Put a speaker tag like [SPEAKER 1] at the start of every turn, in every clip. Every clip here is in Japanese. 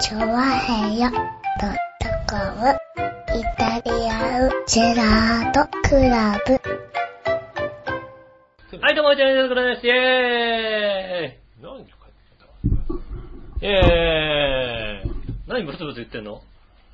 [SPEAKER 1] チョワヘヨドットコムイタリアンジェラートクラブ。
[SPEAKER 2] はい、どうも、イタリアンジェラートクラブです。イェーイイェーイ何ブツブツ言ってんの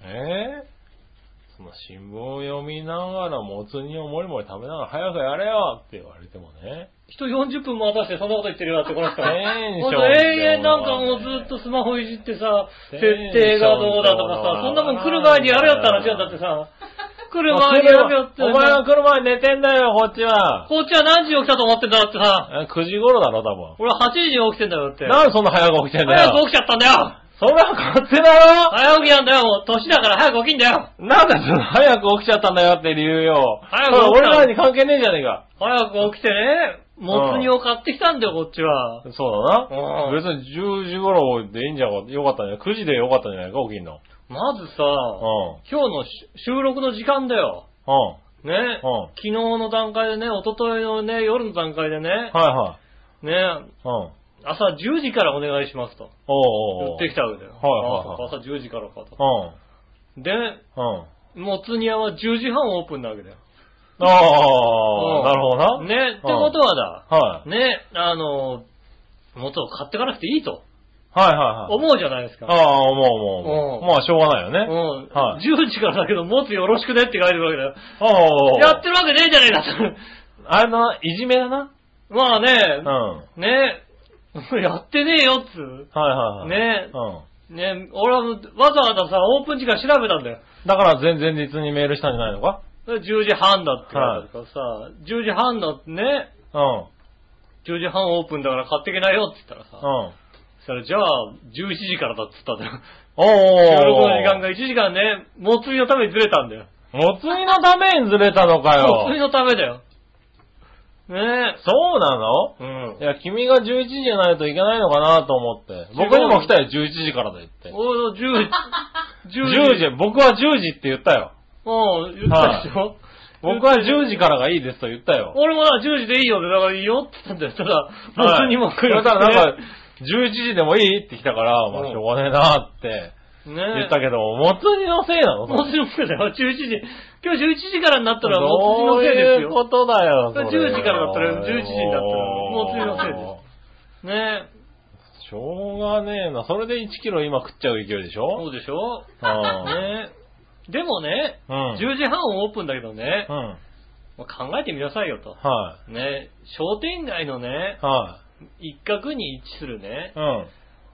[SPEAKER 3] えー、その新聞を読みながら、もつ煮をもりもり食べながら、早くやれよって言われてもね。
[SPEAKER 2] 人40分待たせてそんなこと言ってるよってこ の人。
[SPEAKER 3] テンション
[SPEAKER 2] ほんと永遠なんかもうずっとスマホいじってさ、設定がどうだとかさ、そんなもん来る前にやれよって話なんだってさ、 来る前にやれよって。
[SPEAKER 3] お前が来る前に寝てんだよ、こっちは。
[SPEAKER 2] こっちは何時に起きたと思ってんだってさ、
[SPEAKER 3] え9時頃だろ、多
[SPEAKER 2] 俺は8時に起きてんだよって
[SPEAKER 3] 分。。なんでそんな早く起きてんだ
[SPEAKER 2] 早く
[SPEAKER 3] よ
[SPEAKER 2] 起。きちゃったんだよ
[SPEAKER 3] それは勝手だろ
[SPEAKER 2] 早起きなんだよ、もう年だから早く起きんだよ
[SPEAKER 3] なんでその早く起きちゃったんだよって理由よ。
[SPEAKER 2] 早
[SPEAKER 3] そ
[SPEAKER 2] く
[SPEAKER 3] れ
[SPEAKER 2] 起きた
[SPEAKER 3] 俺らに関係ねえじゃねえか。
[SPEAKER 2] 早く起きてね、もつ煮を買ってきたんだよ、こっちは。
[SPEAKER 3] そうだな。
[SPEAKER 2] うん
[SPEAKER 3] 別に10時頃でいいんじゃよかったんじゃない ?9 時でよかったんじゃないか、起きんの。
[SPEAKER 2] まずさ、
[SPEAKER 3] う
[SPEAKER 2] 今日のし収録の時間だよ。
[SPEAKER 3] ん。うん。
[SPEAKER 2] ね、
[SPEAKER 3] うん
[SPEAKER 2] 昨日の段階でね、一昨日のね、夜の段階でね、
[SPEAKER 3] はいはい。
[SPEAKER 2] ね、
[SPEAKER 3] うん。
[SPEAKER 2] 朝10時からお願いしますと。
[SPEAKER 3] おうおうお
[SPEAKER 2] 言
[SPEAKER 3] う
[SPEAKER 2] ってきたわけだよ。
[SPEAKER 3] はいはいはい
[SPEAKER 2] あそうか朝10時からかと。
[SPEAKER 3] うん。
[SPEAKER 2] で、
[SPEAKER 3] うん。
[SPEAKER 2] もつ煮屋は10時半オープンなわけだよ。
[SPEAKER 3] ああ、なるほどな。
[SPEAKER 2] ね、ってことはだ、
[SPEAKER 3] はい。
[SPEAKER 2] ね、あの、もつを買ってかなくていいと
[SPEAKER 3] はいはいはい。
[SPEAKER 2] 思うじゃないですか。
[SPEAKER 3] ああ、思う思う思
[SPEAKER 2] うん
[SPEAKER 3] う。まあ、しょうがないよね。
[SPEAKER 2] うん。
[SPEAKER 3] はい
[SPEAKER 2] 10時からだけど、もつよろしくねって書いてるわけだよ。
[SPEAKER 3] ああ、
[SPEAKER 2] やってるわけねえじゃねえかと。
[SPEAKER 3] あれだな、いじめだな。
[SPEAKER 2] まあ
[SPEAKER 3] う
[SPEAKER 2] ね
[SPEAKER 3] ん。、は
[SPEAKER 2] ね やってねえよっつう
[SPEAKER 3] いはいはい。
[SPEAKER 2] ね
[SPEAKER 3] うん。
[SPEAKER 2] ね俺はわざわざさ、オープン時間調べたんだよ。
[SPEAKER 3] だから、前々日にメールしたんじゃないのか
[SPEAKER 2] 10時半だって書いてあるからさ、10時半だってね、
[SPEAKER 3] うん。
[SPEAKER 2] 10時半オープンだから買っていけないよって言ったら
[SPEAKER 3] う
[SPEAKER 2] さ、
[SPEAKER 3] ん。
[SPEAKER 2] そしたらじゃあ11時からだっつったんだよ。
[SPEAKER 3] お
[SPEAKER 2] 収
[SPEAKER 3] ー。
[SPEAKER 2] 録の時間が1時間ね、もつ煮のためにずれたんだよ。
[SPEAKER 3] もつ煮のためにずれたのか
[SPEAKER 2] もつ煮
[SPEAKER 3] よ。
[SPEAKER 2] のためだよ。ね
[SPEAKER 3] そうなの
[SPEAKER 2] うん
[SPEAKER 3] い。や、君が11時じゃないといけないのかなと思って。僕にも来たよ、11時からだよって。
[SPEAKER 2] おー、10時。
[SPEAKER 3] 10時、僕は10時って言ったよ。
[SPEAKER 2] うん、言ったでしょ
[SPEAKER 3] 僕は10時からがいいですと言ったよ。
[SPEAKER 2] 俺もだ、10時でいいよって、だからいいよって言ったんだよ。ただ、
[SPEAKER 3] は
[SPEAKER 2] 僕
[SPEAKER 3] い
[SPEAKER 2] にも来
[SPEAKER 3] それ
[SPEAKER 2] る
[SPEAKER 3] からなんか、11時でもいいって来たから、ま
[SPEAKER 2] う
[SPEAKER 3] あ
[SPEAKER 2] ん
[SPEAKER 3] しょうがねえなって
[SPEAKER 2] ね
[SPEAKER 3] 言ったけど、もつ煮のせいなの
[SPEAKER 2] も
[SPEAKER 3] そ
[SPEAKER 2] ち
[SPEAKER 3] れ
[SPEAKER 2] ろんそうだよ、11時。今日11時からになったら、もつ煮
[SPEAKER 3] ど
[SPEAKER 2] の
[SPEAKER 3] う
[SPEAKER 2] せいです
[SPEAKER 3] いうこ
[SPEAKER 2] よ。
[SPEAKER 3] とだよ、。
[SPEAKER 2] それ10時からだったら11時になったらもつ煮のせいですね
[SPEAKER 3] しょうがねえな。それで1キロ今食っちゃう勢いでし
[SPEAKER 2] そ
[SPEAKER 3] ょ
[SPEAKER 2] うでしょ
[SPEAKER 3] ああ
[SPEAKER 2] ねでもね、
[SPEAKER 3] うん。
[SPEAKER 2] 10時半オープンだけどね
[SPEAKER 3] う、ん。
[SPEAKER 2] まあ考えてみなさいよと。
[SPEAKER 3] は
[SPEAKER 2] ね商店街のね
[SPEAKER 3] い。、は
[SPEAKER 2] 一角に位置するね
[SPEAKER 3] い。う、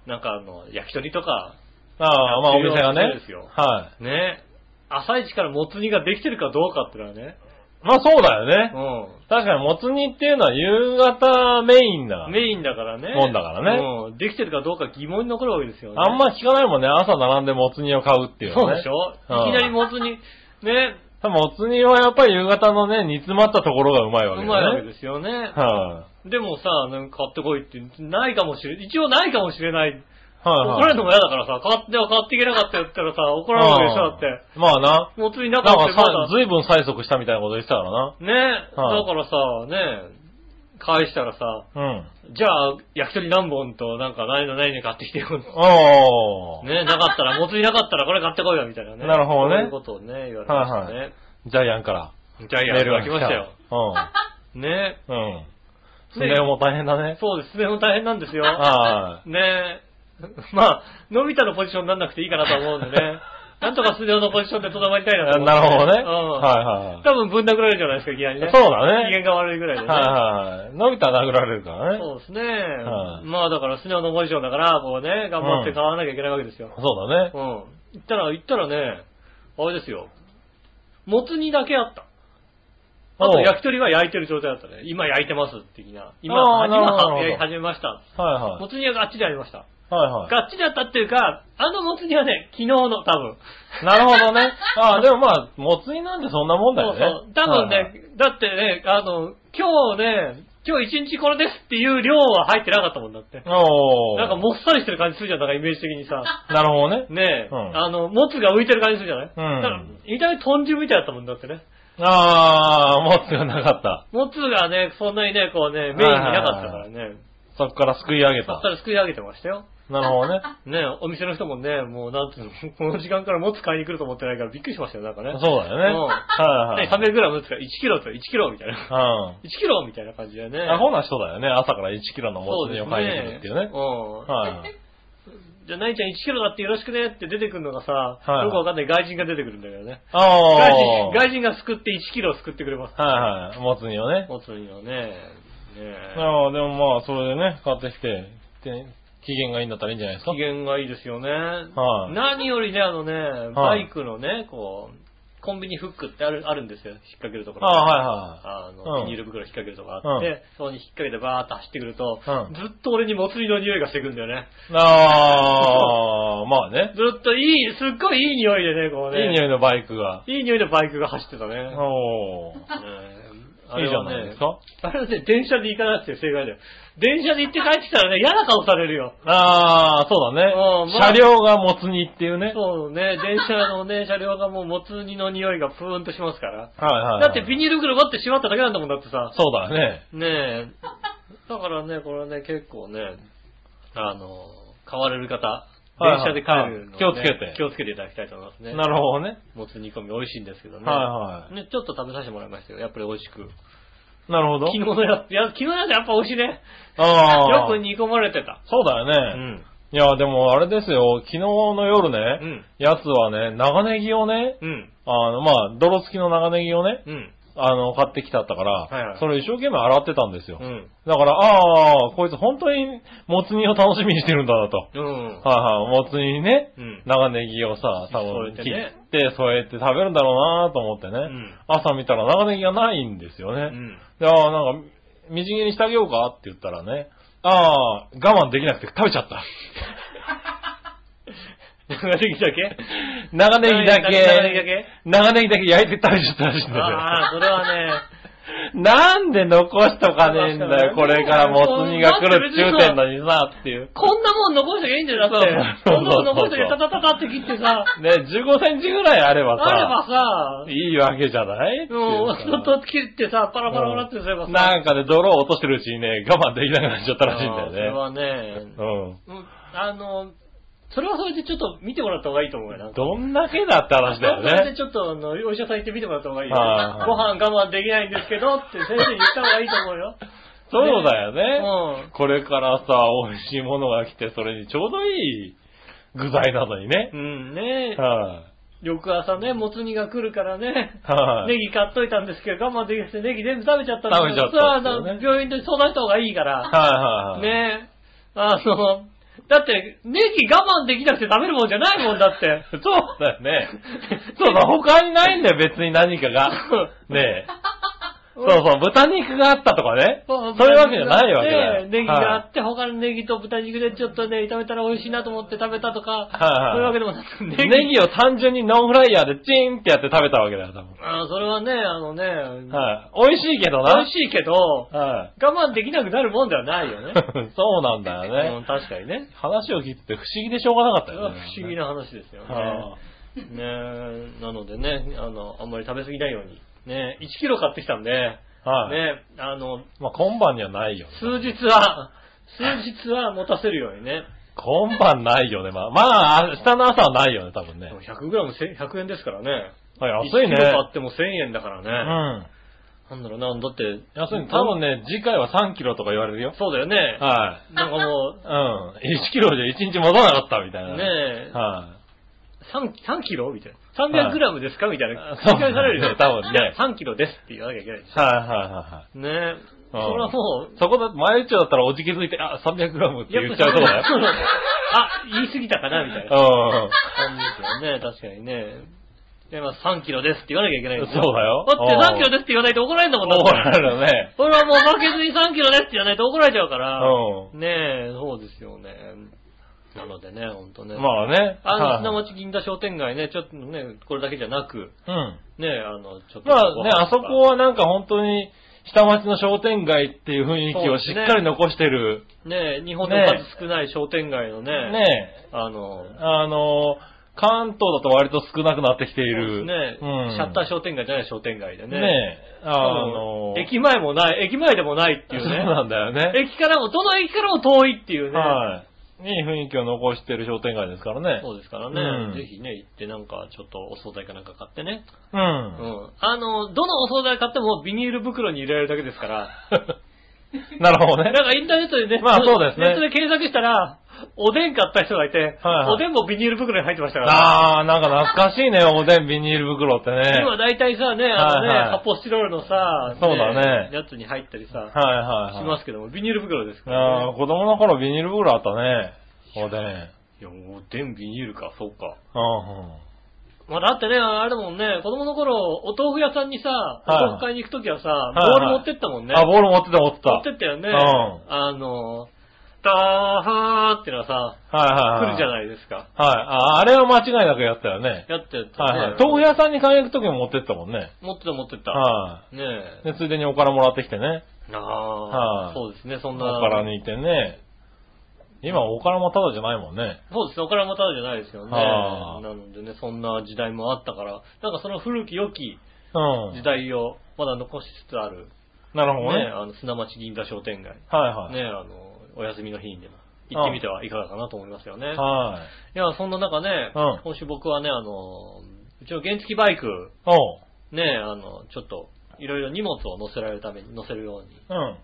[SPEAKER 3] ん。
[SPEAKER 2] なんかあの、焼き鳥とか、
[SPEAKER 3] ああ、まあお店が
[SPEAKER 2] 重要な
[SPEAKER 3] ね
[SPEAKER 2] 店ですよ。
[SPEAKER 3] は
[SPEAKER 2] ね朝一からもつ煮ができてるかどうかってのはね、
[SPEAKER 3] い。まあそうだよね。
[SPEAKER 2] うん。
[SPEAKER 3] 確かにもつ煮っていうのは夕方メインだ。
[SPEAKER 2] メインだからね。
[SPEAKER 3] もんだからね
[SPEAKER 2] うん。できてるかどうか疑問に残るわけですよね。
[SPEAKER 3] あんま聞かないもんね。朝並んでもつ煮を買うっていうの
[SPEAKER 2] そう
[SPEAKER 3] は
[SPEAKER 2] で
[SPEAKER 3] ね。
[SPEAKER 2] しょ、
[SPEAKER 3] うん
[SPEAKER 2] いきなりもつに、ね、
[SPEAKER 3] 多分もつ煮はやっぱり夕方のね、煮詰まったところがうまいわけだよね。
[SPEAKER 2] うまいわけですよね。
[SPEAKER 3] は
[SPEAKER 2] でもさ、なんか買ってこいって、ないかもしれ、一応ないかもしれない。
[SPEAKER 3] い、はい、はい。
[SPEAKER 2] 怒られるのも嫌だからさ、買っては買っていけなかったよって言ったらさ、怒られるわけでしょだっ
[SPEAKER 3] うんまあな。
[SPEAKER 2] て。もつに
[SPEAKER 3] な
[SPEAKER 2] なんかった
[SPEAKER 3] か
[SPEAKER 2] って
[SPEAKER 3] さ
[SPEAKER 2] まだ、。
[SPEAKER 3] ずいぶん催促したみたいなこと言ってたからな。
[SPEAKER 2] ね、
[SPEAKER 3] はい
[SPEAKER 2] だからさ、ね、返したらさ、
[SPEAKER 3] うん。
[SPEAKER 2] じゃあ、焼き鳥何本と、なんか、何の何に買ってきてよ。
[SPEAKER 3] おー。
[SPEAKER 2] ね、なかったら、もつになかったらこれ買ってこいよ、みたいなね。
[SPEAKER 3] なるほどね
[SPEAKER 2] そういうことをね、言われましたね。
[SPEAKER 3] はジャイアンから。
[SPEAKER 2] ジャイアンが来ましたよ。 ね。
[SPEAKER 3] うん。うん。スネ夫も大変だね。
[SPEAKER 2] そうです。スネ夫大変なんですよ。
[SPEAKER 3] は
[SPEAKER 2] ね え。まあ、のび太のポジションになんなくていいかなと思うんで ね。なんとかスネ夫のポジションでとどまりたい
[SPEAKER 3] い。
[SPEAKER 2] なと思
[SPEAKER 3] なるほどね。
[SPEAKER 2] うん。
[SPEAKER 3] はいはい。
[SPEAKER 2] 多分ぶん殴られるじゃないですか、いきなりね。
[SPEAKER 3] そうだね
[SPEAKER 2] 機嫌が悪いぐらいでね。
[SPEAKER 3] はいはい。伸びたら殴られるからね。
[SPEAKER 2] そうですね。
[SPEAKER 3] はい
[SPEAKER 2] まあだから、スネ夫のポジションだから、こうね、頑張って買わなきゃいけないわけですよ。
[SPEAKER 3] そうだね。
[SPEAKER 2] うん。行ったら、行ったらね、あれですよ。もつ煮だけあった。あと
[SPEAKER 3] おう
[SPEAKER 2] 焼き鳥は焼いてる状態だったね。今焼いてます、的な。今、
[SPEAKER 3] あーなるほどなる
[SPEAKER 2] 今
[SPEAKER 3] ほど
[SPEAKER 2] 焼き始めました。
[SPEAKER 3] はいはい
[SPEAKER 2] も。つ煮はガッチリありました。
[SPEAKER 3] はいはい。
[SPEAKER 2] がっちりだったっていうか、あのもつ煮はね、昨日の多分。
[SPEAKER 3] なるほど ね。ああ、でもまあ、もつ煮なんてそんなもんだよね。
[SPEAKER 2] そうそう多分
[SPEAKER 3] はいはい
[SPEAKER 2] ね、だってね、あの、今日ね、今日一日これですっていう量は入ってなかったもんだって。
[SPEAKER 3] おお。
[SPEAKER 2] なんかもっさりしてる感じするじゃん、なんかイメージ的にさ。
[SPEAKER 3] なるほどね。
[SPEAKER 2] ねえ、
[SPEAKER 3] うん
[SPEAKER 2] あの、もつが浮いてる感じするじゃない
[SPEAKER 3] うん
[SPEAKER 2] だから見た目豚汁みたいだったもんだってね。
[SPEAKER 3] ああ、もつがなかった。
[SPEAKER 2] もつがね、そんなにね、こうね、メインになかったからね。
[SPEAKER 3] そこからすくい上げ
[SPEAKER 2] そったた。らすくい上げてましたよ。
[SPEAKER 3] なる ほどね。
[SPEAKER 2] ねお店の人もね、もうなんていうの、 この時間からもつ買いに来ると思ってないからびっくりしましたよ、なんかね。
[SPEAKER 3] そうだよね。
[SPEAKER 2] うん
[SPEAKER 3] はいは
[SPEAKER 2] ね
[SPEAKER 3] い。
[SPEAKER 2] 300g 持つから1キロと1キロみたいな。
[SPEAKER 3] う
[SPEAKER 2] 1キロみたいな感じでね。
[SPEAKER 3] ん。アホな人だよね。朝から1キロの
[SPEAKER 2] そ
[SPEAKER 3] も
[SPEAKER 2] う
[SPEAKER 3] つ
[SPEAKER 2] で
[SPEAKER 3] 煮
[SPEAKER 2] す
[SPEAKER 3] を買
[SPEAKER 2] ね。
[SPEAKER 3] いに来るっていうね。
[SPEAKER 2] うん。
[SPEAKER 3] はい。
[SPEAKER 2] じゃあ、ナイちゃん1キロだってよろしくねって出てくるのがさ、
[SPEAKER 3] い
[SPEAKER 2] よくわかんない外人が出てくるんだけどね。外
[SPEAKER 3] あ
[SPEAKER 2] 人、
[SPEAKER 3] あ。
[SPEAKER 2] 外人が救って1キロ救ってくれます。
[SPEAKER 3] はいはい。もつ煮をね。
[SPEAKER 2] 持つにはね。ねえ
[SPEAKER 3] ああ、でもまあ、それでね、買ってきて、で機嫌がいいんだったらいいんじゃないですか。
[SPEAKER 2] 機嫌がいいですよね。
[SPEAKER 3] はい
[SPEAKER 2] 何よりね、あのね、バ
[SPEAKER 3] はい
[SPEAKER 2] イクのね、こう、コンビニフックってある、あるんですよ。引っ掛けるところ。
[SPEAKER 3] あ
[SPEAKER 2] あ
[SPEAKER 3] う
[SPEAKER 2] の、
[SPEAKER 3] ん
[SPEAKER 2] ビニール袋引っ掛けるとこあって、
[SPEAKER 3] うん
[SPEAKER 2] そこに引っ掛けてバーっと走ってくると、
[SPEAKER 3] うん
[SPEAKER 2] ずっと俺にもつ煮の匂いがしてくるんだよね。
[SPEAKER 3] あ、はいはい。ああ、まあね。
[SPEAKER 2] ずっといい、すっごいいい匂いでね、こう ね。
[SPEAKER 3] いい匂いのバイクが。
[SPEAKER 2] いい匂いのバイクが走ってたね。
[SPEAKER 3] おー。
[SPEAKER 2] あ
[SPEAKER 3] いい
[SPEAKER 2] れ
[SPEAKER 3] じゃ
[SPEAKER 2] は
[SPEAKER 3] ないで
[SPEAKER 2] ね
[SPEAKER 3] す、か。
[SPEAKER 2] あれはね、電車で行かなくて正解だよ。電車で行って帰ってきたらね、嫌な顔されるよ。
[SPEAKER 3] ああ、そうだね
[SPEAKER 2] うん。まあ
[SPEAKER 3] 車両がもつ煮っていうね。
[SPEAKER 2] そうね、電車のね、車両がもうもつ煮の匂いがプーンとしますから。
[SPEAKER 3] はいはいはい。
[SPEAKER 2] だってビニール袋持ってしまっただけなんだもんだってさ。
[SPEAKER 3] そうだね。
[SPEAKER 2] ねえ。だからね、これね、結構ね、あの、買われる方、
[SPEAKER 3] はい
[SPEAKER 2] 電
[SPEAKER 3] はい
[SPEAKER 2] 車で帰るの、ね
[SPEAKER 3] 気をつけて
[SPEAKER 2] 気をつけていただきたいと思いますね。
[SPEAKER 3] なるほどね。
[SPEAKER 2] もつ煮込み美味しいんですけどね。
[SPEAKER 3] はいは
[SPEAKER 2] ね、ちょっと食べさせてもらいましたけど、やっぱり美味しく。
[SPEAKER 3] い。なるほど
[SPEAKER 2] 昨。日のやつ、いや昨日のやつやっぱ美味しいね。よ
[SPEAKER 3] ああ。
[SPEAKER 2] く煮込まれてた。
[SPEAKER 3] そうだ
[SPEAKER 2] う
[SPEAKER 3] よね。
[SPEAKER 2] ん。
[SPEAKER 3] いや、でもあれですよ、昨日の夜
[SPEAKER 2] う
[SPEAKER 3] ね、
[SPEAKER 2] ん。
[SPEAKER 3] やつはね、長ネギをね、
[SPEAKER 2] うん。
[SPEAKER 3] あの、まあ、泥付きの長ネギをね、
[SPEAKER 2] うん。
[SPEAKER 3] あの、買ってきたったから、
[SPEAKER 2] いはい
[SPEAKER 3] それ一生懸命洗ってたんですよ。
[SPEAKER 2] うん。
[SPEAKER 3] だから、ああ、こいつ本当にもつ煮を楽しみにしてるんだなと。
[SPEAKER 2] う
[SPEAKER 3] はい
[SPEAKER 2] ん。
[SPEAKER 3] はい、もつ煮にね、
[SPEAKER 2] うん
[SPEAKER 3] 長ネギをさ、多分
[SPEAKER 2] 添えて
[SPEAKER 3] 切
[SPEAKER 2] ね
[SPEAKER 3] って添えて食べるんだろうなと思ってね、
[SPEAKER 2] ん
[SPEAKER 3] 朝見たら長ネギがないんですよね。
[SPEAKER 2] うん。
[SPEAKER 3] で、ああ、なんか、みじん切りにしてあげようかって言ったらね、ああ、我慢できなくて食べちゃった。
[SPEAKER 2] 長ネギだけ
[SPEAKER 3] 長ネギだけ、
[SPEAKER 2] 長ネギ だけ
[SPEAKER 3] 長ネギだけ焼いて食べちゃったらしいんだ
[SPEAKER 2] ああ、それはね、
[SPEAKER 3] よ。なんで残しとかねえんだよ、これからもつ煮が来るっちゅうてんのにさ、っていう。
[SPEAKER 2] こんなもん残しときゃいいんだよ、だって。
[SPEAKER 3] そうそうそ
[SPEAKER 2] こんなも
[SPEAKER 3] うん
[SPEAKER 2] 残しときゃタタタタって切ってさ、
[SPEAKER 3] ね、15センチぐらいあれば
[SPEAKER 2] あれ
[SPEAKER 3] さ、
[SPEAKER 2] ばさ、
[SPEAKER 3] いいわけじゃないってい
[SPEAKER 2] もう、
[SPEAKER 3] か
[SPEAKER 2] ちょっと切ってさ、パラパラパラってすればさ、
[SPEAKER 3] なんかね、泥を落としてるうちにね、我慢できなくなっちゃったらしいんだよね。
[SPEAKER 2] ね。それはね、うんあの、それはそれでちょっと見てもらった方がいいと思うよ、なん
[SPEAKER 3] うん。
[SPEAKER 2] か
[SPEAKER 3] どんだけだって話だよ
[SPEAKER 2] それで
[SPEAKER 3] ね。
[SPEAKER 2] ちょっと、あの、お医者さん行ってみてもらった方がいいよ。ご
[SPEAKER 3] はい
[SPEAKER 2] 飯我慢できないんですけどって先生に言った方がいいと思うよ。
[SPEAKER 3] そうだよね。
[SPEAKER 2] うん。
[SPEAKER 3] これからさ、美味しいものが来て、それにちょうどいい具材なのにね。
[SPEAKER 2] うんね
[SPEAKER 3] は
[SPEAKER 2] 翌朝ね、もつ煮が来るからね。
[SPEAKER 3] い。は
[SPEAKER 2] ネ
[SPEAKER 3] い。
[SPEAKER 2] ギ買っといたんですけど、我慢できなくてネギ全部食べちゃったんです
[SPEAKER 3] 食べちゃったんですよね
[SPEAKER 2] それはあの病院で相談した方がいいから。
[SPEAKER 3] はいはいはい。。
[SPEAKER 2] ねあの、だって、ネギ我慢できなくて食べるもんじゃないもんだって。
[SPEAKER 3] そうだよね。そうだ、他にないんだよ、別に何か が。ねえ。そうそう、豚肉があったとかね。そういうわけじゃないわけだよ。
[SPEAKER 2] ねネギがあ
[SPEAKER 3] はい
[SPEAKER 2] って、他のネギと豚肉でちょっとね、炒めたら美味しいなと思って食べたとか、
[SPEAKER 3] はい
[SPEAKER 2] そういうわけでもなく、
[SPEAKER 3] ネギを単純にノンフライヤーでチーンってやって食べたわけだよ、多分。
[SPEAKER 2] あーそれはね、あのね、
[SPEAKER 3] はい。美味しいけどな。
[SPEAKER 2] 美味しいけど、
[SPEAKER 3] は
[SPEAKER 2] 我慢できなくなるもんではな いよ
[SPEAKER 3] い。
[SPEAKER 2] ね。
[SPEAKER 3] そうなんだ
[SPEAKER 2] う
[SPEAKER 3] よ
[SPEAKER 2] ん
[SPEAKER 3] ね。
[SPEAKER 2] 確かにね。
[SPEAKER 3] 話を聞いてて不思議でしょうがなかっ
[SPEAKER 2] そ
[SPEAKER 3] た
[SPEAKER 2] れ
[SPEAKER 3] よ
[SPEAKER 2] は
[SPEAKER 3] ね。
[SPEAKER 2] 不思議な話ですよ
[SPEAKER 3] は
[SPEAKER 2] ね。ねえなのでね、あの、あんまり食べ過ぎないように。ね1キロ買ってきたんで、ね
[SPEAKER 3] い。はい。
[SPEAKER 2] あの、
[SPEAKER 3] まあ今晩にはないよ。
[SPEAKER 2] 数日は、数日は持たせるようにね。
[SPEAKER 3] 今晩ないよね。まあ、まあ、明日の朝はないよね、多分ね
[SPEAKER 2] で。も 100g100 円ですからね。
[SPEAKER 3] はい、安い
[SPEAKER 2] 1キロ
[SPEAKER 3] ね。
[SPEAKER 2] 買っても1000円だから
[SPEAKER 3] う
[SPEAKER 2] ね。
[SPEAKER 3] ん。
[SPEAKER 2] なんだろうな、だって。
[SPEAKER 3] 安い。多分ね、次回は3キロとか言われるよ。
[SPEAKER 2] そうだよね。
[SPEAKER 3] は
[SPEAKER 2] なんかも、
[SPEAKER 3] い。うん。1キロじゃ1日戻らなかったみたいうな。
[SPEAKER 2] ねえ、
[SPEAKER 3] は
[SPEAKER 2] 3, 3キロみたいな。300グラムですかみたいな。
[SPEAKER 3] そう
[SPEAKER 2] 繰り返されるよ。
[SPEAKER 3] 多分ね
[SPEAKER 2] 3キロですって言わなきゃいけないでし
[SPEAKER 3] い。はいはいはいはい。
[SPEAKER 2] ょ。ねえ。それはもう、
[SPEAKER 3] そこだ、前打ちだったらおじ気づいて、あ、300グラムって言っちゃうとこだ
[SPEAKER 2] やっぱそう
[SPEAKER 3] よ。
[SPEAKER 2] あ、言い過ぎたかなみた
[SPEAKER 3] うん。
[SPEAKER 2] いな感じですよね。確かにね。で、まあ3キロですって言わなきゃいけないんです
[SPEAKER 3] そうだよ
[SPEAKER 2] だって3キロですって言わないと怒られるんだもんだって
[SPEAKER 3] 怒られるね。
[SPEAKER 2] それはもう負けずに3キロですって言わないと怒られちゃうから。
[SPEAKER 3] う
[SPEAKER 2] ねえ、そうですよね。なのでね、ほんとね。
[SPEAKER 3] ん。まあね。
[SPEAKER 2] あの、
[SPEAKER 3] はい
[SPEAKER 2] 砂町銀座商店街ね、ちょっとね、これだけじゃなく、
[SPEAKER 3] うん。
[SPEAKER 2] ねえ、あの、ちょっと。
[SPEAKER 3] まあね、あそこはなんか本当に、下町の商店街っていう雰囲気をしっかり残してる、
[SPEAKER 2] ねえ、日本の数少ない商店街のね、
[SPEAKER 3] ね
[SPEAKER 2] あの、
[SPEAKER 3] あの、関東だと割と少なくなってきている。
[SPEAKER 2] ねえ、
[SPEAKER 3] うん、
[SPEAKER 2] シャッター商店街じゃない商店街でね。
[SPEAKER 3] ねえ、あの
[SPEAKER 2] 多、分駅前もない、駅前でもないってい
[SPEAKER 3] そう
[SPEAKER 2] うね。
[SPEAKER 3] なんだよね。
[SPEAKER 2] 駅からも、どの駅からも遠いっていうね。
[SPEAKER 3] はい。いい雰囲気を残してる商店街ですからね。
[SPEAKER 2] そうですからね、
[SPEAKER 3] うん
[SPEAKER 2] ぜひね、行ってなんかちょっとお惣菜かなんか買ってね。
[SPEAKER 3] う。
[SPEAKER 2] うんん。あの、どのお惣菜買ってもビニール袋に入れられるだけですから。
[SPEAKER 3] なるほどね
[SPEAKER 2] なん。かインターネットでね、
[SPEAKER 3] まあそうですね
[SPEAKER 2] ネットで検索したら、おでん買った人がいて、
[SPEAKER 3] はいはい
[SPEAKER 2] おでんもビニール袋に入ってましたから。
[SPEAKER 3] ああ、なんか懐かしいね、おでんビニール袋ってね。
[SPEAKER 2] 今大体さ、ね、あのね、
[SPEAKER 3] はいはい
[SPEAKER 2] 発泡スチロールのさ、
[SPEAKER 3] そうだね
[SPEAKER 2] やつに入ったりさ、
[SPEAKER 3] はいはいはい。
[SPEAKER 2] しますけども、ビニール袋ですから
[SPEAKER 3] ああ、
[SPEAKER 2] ね。
[SPEAKER 3] 子供の頃ビニール袋あったね。おでん。
[SPEAKER 2] いや、おでんビニールか、そうか。
[SPEAKER 3] うんうん。
[SPEAKER 2] まあだってね、あれだもんね、子供の頃、お豆腐屋さんにさ、お
[SPEAKER 3] い
[SPEAKER 2] 豆腐買いに行くときはさ、
[SPEAKER 3] いはい
[SPEAKER 2] ボール持ってったもんね。
[SPEAKER 3] あ、ボール持ってた持ってた。
[SPEAKER 2] 持ってったよね。
[SPEAKER 3] う
[SPEAKER 2] あの、ダーハーってのはさ、
[SPEAKER 3] はいはいはい。
[SPEAKER 2] 来るじゃ
[SPEAKER 3] い。
[SPEAKER 2] ないですか。
[SPEAKER 3] はい。あ、あれは間違いなくやったよね。
[SPEAKER 2] やってた
[SPEAKER 3] はいは
[SPEAKER 2] ね
[SPEAKER 3] い。。豆腐屋さんに買いに行くときも持ってったもんね。
[SPEAKER 2] 持ってた持ってた。
[SPEAKER 3] は
[SPEAKER 2] ね
[SPEAKER 3] い。
[SPEAKER 2] え。
[SPEAKER 3] で、ついでにおからもらってきてね。
[SPEAKER 2] あ
[SPEAKER 3] は
[SPEAKER 2] あ、
[SPEAKER 3] い
[SPEAKER 2] そうですね、そ
[SPEAKER 3] お
[SPEAKER 2] んな。
[SPEAKER 3] からにいてね。今おからもただじゃないもんね。
[SPEAKER 2] そうですね、おからもただじゃないですよね。
[SPEAKER 3] は
[SPEAKER 2] な
[SPEAKER 3] あ
[SPEAKER 2] のでね、そんな時代もあったから、なんかその古き良き
[SPEAKER 3] うん。
[SPEAKER 2] 時代をまだ残しつつある、
[SPEAKER 3] なる
[SPEAKER 2] ね
[SPEAKER 3] ほどね。はい
[SPEAKER 2] あの砂町銀座商店街、
[SPEAKER 3] はい。
[SPEAKER 2] ね、あの、お休みの日にでも行ってみてはいかがかなと思いますよね。
[SPEAKER 3] はい。
[SPEAKER 2] いや、そんな中ね、
[SPEAKER 3] うん
[SPEAKER 2] 今週僕はね、あの、うちの原付バイク、
[SPEAKER 3] おう。
[SPEAKER 2] ね、あの、ちょっと、いろいろ荷物を乗せられるために、乗せるように、
[SPEAKER 3] うん。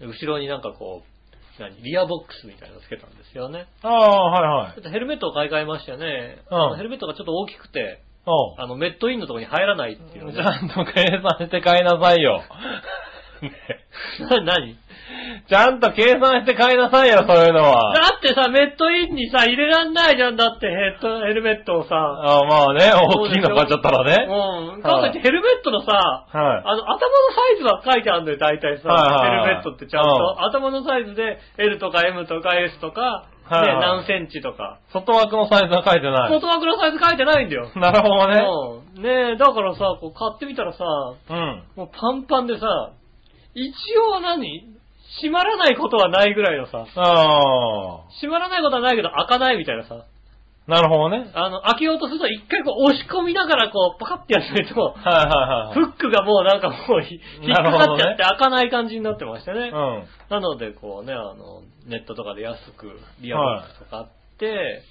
[SPEAKER 2] 後ろになんかこう、何リアボックスみたいなのつけたんですよね。
[SPEAKER 3] ああ、はいは
[SPEAKER 2] ち
[SPEAKER 3] い。
[SPEAKER 2] ょっとヘルメットを買い替えましたね。
[SPEAKER 3] うん
[SPEAKER 2] あのヘルメットがちょっと大きくて、
[SPEAKER 3] おう。
[SPEAKER 2] あの、メットインのところに入らないっていう の
[SPEAKER 3] ち
[SPEAKER 2] ね。
[SPEAKER 3] ゃんと計算して買いなさいよ。ね
[SPEAKER 2] な 何
[SPEAKER 3] ちゃんと計算して買いなさいよ、そういうの は。
[SPEAKER 2] だってさ、メットインにさ、入れらんないじゃん。だってヘッド、ヘルメットをさ。
[SPEAKER 3] あまあね、大きいの買っちゃったらね。
[SPEAKER 2] うん。かといってヘルメットのさ、
[SPEAKER 3] はい。
[SPEAKER 2] あの、頭のサイズは書いてあるんだよ、大体さ。
[SPEAKER 3] はいはいはい
[SPEAKER 2] ヘルメットってちゃん
[SPEAKER 3] うん
[SPEAKER 2] と。頭のサイズで L とか M とか S とか、ね、
[SPEAKER 3] はいはい
[SPEAKER 2] 何センチとか。
[SPEAKER 3] 外枠のサイズは書いてない。
[SPEAKER 2] 外枠のサイズ書いてないんだよ。
[SPEAKER 3] なるほどね。
[SPEAKER 2] うん。ねえ、だからさ、こう買ってみたらさ、
[SPEAKER 3] うん。
[SPEAKER 2] もうパンパンでさ、一応何閉まらないことはないぐらいのさ、
[SPEAKER 3] あ
[SPEAKER 2] 閉まらないことはないけど開かないみたいなさ、
[SPEAKER 3] あ。なるほどね。
[SPEAKER 2] あの、開けようとすると一回こう押し込みながらこう、パカってやらないと、
[SPEAKER 3] はいはいはい
[SPEAKER 2] フックがもうなんかもうひ引っ
[SPEAKER 3] な
[SPEAKER 2] か
[SPEAKER 3] るほ
[SPEAKER 2] か
[SPEAKER 3] ど
[SPEAKER 2] っ
[SPEAKER 3] ね
[SPEAKER 2] ちゃって開かない感じになってましたね。
[SPEAKER 3] はい。うん。
[SPEAKER 2] なのでこうね、あの、ネットとかで安くリアボックスとかあって、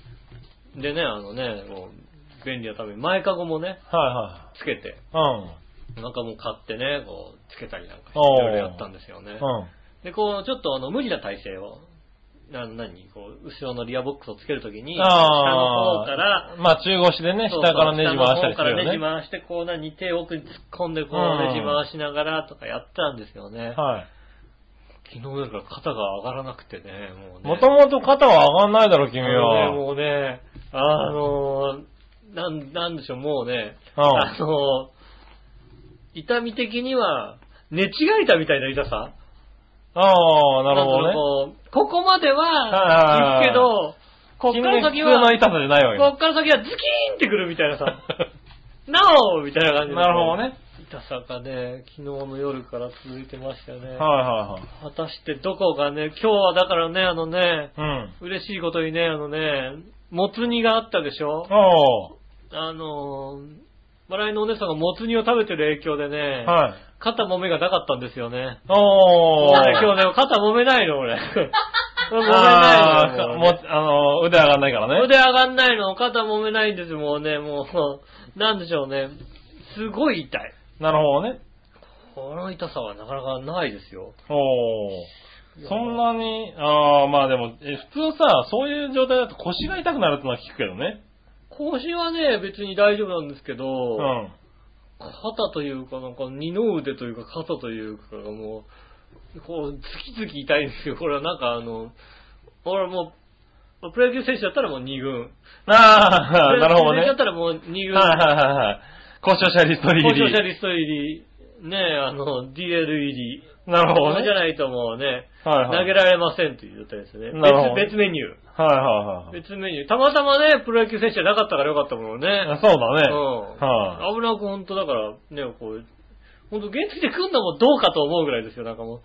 [SPEAKER 2] でね、あのね、もう便利なために前カゴもね、
[SPEAKER 3] は
[SPEAKER 2] つけて、
[SPEAKER 3] いはい。
[SPEAKER 2] なんかもう買ってね、こう、つけたりなんかしてい
[SPEAKER 3] おー
[SPEAKER 2] ろいろやったんですよね。
[SPEAKER 3] うん。うん。
[SPEAKER 2] で、こう、ちょっとあの、無理な体勢を、な、なに、こう、後ろのリアボックスをつけるときに、下の方から、
[SPEAKER 3] まあ中腰でね、
[SPEAKER 2] そう
[SPEAKER 3] 下
[SPEAKER 2] そう
[SPEAKER 3] からねじ回したりす
[SPEAKER 2] 下の方からね
[SPEAKER 3] る
[SPEAKER 2] じ
[SPEAKER 3] よね。
[SPEAKER 2] 回して、こう、なに、手奥に突っ込んで、こう、
[SPEAKER 3] うん
[SPEAKER 2] ねじ回しながらとかやってたんですよね。
[SPEAKER 3] はい。
[SPEAKER 2] 昨日だから肩が上がらなくてね、もうね。
[SPEAKER 3] もともと肩は上がんないだろ、君
[SPEAKER 2] あのね
[SPEAKER 3] は。
[SPEAKER 2] もうね、あのー、なん、なんでしょう、もうね、
[SPEAKER 3] うん
[SPEAKER 2] あのー、痛み的には、寝違えたみたいな痛さ
[SPEAKER 3] ああ、なるほどね。
[SPEAKER 2] なんかこうここまで
[SPEAKER 3] は
[SPEAKER 2] は、
[SPEAKER 3] いはいはい
[SPEAKER 2] 行くけど、こっ
[SPEAKER 3] 君
[SPEAKER 2] から
[SPEAKER 3] ね
[SPEAKER 2] 先
[SPEAKER 3] 普通の
[SPEAKER 2] は、
[SPEAKER 3] 痛さじゃないわよ。
[SPEAKER 2] こっから先はズキーンってくるみたいなさ、 なおみたいな感じで。
[SPEAKER 3] なるほどね。
[SPEAKER 2] 痛さがね、昨日の夜から続いてましたよ
[SPEAKER 3] は
[SPEAKER 2] ね。
[SPEAKER 3] いはい
[SPEAKER 2] 果たしてどこがね、今日はだからね、あのね、
[SPEAKER 3] はい。
[SPEAKER 2] 嬉しいことにね、あのね、もつ煮があったでしょ
[SPEAKER 3] うん。おー。
[SPEAKER 2] あのー、笑いのお姉さんがもつ煮を食べてる影響でね、
[SPEAKER 3] はい。
[SPEAKER 2] 肩もめがなかったんですよね。
[SPEAKER 3] おー。
[SPEAKER 2] なんで今日ね、肩揉めない の俺。揉めな
[SPEAKER 3] あ
[SPEAKER 2] い
[SPEAKER 3] ー
[SPEAKER 2] の
[SPEAKER 3] か
[SPEAKER 2] よ
[SPEAKER 3] もう、あの、腕上がんないからね。
[SPEAKER 2] 腕上がんないの、肩揉めないんです、もうね、もう、なんでしょうね。すごい痛い。
[SPEAKER 3] なるほどね。
[SPEAKER 2] この痛さはなかなかないですよ。
[SPEAKER 3] おー。そんなに、あー、まあでも、え普通さ、そういう状態だと腰が痛くなるってのは聞くけどね。
[SPEAKER 2] 腰はね、別に大丈夫なんですけど、
[SPEAKER 3] うん。
[SPEAKER 2] 肩というか、なんか二の腕というか肩というか、もう、こう、つきつき痛いんですよ。これはなんかあの、俺もう、プロ野球選手だったらもう二軍。
[SPEAKER 3] あー、なるほど
[SPEAKER 2] プロ野球選手だ
[SPEAKER 3] ね
[SPEAKER 2] っ。たらもう二軍。
[SPEAKER 3] はいはいはいはい。故障者リスト入
[SPEAKER 2] 交渉者
[SPEAKER 3] り。
[SPEAKER 2] リスト入り、ねえ、あの、DL 入り。
[SPEAKER 3] なるほど
[SPEAKER 2] これ
[SPEAKER 3] ね。
[SPEAKER 2] じゃないともうね、
[SPEAKER 3] はい
[SPEAKER 2] 投
[SPEAKER 3] はい。
[SPEAKER 2] げられませんという状態ですね。
[SPEAKER 3] なるほど
[SPEAKER 2] 別別メニュ
[SPEAKER 3] はいはい
[SPEAKER 2] ー。
[SPEAKER 3] はい。
[SPEAKER 2] 別メニュー。たまたまね、プロ野球選手じゃなかったからよかったものね。
[SPEAKER 3] あそうだね。
[SPEAKER 2] うん。
[SPEAKER 3] は
[SPEAKER 2] 危なく本当だから、ね、こう、本当原付で来んのもどうかと思うぐらいですよ、なんかもう。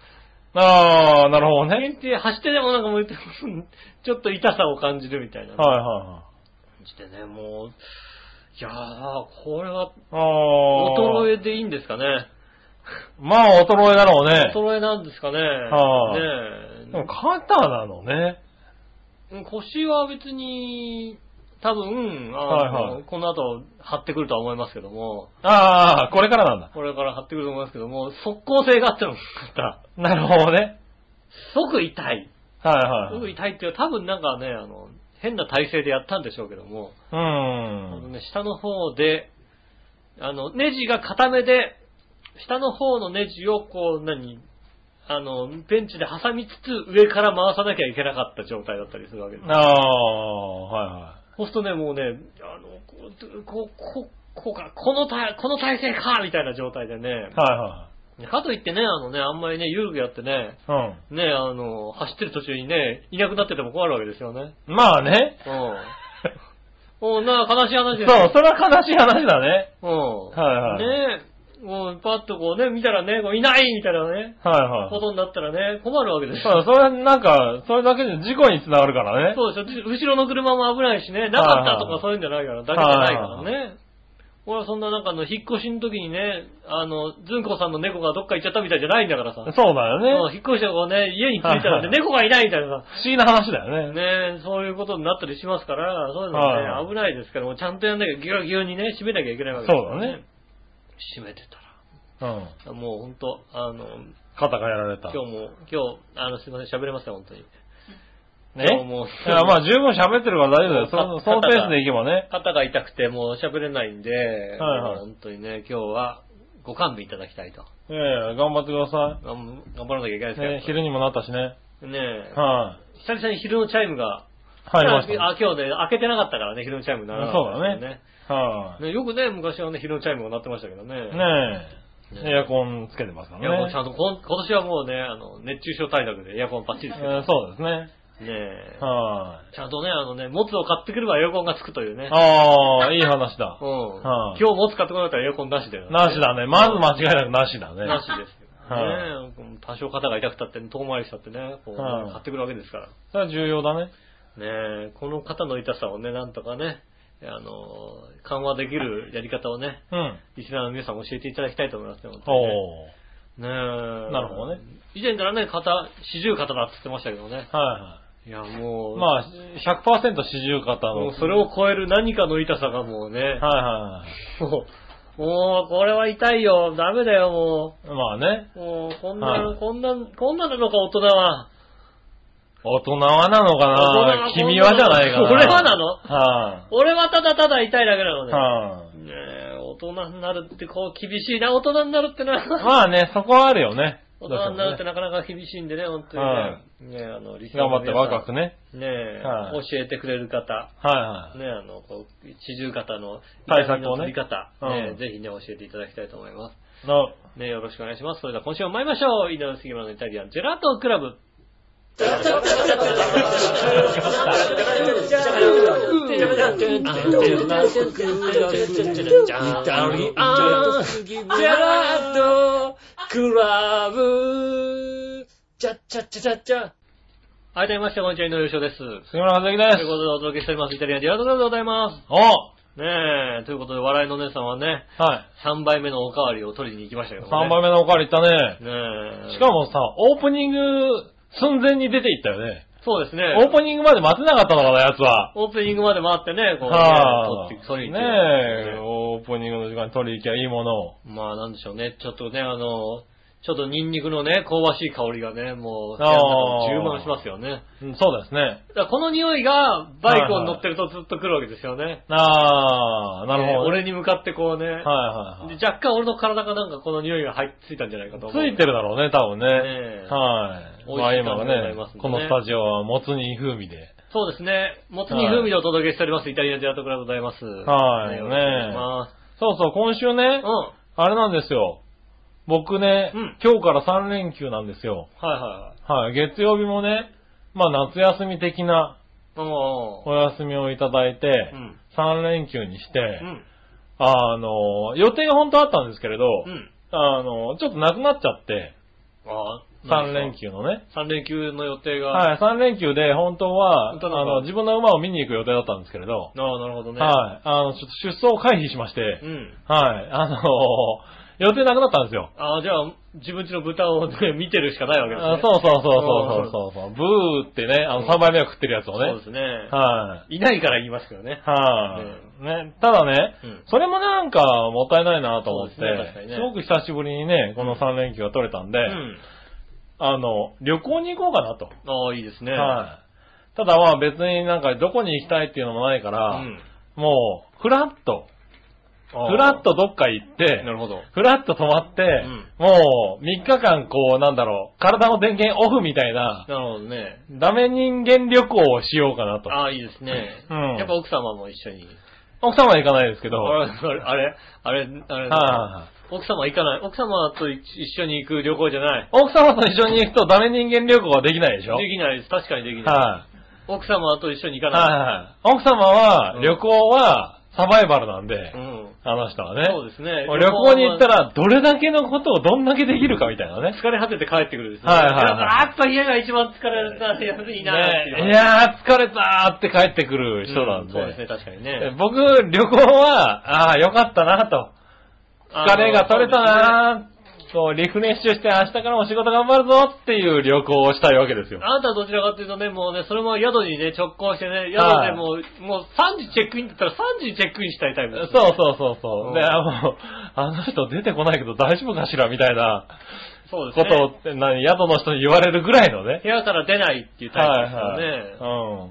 [SPEAKER 3] あー、なるほどね。
[SPEAKER 2] 原付走ってでもなんかもう、 ちょっと痛さを感じるみたいな。
[SPEAKER 3] はいは
[SPEAKER 2] 感じでね、もう、いやー、これはい
[SPEAKER 3] はい。あー。
[SPEAKER 2] 衰えでいいんですかね。
[SPEAKER 3] まあ、衰えだろうね。
[SPEAKER 2] 衰えなんですかね。
[SPEAKER 3] は
[SPEAKER 2] ねえ
[SPEAKER 3] でも肩なのね。
[SPEAKER 2] うん腰は別に、多分、あの
[SPEAKER 3] はいはい
[SPEAKER 2] この後張ってくるとは思いますけども、
[SPEAKER 3] ああ、これからなんだ。
[SPEAKER 2] これから張ってくると思いますけども、速攻性があってもよかった。
[SPEAKER 3] なるほどね。
[SPEAKER 2] 即痛い。
[SPEAKER 3] はい
[SPEAKER 2] す
[SPEAKER 3] は
[SPEAKER 2] ぐ
[SPEAKER 3] い。
[SPEAKER 2] 痛いっていうのは多分なんかね、あの、変な体勢でやったんでしょうけども、
[SPEAKER 3] う
[SPEAKER 2] あの
[SPEAKER 3] ん。
[SPEAKER 2] ね、下の方で、あの、ネジが固めで、下の方のネジをこう、何、あの、ベンチで挟みつつ上から回さなきゃいけなかった状態だったりするわけです。
[SPEAKER 3] ああ、はいはい。
[SPEAKER 2] そうするとね、もうね、あの、こう、こう、こう、こうか、この体、この体勢かみたいな状態でね、
[SPEAKER 3] は
[SPEAKER 2] かといってね、あのね、あんまりね、ゆるくやってね、
[SPEAKER 3] いはい。
[SPEAKER 2] ね、あの、走ってる途中にね、いなくなってても困るわけですよね。
[SPEAKER 3] うん。まあね。
[SPEAKER 2] うん。 おうな、悲しい話
[SPEAKER 3] そ
[SPEAKER 2] で
[SPEAKER 3] う、
[SPEAKER 2] すよ。
[SPEAKER 3] それは悲しい話だね。
[SPEAKER 2] うん。
[SPEAKER 3] はい
[SPEAKER 2] ねえ、もうパッとこうね、見たらね、こういないみたいなね、
[SPEAKER 3] はいはい。
[SPEAKER 2] ことになったらね、困るわけです
[SPEAKER 3] そ
[SPEAKER 2] よ。
[SPEAKER 3] う、それなんか、それだけで事故につながる からね。
[SPEAKER 2] そうでしょ。後ろの車も危ないしね、なかった
[SPEAKER 3] はいは
[SPEAKER 2] とか
[SPEAKER 3] い
[SPEAKER 2] そういうんじゃないから、だけじゃないから
[SPEAKER 3] は
[SPEAKER 2] ね。俺はそんななんかあの、引っ越しの時にね、あの、ずんこさんの猫がどっか行っちゃったみたいじゃないんだからさ。
[SPEAKER 3] そうだよね。
[SPEAKER 2] うん引っ越した子ね、家に着いたら
[SPEAKER 3] はい
[SPEAKER 2] ね
[SPEAKER 3] はい
[SPEAKER 2] 猫がいないみたいなさ。
[SPEAKER 3] 不思議な話だよね。
[SPEAKER 2] ねそういうことになったりしますから、そういうの
[SPEAKER 3] はい
[SPEAKER 2] は
[SPEAKER 3] は
[SPEAKER 2] ね、
[SPEAKER 3] い
[SPEAKER 2] 危ないですから、もうちゃんとやんなきゃ、ギュギュにね、締めなきゃいけないわけ
[SPEAKER 3] そうだね。
[SPEAKER 2] 締めて
[SPEAKER 3] うん。
[SPEAKER 2] たら、もう本当あの、
[SPEAKER 3] 肩がやられた。
[SPEAKER 2] 今日も、今日、あの、すいません、喋れました、本当に。
[SPEAKER 3] ね。
[SPEAKER 2] 今日も
[SPEAKER 3] いや、まあ十分喋ってるから大丈夫だよ。その、そ
[SPEAKER 2] そう
[SPEAKER 3] のペースでいけばね。
[SPEAKER 2] 肩が痛くて、もう喋れないんで、
[SPEAKER 3] はいはい
[SPEAKER 2] もう本当にね、今日は、ご勘弁いただきたいと。
[SPEAKER 3] ええ、頑張ってくださ
[SPEAKER 2] 頑頑張らなきゃいけない
[SPEAKER 3] い。ね
[SPEAKER 2] です、けど。
[SPEAKER 3] 昼にもなったしね。
[SPEAKER 2] ねえ、
[SPEAKER 3] はい。
[SPEAKER 2] 久々に昼のチャイムが、
[SPEAKER 3] 入りまし
[SPEAKER 2] あ、今日ね、開けてなかったからね、昼のチャイムならなかったですよね。
[SPEAKER 3] た。はい。
[SPEAKER 2] ねよくね、昔はね、昼のチャイムが鳴ってましたけどね。
[SPEAKER 3] ね
[SPEAKER 2] ね
[SPEAKER 3] え、エアコンつけてますか
[SPEAKER 2] いや、も
[SPEAKER 3] ら
[SPEAKER 2] う
[SPEAKER 3] ね
[SPEAKER 2] ち。ゃんとこん、今年はもうね、あの、熱中症対策でエアコンバッチリつけて
[SPEAKER 3] え
[SPEAKER 2] ま
[SPEAKER 3] えそうですね。
[SPEAKER 2] すねえ
[SPEAKER 3] は
[SPEAKER 2] ちゃんとね、あのね、持つを買ってくればエアコンがつくというね
[SPEAKER 3] い。。ああ、いい話だ
[SPEAKER 2] う。ん。今
[SPEAKER 3] はい
[SPEAKER 2] 日持つ買ってこなかったらエアコンなしだよ。
[SPEAKER 3] なしだね。まず間違いなくなしだね。
[SPEAKER 2] なしですよ。
[SPEAKER 3] は
[SPEAKER 2] ねえ多少肩が痛くたって、遠回りしたってね、こう、
[SPEAKER 3] はい
[SPEAKER 2] 買ってくるわけですから。
[SPEAKER 3] それは重要だね。
[SPEAKER 2] ねえこの肩の痛さをね、なんとかね、あの、緩和できるやり方をね、
[SPEAKER 3] うん。
[SPEAKER 2] リスナーの皆さん教えていただきたいと思いますね。本当にね
[SPEAKER 3] おー。
[SPEAKER 2] ねえ。
[SPEAKER 3] なるほどね。
[SPEAKER 2] 以前からね、肩、四十肩だって言ってましたけどね。
[SPEAKER 3] はいはい。
[SPEAKER 2] いや、もう、
[SPEAKER 3] まあ、100%四十肩
[SPEAKER 2] あ、
[SPEAKER 3] の。
[SPEAKER 2] もうそれを超える何かの痛さがもうね、
[SPEAKER 3] はいは
[SPEAKER 2] もう、もう、これは痛いよ、ダメだよ、も
[SPEAKER 3] いはい。まあね、
[SPEAKER 2] う。もう、こんな、
[SPEAKER 3] はい
[SPEAKER 2] こんな、こんななのか、大人は。
[SPEAKER 3] 大人はなのかな
[SPEAKER 2] 大人は
[SPEAKER 3] 君はじゃないかな。
[SPEAKER 2] 俺はなの
[SPEAKER 3] は
[SPEAKER 2] 俺はただただ痛いだけなの
[SPEAKER 3] い、
[SPEAKER 2] ね。
[SPEAKER 3] はい、
[SPEAKER 2] ねえ、大人になるってこう、厳しいな、大人になるってな。
[SPEAKER 3] まあね、そこはあるよね。
[SPEAKER 2] 大人になるって
[SPEAKER 3] どう
[SPEAKER 2] なかなか厳しいんでね、本当にね。
[SPEAKER 3] は
[SPEAKER 2] ねえ、あの、リ
[SPEAKER 3] してもね頑張って若く
[SPEAKER 2] ね。
[SPEAKER 3] ね。
[SPEAKER 2] ねえ、
[SPEAKER 3] はい
[SPEAKER 2] 教えてくれる方。
[SPEAKER 3] はいはい。
[SPEAKER 2] ね、あの、こう、四十肩の
[SPEAKER 3] 対策
[SPEAKER 2] 痛みの
[SPEAKER 3] をね
[SPEAKER 2] 取り方、
[SPEAKER 3] うん
[SPEAKER 2] ぜひね、教えていただきたいと思いま
[SPEAKER 3] の、
[SPEAKER 2] す。ね、よろしくお願いします。それでは今週も参りましょう。井上杉村のイタリアンジェラートクラブ。はい、どうもまして、こんにちは、井上洋翔です。
[SPEAKER 3] 杉村和之
[SPEAKER 2] と
[SPEAKER 3] で
[SPEAKER 2] い
[SPEAKER 3] す
[SPEAKER 2] うこ。とでお届けしております、イタリアンジェラートクラブでございま
[SPEAKER 3] おは
[SPEAKER 2] す。ねえ、ということで、笑いのお姉さんはね、
[SPEAKER 3] い。
[SPEAKER 2] 3杯目のおかわりを取りに行きましたけどね。
[SPEAKER 3] 3杯目のおかわり行ったね。
[SPEAKER 2] ねえ。
[SPEAKER 3] しかもさ、オープニング寸前に出ていったよね。
[SPEAKER 2] そうですね。
[SPEAKER 3] オープニングまで待てなかったのかな、やつは。
[SPEAKER 2] オープニングまで回ってね、こう、
[SPEAKER 3] は
[SPEAKER 2] ね、取って、
[SPEAKER 3] い。
[SPEAKER 2] 取りに行って
[SPEAKER 3] ねえ、オープニングの時間に取り行きゃいいものを。
[SPEAKER 2] まあなんでしょうね、ちょっとね、あの、ちょっとニンニクのね、香ばしい香りがね、もう、部屋の中を充満しますよね。
[SPEAKER 3] うんそうですね。
[SPEAKER 2] だからこの匂いが、バイクに乗ってるとずっと来るわけですよね。
[SPEAKER 3] ああ、なるほど。
[SPEAKER 2] えー俺に向かってこうね、
[SPEAKER 3] はいはいはい。
[SPEAKER 2] で若干俺の体がなんかこの匂いが入っついたんじゃないかと
[SPEAKER 3] つ
[SPEAKER 2] 思う。
[SPEAKER 3] いてるだろうね、多分ね。
[SPEAKER 2] ねえ
[SPEAKER 3] はい。
[SPEAKER 2] 美
[SPEAKER 3] まあ
[SPEAKER 2] 味しい
[SPEAKER 3] 今は
[SPEAKER 2] 感じでござい
[SPEAKER 3] ね
[SPEAKER 2] ますんでね
[SPEAKER 3] このスタジオはもつ煮風味で。
[SPEAKER 2] そうですね。もつ煮風味でお届けしております。イタリアンジェラートクラブでございます。
[SPEAKER 3] はい
[SPEAKER 2] よろしくお願いしま
[SPEAKER 3] そうそう、今週ね
[SPEAKER 2] す。うん。、は
[SPEAKER 3] あれなんですよ。僕ね、
[SPEAKER 2] うん
[SPEAKER 3] 今日から3連休なんですよ。
[SPEAKER 2] いは
[SPEAKER 3] はい。月曜日もね、まあ夏休み的ない
[SPEAKER 2] はい。お
[SPEAKER 3] お休みをいただいて
[SPEAKER 2] ー。う、ん。
[SPEAKER 3] 3連休にして、
[SPEAKER 2] うん。
[SPEAKER 3] あの、予定が本当あったんですけれど、
[SPEAKER 2] うん。
[SPEAKER 3] あの、ちょっとなくなっちゃって、
[SPEAKER 2] あー
[SPEAKER 3] 3連。休のね。
[SPEAKER 2] 3連休の予定が。
[SPEAKER 3] はい、3連休で本当は、
[SPEAKER 2] 本
[SPEAKER 3] あ
[SPEAKER 2] 当なんだ
[SPEAKER 3] の、自分の馬を見に行く予定だったんですけれど、
[SPEAKER 2] ああ、なるほどね。
[SPEAKER 3] はい、あの、ちょっと出走を回避しまして
[SPEAKER 2] う、ん。
[SPEAKER 3] はい、あの、予定なくなったんですよ。
[SPEAKER 2] ああ、じゃあ、自分ちの豚をね、見てるしかないわけですね。
[SPEAKER 3] あそうそうそうそうそうそう。ブーってね、あの、3杯目を食ってるやつをね。
[SPEAKER 2] そうですね。
[SPEAKER 3] はい
[SPEAKER 2] ないから言いますけどね。
[SPEAKER 3] はい、ね、ただね、
[SPEAKER 2] うん
[SPEAKER 3] それもなんかもったいないなと思って、
[SPEAKER 2] そうですね確かにね
[SPEAKER 3] すごく久しぶりにね、この3連休が取れたんで、
[SPEAKER 2] うん。
[SPEAKER 3] あの、旅行に行こうかなと。
[SPEAKER 2] ああ、いいですね。
[SPEAKER 3] はい。ただまあ別になんかどこに行きたいっていうのもないから、
[SPEAKER 2] うん。
[SPEAKER 3] もう、フラッと、
[SPEAKER 2] あー
[SPEAKER 3] フラッとどっか行っ
[SPEAKER 2] な
[SPEAKER 3] て、
[SPEAKER 2] るほど。
[SPEAKER 3] フラッと泊まって、
[SPEAKER 2] ん
[SPEAKER 3] もう3日間こうなんだろう、体の電源オフみたいな、
[SPEAKER 2] なるほどね。
[SPEAKER 3] ダメ人間旅行をしようかなと。
[SPEAKER 2] ああ、いいですね。
[SPEAKER 3] うん
[SPEAKER 2] やっぱ奥様も一緒に。
[SPEAKER 3] 奥様は行かないですけど、
[SPEAKER 2] あれ、あれ、あれ、あれ、
[SPEAKER 3] は
[SPEAKER 2] 奥様行かない。奥様と一緒に行く旅行じゃない。
[SPEAKER 3] 奥様と一緒に行くとダメ人間旅行はできないでしょ
[SPEAKER 2] できないです。確かにできない。
[SPEAKER 3] は
[SPEAKER 2] 奥様と一緒に行
[SPEAKER 3] い、
[SPEAKER 2] かない。
[SPEAKER 3] はいはい。奥様は
[SPEAKER 2] うん
[SPEAKER 3] 旅行はサバイバルなんで、
[SPEAKER 2] うん。
[SPEAKER 3] あの人はね。
[SPEAKER 2] そうですね。
[SPEAKER 3] 旅行に行った
[SPEAKER 2] ら、
[SPEAKER 3] らどれだけのことをどんだけできるかみたいなね。
[SPEAKER 2] 疲れ果てて帰ってくるですね。
[SPEAKER 3] はいはいはい
[SPEAKER 2] だからやっぱ家が一番疲れた、やついいなっていう
[SPEAKER 3] ねいやー疲れたーって帰ってくる人なんで。
[SPEAKER 2] そうですね、確かにね。
[SPEAKER 3] 僕、旅行は、ああ、よかったなと。疲れが取れたなーこう、リフレッシュして明日からお仕事頑張るぞっていう旅行をしたいわけですよ。
[SPEAKER 2] あなたはどちらかというとね、もうね、それも宿にね、直行してね、宿
[SPEAKER 3] はい
[SPEAKER 2] でもう、もう3時チェックインって言ったら3時にチェックインしたいタイプ
[SPEAKER 3] そう
[SPEAKER 2] ですね、
[SPEAKER 3] そうそうそうう。
[SPEAKER 2] ん
[SPEAKER 3] で、あの、あの人出てこないけど大丈夫かしらみたいな
[SPEAKER 2] そうです
[SPEAKER 3] こ
[SPEAKER 2] ね。
[SPEAKER 3] とを、何、宿の人に言われるぐらいの ね。
[SPEAKER 2] 部屋から出ないっていうタイプですよね。
[SPEAKER 3] はいはい。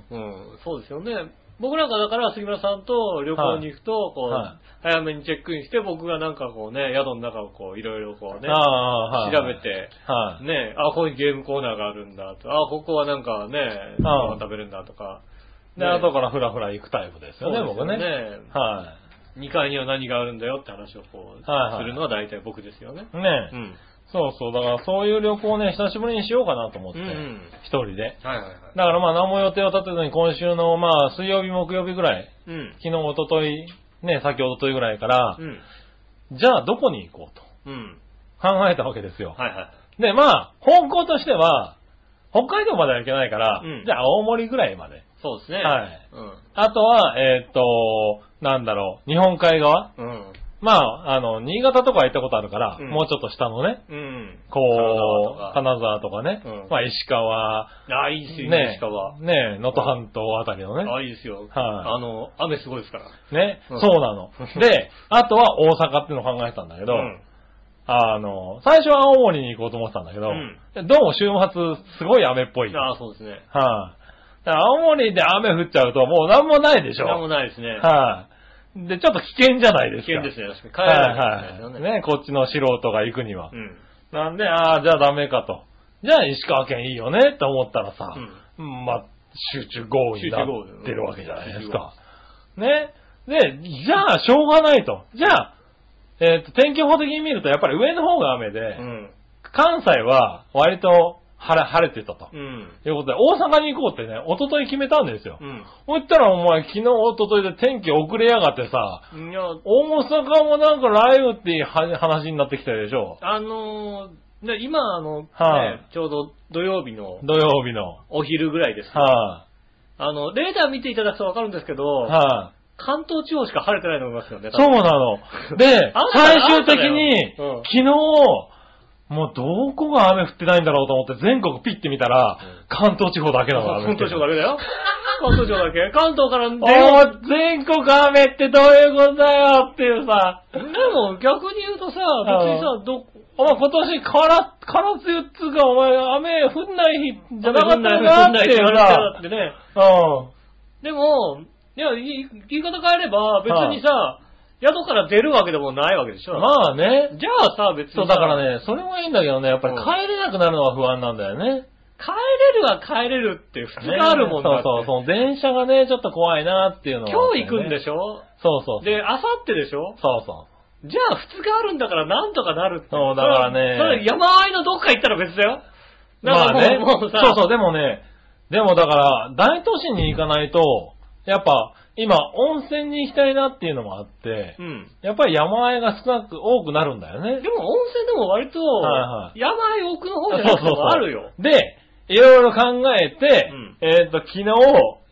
[SPEAKER 2] うん、そうですよね。僕なんかだから杉村さんと旅行に行くと、こう、
[SPEAKER 3] は
[SPEAKER 2] 早めにチェックインして、僕がなんかこうね、宿の中をこう、いろいろこう
[SPEAKER 3] う
[SPEAKER 2] ね
[SPEAKER 3] ん。、ああ、はい。
[SPEAKER 2] 調べ。て、
[SPEAKER 3] はい。
[SPEAKER 2] ね、あ、ここにゲームコーナーがあるんだと、あ、ここはなんかね、
[SPEAKER 3] うん
[SPEAKER 2] ご飯食べるんだとか、
[SPEAKER 3] で、
[SPEAKER 2] ね
[SPEAKER 3] 後からふらふら行くタイプですよね、
[SPEAKER 2] そうですよ
[SPEAKER 3] 僕ね。は
[SPEAKER 2] 2階には何があるんだよって話をこう、
[SPEAKER 3] はいはい
[SPEAKER 2] するのは大体僕ですよね。
[SPEAKER 3] い。ね、
[SPEAKER 2] うん。
[SPEAKER 3] そうそう。だからそういう旅行をね、久しぶりにしようかなと思って。
[SPEAKER 2] うんうん
[SPEAKER 3] 一人で。
[SPEAKER 2] はいはいはい。
[SPEAKER 3] だからまあ何も予定を立てずに今週のまあ水曜日、木曜日ぐらい、
[SPEAKER 2] うん。
[SPEAKER 3] 昨日、一昨日ね、先おとといぐらいから
[SPEAKER 2] う、ん。
[SPEAKER 3] じゃあどこに行こうと
[SPEAKER 2] うん。
[SPEAKER 3] 考えたわけですよ。
[SPEAKER 2] はいはい。
[SPEAKER 3] で、まあ、方向としては、北海道までは行けないから、
[SPEAKER 2] うん
[SPEAKER 3] じゃあ青森ぐらいまで。
[SPEAKER 2] そうですね。
[SPEAKER 3] はい。
[SPEAKER 2] うん。
[SPEAKER 3] あとは、えーっと、なんだろう、日本海側
[SPEAKER 2] うん。
[SPEAKER 3] まあ、あの、新潟とか行ったことあるから、
[SPEAKER 2] うん
[SPEAKER 3] もうちょっと下のね、
[SPEAKER 2] うん。
[SPEAKER 3] こう、
[SPEAKER 2] 金
[SPEAKER 3] 金沢とかね、
[SPEAKER 2] うん
[SPEAKER 3] まあ、石川、
[SPEAKER 2] 沢あ、いいですよ、
[SPEAKER 3] ね
[SPEAKER 2] 石川。
[SPEAKER 3] ね能登半島あたりのね、
[SPEAKER 2] あ、いいですよ。はい。
[SPEAKER 3] あ
[SPEAKER 2] あの、雨すごいですから。
[SPEAKER 3] ね、
[SPEAKER 2] うん
[SPEAKER 3] そうな の。で、あとは大阪っていうのを考えてたんだけど、
[SPEAKER 2] うん。
[SPEAKER 3] あの、最初は青森に行こうと思ってたんだけど、
[SPEAKER 2] うん
[SPEAKER 3] どうも週末すごい雨っぽい。
[SPEAKER 2] ああ、そうですね。
[SPEAKER 3] はい、だから青森で雨降っちゃうともうなんもないでしょ。
[SPEAKER 2] なんもないですね。
[SPEAKER 3] はい、で、ちょっと危険じゃないで
[SPEAKER 2] 危
[SPEAKER 3] すか。
[SPEAKER 2] 険ですね、確か
[SPEAKER 3] はい
[SPEAKER 2] に。帰らないといけないですよ
[SPEAKER 3] は
[SPEAKER 2] ね。
[SPEAKER 3] い。ね、こっちの素人が行くには。
[SPEAKER 2] うん。
[SPEAKER 3] なんで、ああ、じゃあダメかと。じゃあ石川県いいよねって思ったらさ、まあ、集中豪雨になってるわけじゃないですか。ね。で、じゃあしょうがないと。じゃあ、えっ、と、天気予報的に見るとやっぱり上の方が雨で、
[SPEAKER 2] うん。
[SPEAKER 3] 関西は割と晴れ、晴れてたと。
[SPEAKER 2] うん。
[SPEAKER 3] ということで、大阪に行こうってね、一昨日決めたんですよ
[SPEAKER 2] う。ん。
[SPEAKER 3] そしたらお前昨日、一昨日で天気遅れやがってさ、
[SPEAKER 2] うん。いや、
[SPEAKER 3] 大阪もなんか雷雨っていう話になってきたでしょ。
[SPEAKER 2] あのー、ね、今、あの、ね
[SPEAKER 3] はい
[SPEAKER 2] ちょうど土曜日の
[SPEAKER 3] 土曜日の。
[SPEAKER 2] お昼ぐらいです。
[SPEAKER 3] は
[SPEAKER 2] あの、レーダー見ていただくとわかるんですけど、
[SPEAKER 3] い、はい、
[SPEAKER 2] 関東地方しか晴れてないと思いますよね。多
[SPEAKER 3] そう
[SPEAKER 2] 分
[SPEAKER 3] なの。で
[SPEAKER 2] あん、た
[SPEAKER 3] 最終的に、
[SPEAKER 2] あんただようん
[SPEAKER 3] 昨日、もうどこが雨降ってないんだろうと思って全国ピッて見たら、
[SPEAKER 2] うん
[SPEAKER 3] 関東地方だけなの雨降
[SPEAKER 2] 関
[SPEAKER 3] ってる
[SPEAKER 2] 東地方だけだよ。関東地方だけ。関東から出よ
[SPEAKER 3] おー全国雨ってどういうことだよっていうさ、
[SPEAKER 2] う。でも逆に言うとさ、別にさ、ど、
[SPEAKER 3] お前今年から、から梅雨っつうか、お前雨降んない日じゃなかった
[SPEAKER 2] ない
[SPEAKER 3] のかっていう
[SPEAKER 2] だ
[SPEAKER 3] さ
[SPEAKER 2] っ、てね。
[SPEAKER 3] うん。
[SPEAKER 2] でも、いや、い言い方変えれば、別にさ、宿から出るわけでもないわけでしょ。
[SPEAKER 3] まあね。
[SPEAKER 2] じゃあさ、別にさ。
[SPEAKER 3] そう、だからね、それもいいんだけどね、やっぱり
[SPEAKER 2] うん
[SPEAKER 3] 帰れなくなるのは不安なんだよね。
[SPEAKER 2] 帰れるは帰れるって普通があるもんだ
[SPEAKER 3] ね
[SPEAKER 2] って。
[SPEAKER 3] そうそう、そう電車がね、ちょっと怖いなっていうのは
[SPEAKER 2] 今
[SPEAKER 3] あって
[SPEAKER 2] 日
[SPEAKER 3] ね、
[SPEAKER 2] 行くんでしょ
[SPEAKER 3] そうそう。
[SPEAKER 2] で、あさってでしょ
[SPEAKER 3] そうそ
[SPEAKER 2] じゃあ2日あるんだからなんとかなるって。
[SPEAKER 3] そうだからね
[SPEAKER 2] それ山あいのどっか行ったら別だよ。
[SPEAKER 3] う。ま
[SPEAKER 2] なん
[SPEAKER 3] あ
[SPEAKER 2] かもう
[SPEAKER 3] ね、
[SPEAKER 2] もうさ、
[SPEAKER 3] そうそう、でもね、でもだから、大都市に行かないと、やっぱ、今、温泉に行きたいなっていうのもあって、
[SPEAKER 2] うん。
[SPEAKER 3] やっぱり山あいが少なく、多くなるんだよね
[SPEAKER 2] で。も温泉でも割と
[SPEAKER 3] は、
[SPEAKER 2] 山あい奥の
[SPEAKER 3] そ
[SPEAKER 2] 方
[SPEAKER 3] う
[SPEAKER 2] じゃ
[SPEAKER 3] そう
[SPEAKER 2] なくて
[SPEAKER 3] そう
[SPEAKER 2] もあるよ。。
[SPEAKER 3] で、いろいろ考えて、
[SPEAKER 2] うん
[SPEAKER 3] えっ、と、昨日、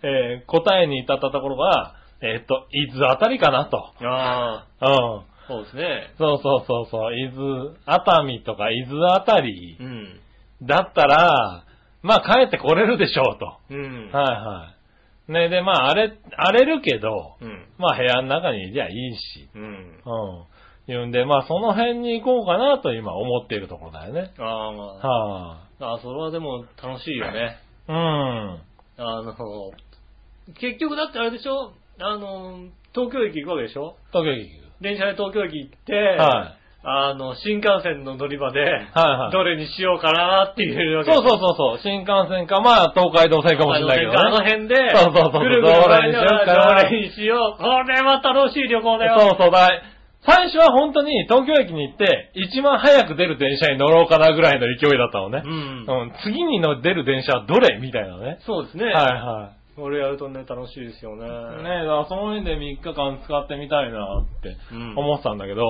[SPEAKER 3] えー答えに至ったところが、えっ、と、伊豆あたりかなと。
[SPEAKER 2] ああ。
[SPEAKER 3] うん。
[SPEAKER 2] そうですね。
[SPEAKER 3] そうそうそうそう、伊豆、熱海とか伊豆あたり
[SPEAKER 2] うん。
[SPEAKER 3] だったら、まあ帰ってこれるでしょうと。
[SPEAKER 2] うん。
[SPEAKER 3] はいはい。ね、で、まあ荒れ、荒れるけど、
[SPEAKER 2] うん。
[SPEAKER 3] まあ部屋の中にいりゃいいし、
[SPEAKER 2] うん。
[SPEAKER 3] うん。いうんで、まあその辺に行こうかなと今思っているところだよね。
[SPEAKER 2] あー、まあ、
[SPEAKER 3] は
[SPEAKER 2] あー、それはでも楽しいよね。
[SPEAKER 3] あ、うん。
[SPEAKER 2] あの、結局だってあれでしょあの、東京駅行くわけでしょ
[SPEAKER 3] 東京駅行
[SPEAKER 2] 電車で東京駅行って、
[SPEAKER 3] く。はい。
[SPEAKER 2] あの、新幹線の乗り場で、
[SPEAKER 3] はいはい
[SPEAKER 2] どれにしようかなっていうわけ
[SPEAKER 3] そうそうそうそう。新幹線か、まあ東海道線かもしれないけどね。
[SPEAKER 2] あの辺で、
[SPEAKER 3] そうそうそう
[SPEAKER 2] ぐるぐる回りながら
[SPEAKER 3] ど
[SPEAKER 2] ど
[SPEAKER 3] れ
[SPEAKER 2] れにしよう。これは楽しい旅行だよ。
[SPEAKER 3] そうそうだい。最初は本当に東京駅に行って、一番早く出る電車に乗ろうかなぐらいの勢いだったのね。
[SPEAKER 2] うん
[SPEAKER 3] うん。次にの出る電車はどれみたいなね。
[SPEAKER 2] そうですね。
[SPEAKER 3] はいは
[SPEAKER 2] 俺やるとね、楽しいですよね。
[SPEAKER 3] い。ねえ、だからその辺で3日間使ってみたいなって
[SPEAKER 2] うん
[SPEAKER 3] 思ってたんだけど、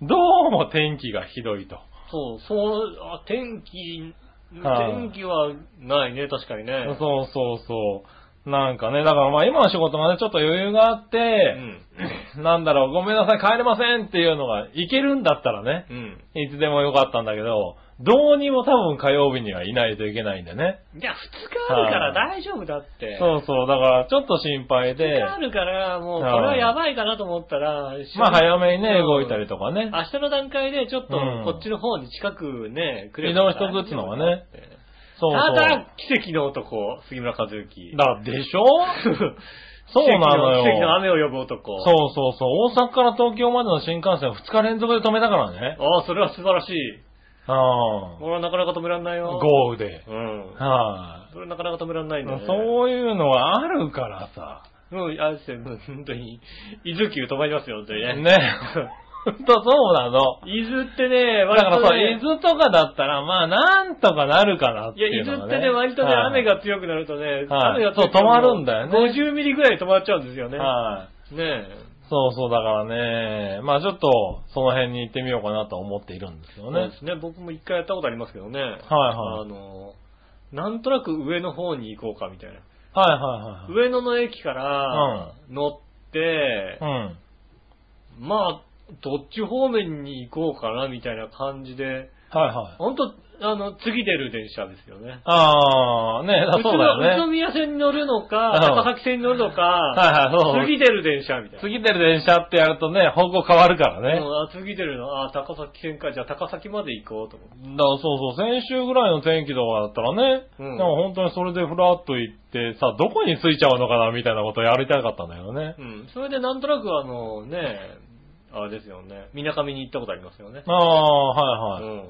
[SPEAKER 3] どうも天気がひどいと。
[SPEAKER 2] そう、そう、あ天気、
[SPEAKER 3] はい
[SPEAKER 2] 天気はないね、確かにね。
[SPEAKER 3] そうそうそう。なんかね、だからまあ今の仕事がね、ちょっと余裕があって、
[SPEAKER 2] うん。
[SPEAKER 3] なんだろう、ごめんなさい、帰れませんっていうのが、行けるんだったらね、
[SPEAKER 2] うん。
[SPEAKER 3] いつでもよかったんだけど、どうにも多分火曜日にはいないといけないんでね。
[SPEAKER 2] いや、二日あるから大丈夫だって。
[SPEAKER 3] そうそう、だからちょっと心配
[SPEAKER 2] 二
[SPEAKER 3] で
[SPEAKER 2] 日、あるから、もう、こ
[SPEAKER 3] は
[SPEAKER 2] れ
[SPEAKER 3] い
[SPEAKER 2] はやばいかなと思ったら、
[SPEAKER 3] まあ早めにね、
[SPEAKER 2] うん
[SPEAKER 3] 動いたりとかね。
[SPEAKER 2] 明日の段階でちょっと
[SPEAKER 3] うん
[SPEAKER 2] こっちの方に近くね、くれ
[SPEAKER 3] 移動しとくっつのはね。そうそう。
[SPEAKER 2] ただ、奇跡の男、杉村和幸。
[SPEAKER 3] だ、で しょ
[SPEAKER 2] そ
[SPEAKER 3] そうう
[SPEAKER 2] な
[SPEAKER 3] な
[SPEAKER 2] の
[SPEAKER 3] の
[SPEAKER 2] よ。
[SPEAKER 3] よ
[SPEAKER 2] 奇跡の雨を呼ぶ男。。
[SPEAKER 3] そううそうそう、大阪から東京までの新幹線を2日連続で止めたからね。
[SPEAKER 2] ああ、それは素晴らしい。
[SPEAKER 3] あ
[SPEAKER 2] 俺はなかなか止めらんない
[SPEAKER 3] あ。
[SPEAKER 2] よ。
[SPEAKER 3] 豪雨で。
[SPEAKER 2] うん。
[SPEAKER 3] はい、
[SPEAKER 2] それなかなか止めらんないんだよね。
[SPEAKER 3] そういうのはあるからさ。
[SPEAKER 2] うん、あれですよ、もう本当に。伊豆急止まりますよ、本当にね。
[SPEAKER 3] ね。 ほんとそうなの。
[SPEAKER 2] 伊豆ってね、
[SPEAKER 3] だから
[SPEAKER 2] と
[SPEAKER 3] そう、
[SPEAKER 2] ね
[SPEAKER 3] 伊豆とかだったら、まあ、なんとかなるかなって
[SPEAKER 2] いや、
[SPEAKER 3] い
[SPEAKER 2] 伊
[SPEAKER 3] うのは、
[SPEAKER 2] 豆っ
[SPEAKER 3] ね。
[SPEAKER 2] てね、割とね、
[SPEAKER 3] はい
[SPEAKER 2] 雨。が強くなるとね、
[SPEAKER 3] はい
[SPEAKER 2] 雨が強くな
[SPEAKER 3] そう止まるんだよね
[SPEAKER 2] 50ミリぐらいで止まっちゃうんですよね。
[SPEAKER 3] はい。
[SPEAKER 2] ねえ。
[SPEAKER 3] そうそう、だからね、まあちょっと、その辺に行ってみようかなと思っているんですよ
[SPEAKER 2] そう
[SPEAKER 3] ね。
[SPEAKER 2] ですね、僕も一回やったことありますけどね。はい
[SPEAKER 3] はい
[SPEAKER 2] あの、なんとなく上の方に行こうかみたいな。
[SPEAKER 3] はいはいはい。
[SPEAKER 2] 上野の駅から乗って
[SPEAKER 3] う、ん。
[SPEAKER 2] まあ、どっち方面に行こうかなみたいな感じで、
[SPEAKER 3] はいはい。
[SPEAKER 2] ほんと、あの、次出る電車ですよね。
[SPEAKER 3] あー、ね、だ
[SPEAKER 2] 宇都
[SPEAKER 3] そうだ
[SPEAKER 2] 宇都
[SPEAKER 3] よね。
[SPEAKER 2] 宮線に乗るのか、
[SPEAKER 3] うん
[SPEAKER 2] 高崎線に乗るのか、
[SPEAKER 3] はいはい、そう。
[SPEAKER 2] 次出る電車みたいな。
[SPEAKER 3] 次出る電車ってやるとね、方向変わるからね。
[SPEAKER 2] うんあ、次出るの、あ、高崎線か、じゃあ高崎まで行こうと思って。
[SPEAKER 3] だからそうそう、先週ぐらいの天気とかだったらね、
[SPEAKER 2] うん
[SPEAKER 3] なんか本当にそれでふらっと行って、さ、どこに着いちゃうのかなみたいなことをやりたかったんだよね。
[SPEAKER 2] うん。それでなんとなくあの、ね、あれですよね、みなかみに行ったことありますよね。
[SPEAKER 3] ああ、はいはい。
[SPEAKER 2] うん。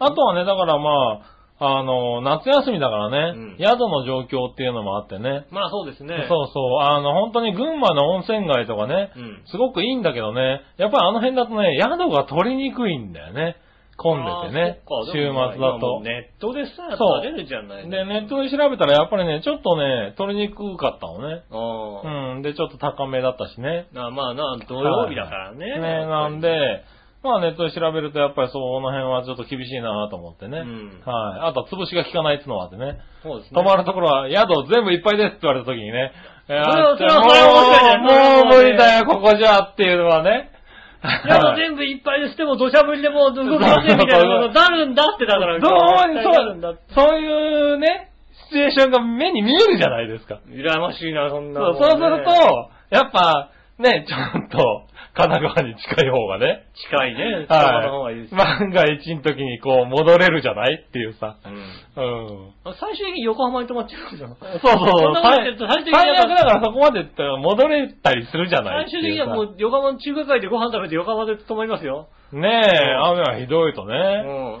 [SPEAKER 3] あとはね、だからまあ、あの、夏休みだからね、
[SPEAKER 2] うん
[SPEAKER 3] 宿の状況っていうのもあってね、
[SPEAKER 2] まあそうですね。
[SPEAKER 3] そうそう、あの、本当に群馬の温泉街とかね、
[SPEAKER 2] うん。
[SPEAKER 3] すごくいいんだけどね、やっぱりあの辺だとね、宿が取りにくいんだよね。混んでてね
[SPEAKER 2] あー。そっ
[SPEAKER 3] 週
[SPEAKER 2] か
[SPEAKER 3] 末だ
[SPEAKER 2] でもも
[SPEAKER 3] と
[SPEAKER 2] う。ネットでさ、
[SPEAKER 3] そう
[SPEAKER 2] 取れるじゃない
[SPEAKER 3] で、ネットで調べたらやっぱりね、ちょっとね、取りにくかったのね。
[SPEAKER 2] ああ、
[SPEAKER 3] うん、で、ちょっと高めだったしね。
[SPEAKER 2] なまあな、土曜日だからね。
[SPEAKER 3] ね、なんで、まあネットで調べるとやっぱりその辺はちょっと厳しいなと思ってね。
[SPEAKER 2] うん
[SPEAKER 3] はい。あとは潰しが効かないっていうのもあってね。
[SPEAKER 2] そうですね。
[SPEAKER 3] 泊まるところは宿全部いっぱいですって言われた時にね。それ
[SPEAKER 2] はそれはそれは面白いね
[SPEAKER 3] もうもう無理だよ、ここじゃっていうのはね。
[SPEAKER 2] いや、もう全部いっぱいでしても、土砂降りでもう動きませんみたい なことになるんだって、だから。
[SPEAKER 3] どうに
[SPEAKER 2] 絶対なるんだって。
[SPEAKER 3] そう、そういうね、シチュエーションが目に見えるじゃないですか。
[SPEAKER 2] 羨ましいな、そんな
[SPEAKER 3] そ
[SPEAKER 2] も
[SPEAKER 3] うんそ
[SPEAKER 2] ね。
[SPEAKER 3] うすると、やっぱ、ね、ちょっと、神奈川に近い方がね。
[SPEAKER 2] 近 いね、近場の方がいいです。
[SPEAKER 3] 万が一の時にこう戻れるじゃないっていうさ。
[SPEAKER 2] うん
[SPEAKER 3] うん。
[SPEAKER 2] 最終的に横浜に泊まっちゃうじゃん。
[SPEAKER 3] そうそう
[SPEAKER 2] そんなことやって
[SPEAKER 3] 最
[SPEAKER 2] ると最終的に
[SPEAKER 3] 最
[SPEAKER 2] やっ
[SPEAKER 3] 悪
[SPEAKER 2] ぱ
[SPEAKER 3] だからそこまで行ったら戻れたりするじゃないっ
[SPEAKER 2] 最
[SPEAKER 3] て
[SPEAKER 2] 終
[SPEAKER 3] い
[SPEAKER 2] 的にはもう横浜の中華街でご飯食べて横浜で泊まりますよ。
[SPEAKER 3] さねえ、雨はひどいとね。
[SPEAKER 2] うん。
[SPEAKER 3] は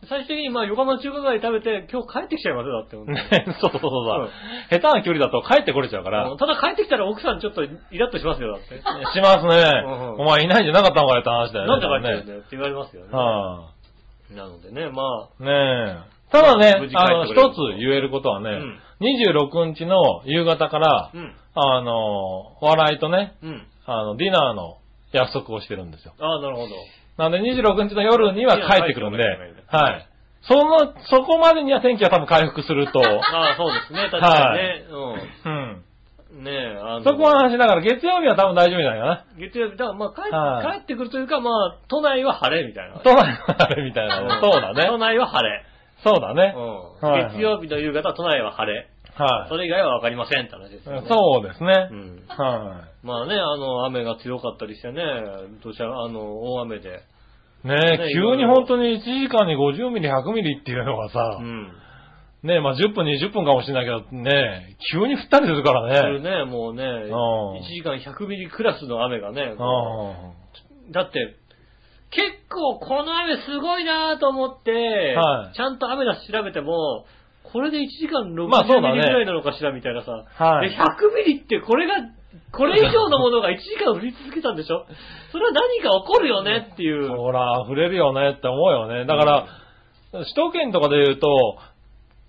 [SPEAKER 3] あ
[SPEAKER 2] 最終的にまあ横浜の中華街食べて、今日帰ってきちゃいますよ、だって。
[SPEAKER 3] ねえ、そうそうそう
[SPEAKER 2] う
[SPEAKER 3] そ
[SPEAKER 2] ん
[SPEAKER 3] う。下手な距離だと帰ってこれちゃうか
[SPEAKER 2] う
[SPEAKER 3] ら
[SPEAKER 2] ん。ただ帰ってきたら奥さんちょっとイラッとしますよ、だ って。
[SPEAKER 3] しますね
[SPEAKER 2] うんうん。
[SPEAKER 3] お前いないんじゃなかったのかよって話だよね。
[SPEAKER 2] なんで
[SPEAKER 3] ね
[SPEAKER 2] 帰ってるんだよって言われますよね。
[SPEAKER 3] はあ
[SPEAKER 2] なのでね、ま
[SPEAKER 3] ねえ。ただ
[SPEAKER 2] 無
[SPEAKER 3] ね
[SPEAKER 2] 事、帰っ
[SPEAKER 3] あの、
[SPEAKER 2] て
[SPEAKER 3] 一
[SPEAKER 2] くれる
[SPEAKER 3] つ言えることはね
[SPEAKER 2] うん、
[SPEAKER 3] 26日の夕方から
[SPEAKER 2] あ、、うん、
[SPEAKER 3] あの、笑いとね、
[SPEAKER 2] うん。
[SPEAKER 3] あの、ディナーの約束をしてるんですよ。
[SPEAKER 2] ああ、なるほど。
[SPEAKER 3] なんで26日の夜には帰ってくるんで、
[SPEAKER 2] いや帰ってこな
[SPEAKER 3] はいい。その、そ こまでには天気は多分回復すると、
[SPEAKER 2] ああ、そうですね、確かにね。
[SPEAKER 3] うん。
[SPEAKER 2] うねえ、あの、
[SPEAKER 3] そこは話だから月曜日は多分大丈夫じゃないかな。
[SPEAKER 2] 月曜日、だからまあ帰,、
[SPEAKER 3] はい
[SPEAKER 2] 帰ってくるというか、まあ、都内は晴れみたいな。
[SPEAKER 3] 都内は晴れみたいなの。そうだ
[SPEAKER 2] 都
[SPEAKER 3] ね。
[SPEAKER 2] 内は晴れ。
[SPEAKER 3] そうだね。
[SPEAKER 2] うん。
[SPEAKER 3] はいはい
[SPEAKER 2] 月曜日の夕方は都内は晴れ。
[SPEAKER 3] はい
[SPEAKER 2] そ。れ以外はわかりませんって話ですよね。
[SPEAKER 3] そうですね
[SPEAKER 2] う。ん。
[SPEAKER 3] は
[SPEAKER 2] まあね、あの、雨が強かったりしてね、土砂、あの、大雨で。
[SPEAKER 3] い。ねえ
[SPEAKER 2] ね、
[SPEAKER 3] 急に本当に1時間に50ミリ、100ミリっていうのが
[SPEAKER 2] う
[SPEAKER 3] さ、
[SPEAKER 2] ん。
[SPEAKER 3] ねえ、まあ10分、20分かもしれないけど、ねえ、急に降ったりするか
[SPEAKER 2] そ
[SPEAKER 3] ら
[SPEAKER 2] れ
[SPEAKER 3] ね。
[SPEAKER 2] ね、もうね、
[SPEAKER 3] ん
[SPEAKER 2] 1時間100ミリクラスの雨がね、
[SPEAKER 3] う
[SPEAKER 2] だって、結構この雨すごいなと思って、
[SPEAKER 3] はい
[SPEAKER 2] ちゃんと雨だし調べても、これで1時間60ミリぐ
[SPEAKER 3] まあそうだね
[SPEAKER 2] らいなのかしらみたいなさ、
[SPEAKER 3] はい
[SPEAKER 2] で100ミリってこれが、これ以上のものが1時間降り続けたんで しょそれは何か起こるよねっていう。
[SPEAKER 3] ん。ほら、溢れるよねって思うよね。だから、首都圏とかで言うと、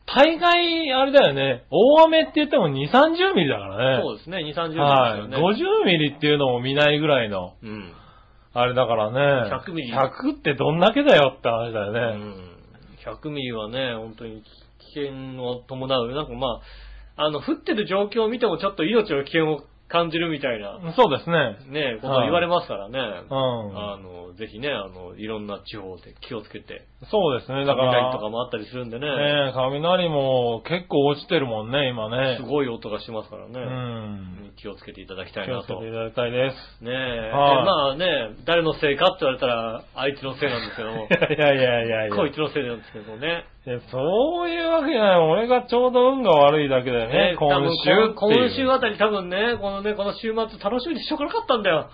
[SPEAKER 3] 大概、あれだよね、大雨って言っても2、30ミリだからね。
[SPEAKER 2] そうですね、2、30ミリです
[SPEAKER 3] は
[SPEAKER 2] よ
[SPEAKER 3] い。
[SPEAKER 2] ね。
[SPEAKER 3] 50ミリっていうのも見ないぐらいの、
[SPEAKER 2] うん。
[SPEAKER 3] あれだからね。
[SPEAKER 2] 100ミリ
[SPEAKER 3] 100ってどんだけだよって話だよね。
[SPEAKER 2] うん100ミリはね、本当に危険を伴う。なんかまあ、あの、降ってる状況を見てもちょっと命の危険を感じるみたいな、
[SPEAKER 3] そうですね。
[SPEAKER 2] ね、ことを言われますからね。
[SPEAKER 3] うん
[SPEAKER 2] あの、ぜひね、あの、いろんな地方で気をつけて、
[SPEAKER 3] そうですね。だか
[SPEAKER 2] 雷
[SPEAKER 3] ら、
[SPEAKER 2] とかもあったりするんでね、
[SPEAKER 3] ね雷も結構落ちてるもんね、今ね。
[SPEAKER 2] すごい音がしますからね
[SPEAKER 3] う、ん。
[SPEAKER 2] 気をつけていただきたい
[SPEAKER 3] 気を
[SPEAKER 2] な
[SPEAKER 3] つけ
[SPEAKER 2] と。
[SPEAKER 3] てい
[SPEAKER 2] ね
[SPEAKER 3] ただきたいです。
[SPEAKER 2] え、でま
[SPEAKER 3] は
[SPEAKER 2] あね、誰のせいかって言われたら、あいつのせいなんですけども、
[SPEAKER 3] いやいやいやいや
[SPEAKER 2] こいつのせいなんですけどもね。
[SPEAKER 3] いやそういうわけじゃない。俺がちょうど運が悪いだけだよね。
[SPEAKER 2] ね
[SPEAKER 3] 今
[SPEAKER 2] 多分
[SPEAKER 3] 週っていう
[SPEAKER 2] こ今週あたり多分ね、このね、この週末楽しみにしとかなかったんだよ。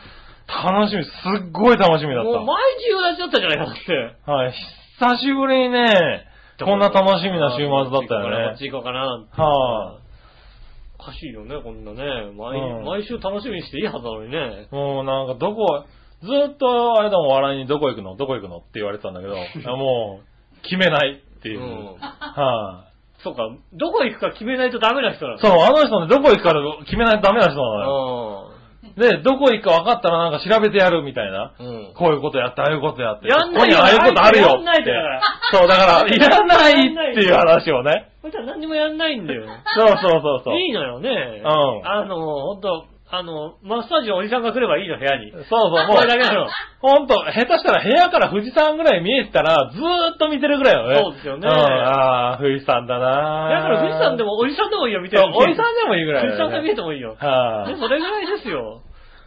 [SPEAKER 3] 楽しみ、すっごい楽しみだっ
[SPEAKER 2] もう毎日同じだったじゃないかだって。
[SPEAKER 3] た。はい。久しぶりにね、こんな楽しみな週末だったよ
[SPEAKER 2] こっ
[SPEAKER 3] ね。
[SPEAKER 2] ち行こうかな。
[SPEAKER 3] はあ
[SPEAKER 2] おかしいよね、こんなね。毎,、
[SPEAKER 3] うん
[SPEAKER 2] 毎週楽しみにしていいはずなのにね。
[SPEAKER 3] もうなんかどこ、ずっとあれだもん、笑いにどこ行くのどこ行くのって言われてたんだけど、 あもう、決めないって
[SPEAKER 2] う
[SPEAKER 3] いう。
[SPEAKER 2] ん。
[SPEAKER 3] はい、
[SPEAKER 2] そうか、どこ行くか決めないとダメな人なの。
[SPEAKER 3] そう、あの人ね、どこ行くから決めないとダメな人なのよ。で、どこ行くか分かったらなんか調べてやるみたいな。
[SPEAKER 2] うん。うん。
[SPEAKER 3] こういうことやって、ああいうことやって。
[SPEAKER 2] やんない
[SPEAKER 3] ここに
[SPEAKER 2] よ
[SPEAKER 3] ああいうことあるよって。
[SPEAKER 2] やんないんだから
[SPEAKER 3] そう、だから、いらないっていう話をね。
[SPEAKER 2] こいつは何にもやんないんだよ。
[SPEAKER 3] そうそうそうそう。
[SPEAKER 2] いいのよね。
[SPEAKER 3] うん
[SPEAKER 2] あの、ほんと、あの、マッサージのおじさんが来ればいいの、部屋に。
[SPEAKER 3] そうそう、もう、
[SPEAKER 2] これだけなの。
[SPEAKER 3] ほんと、下手したら部屋から富士山ぐらい見えてたら、ずーっと見てるぐらいよね。
[SPEAKER 2] そうですよね
[SPEAKER 3] んああ、富士山だ
[SPEAKER 2] だ
[SPEAKER 3] な
[SPEAKER 2] から富士山で
[SPEAKER 3] も、
[SPEAKER 2] もおじさんでもいいよ、みたい
[SPEAKER 3] そう
[SPEAKER 2] な。
[SPEAKER 3] おじさんでもいいぐらいだ
[SPEAKER 2] 富士
[SPEAKER 3] よ
[SPEAKER 2] 山
[SPEAKER 3] ね。
[SPEAKER 2] が見えてもいいよ。
[SPEAKER 3] はい
[SPEAKER 2] ねそれぐらいですよ。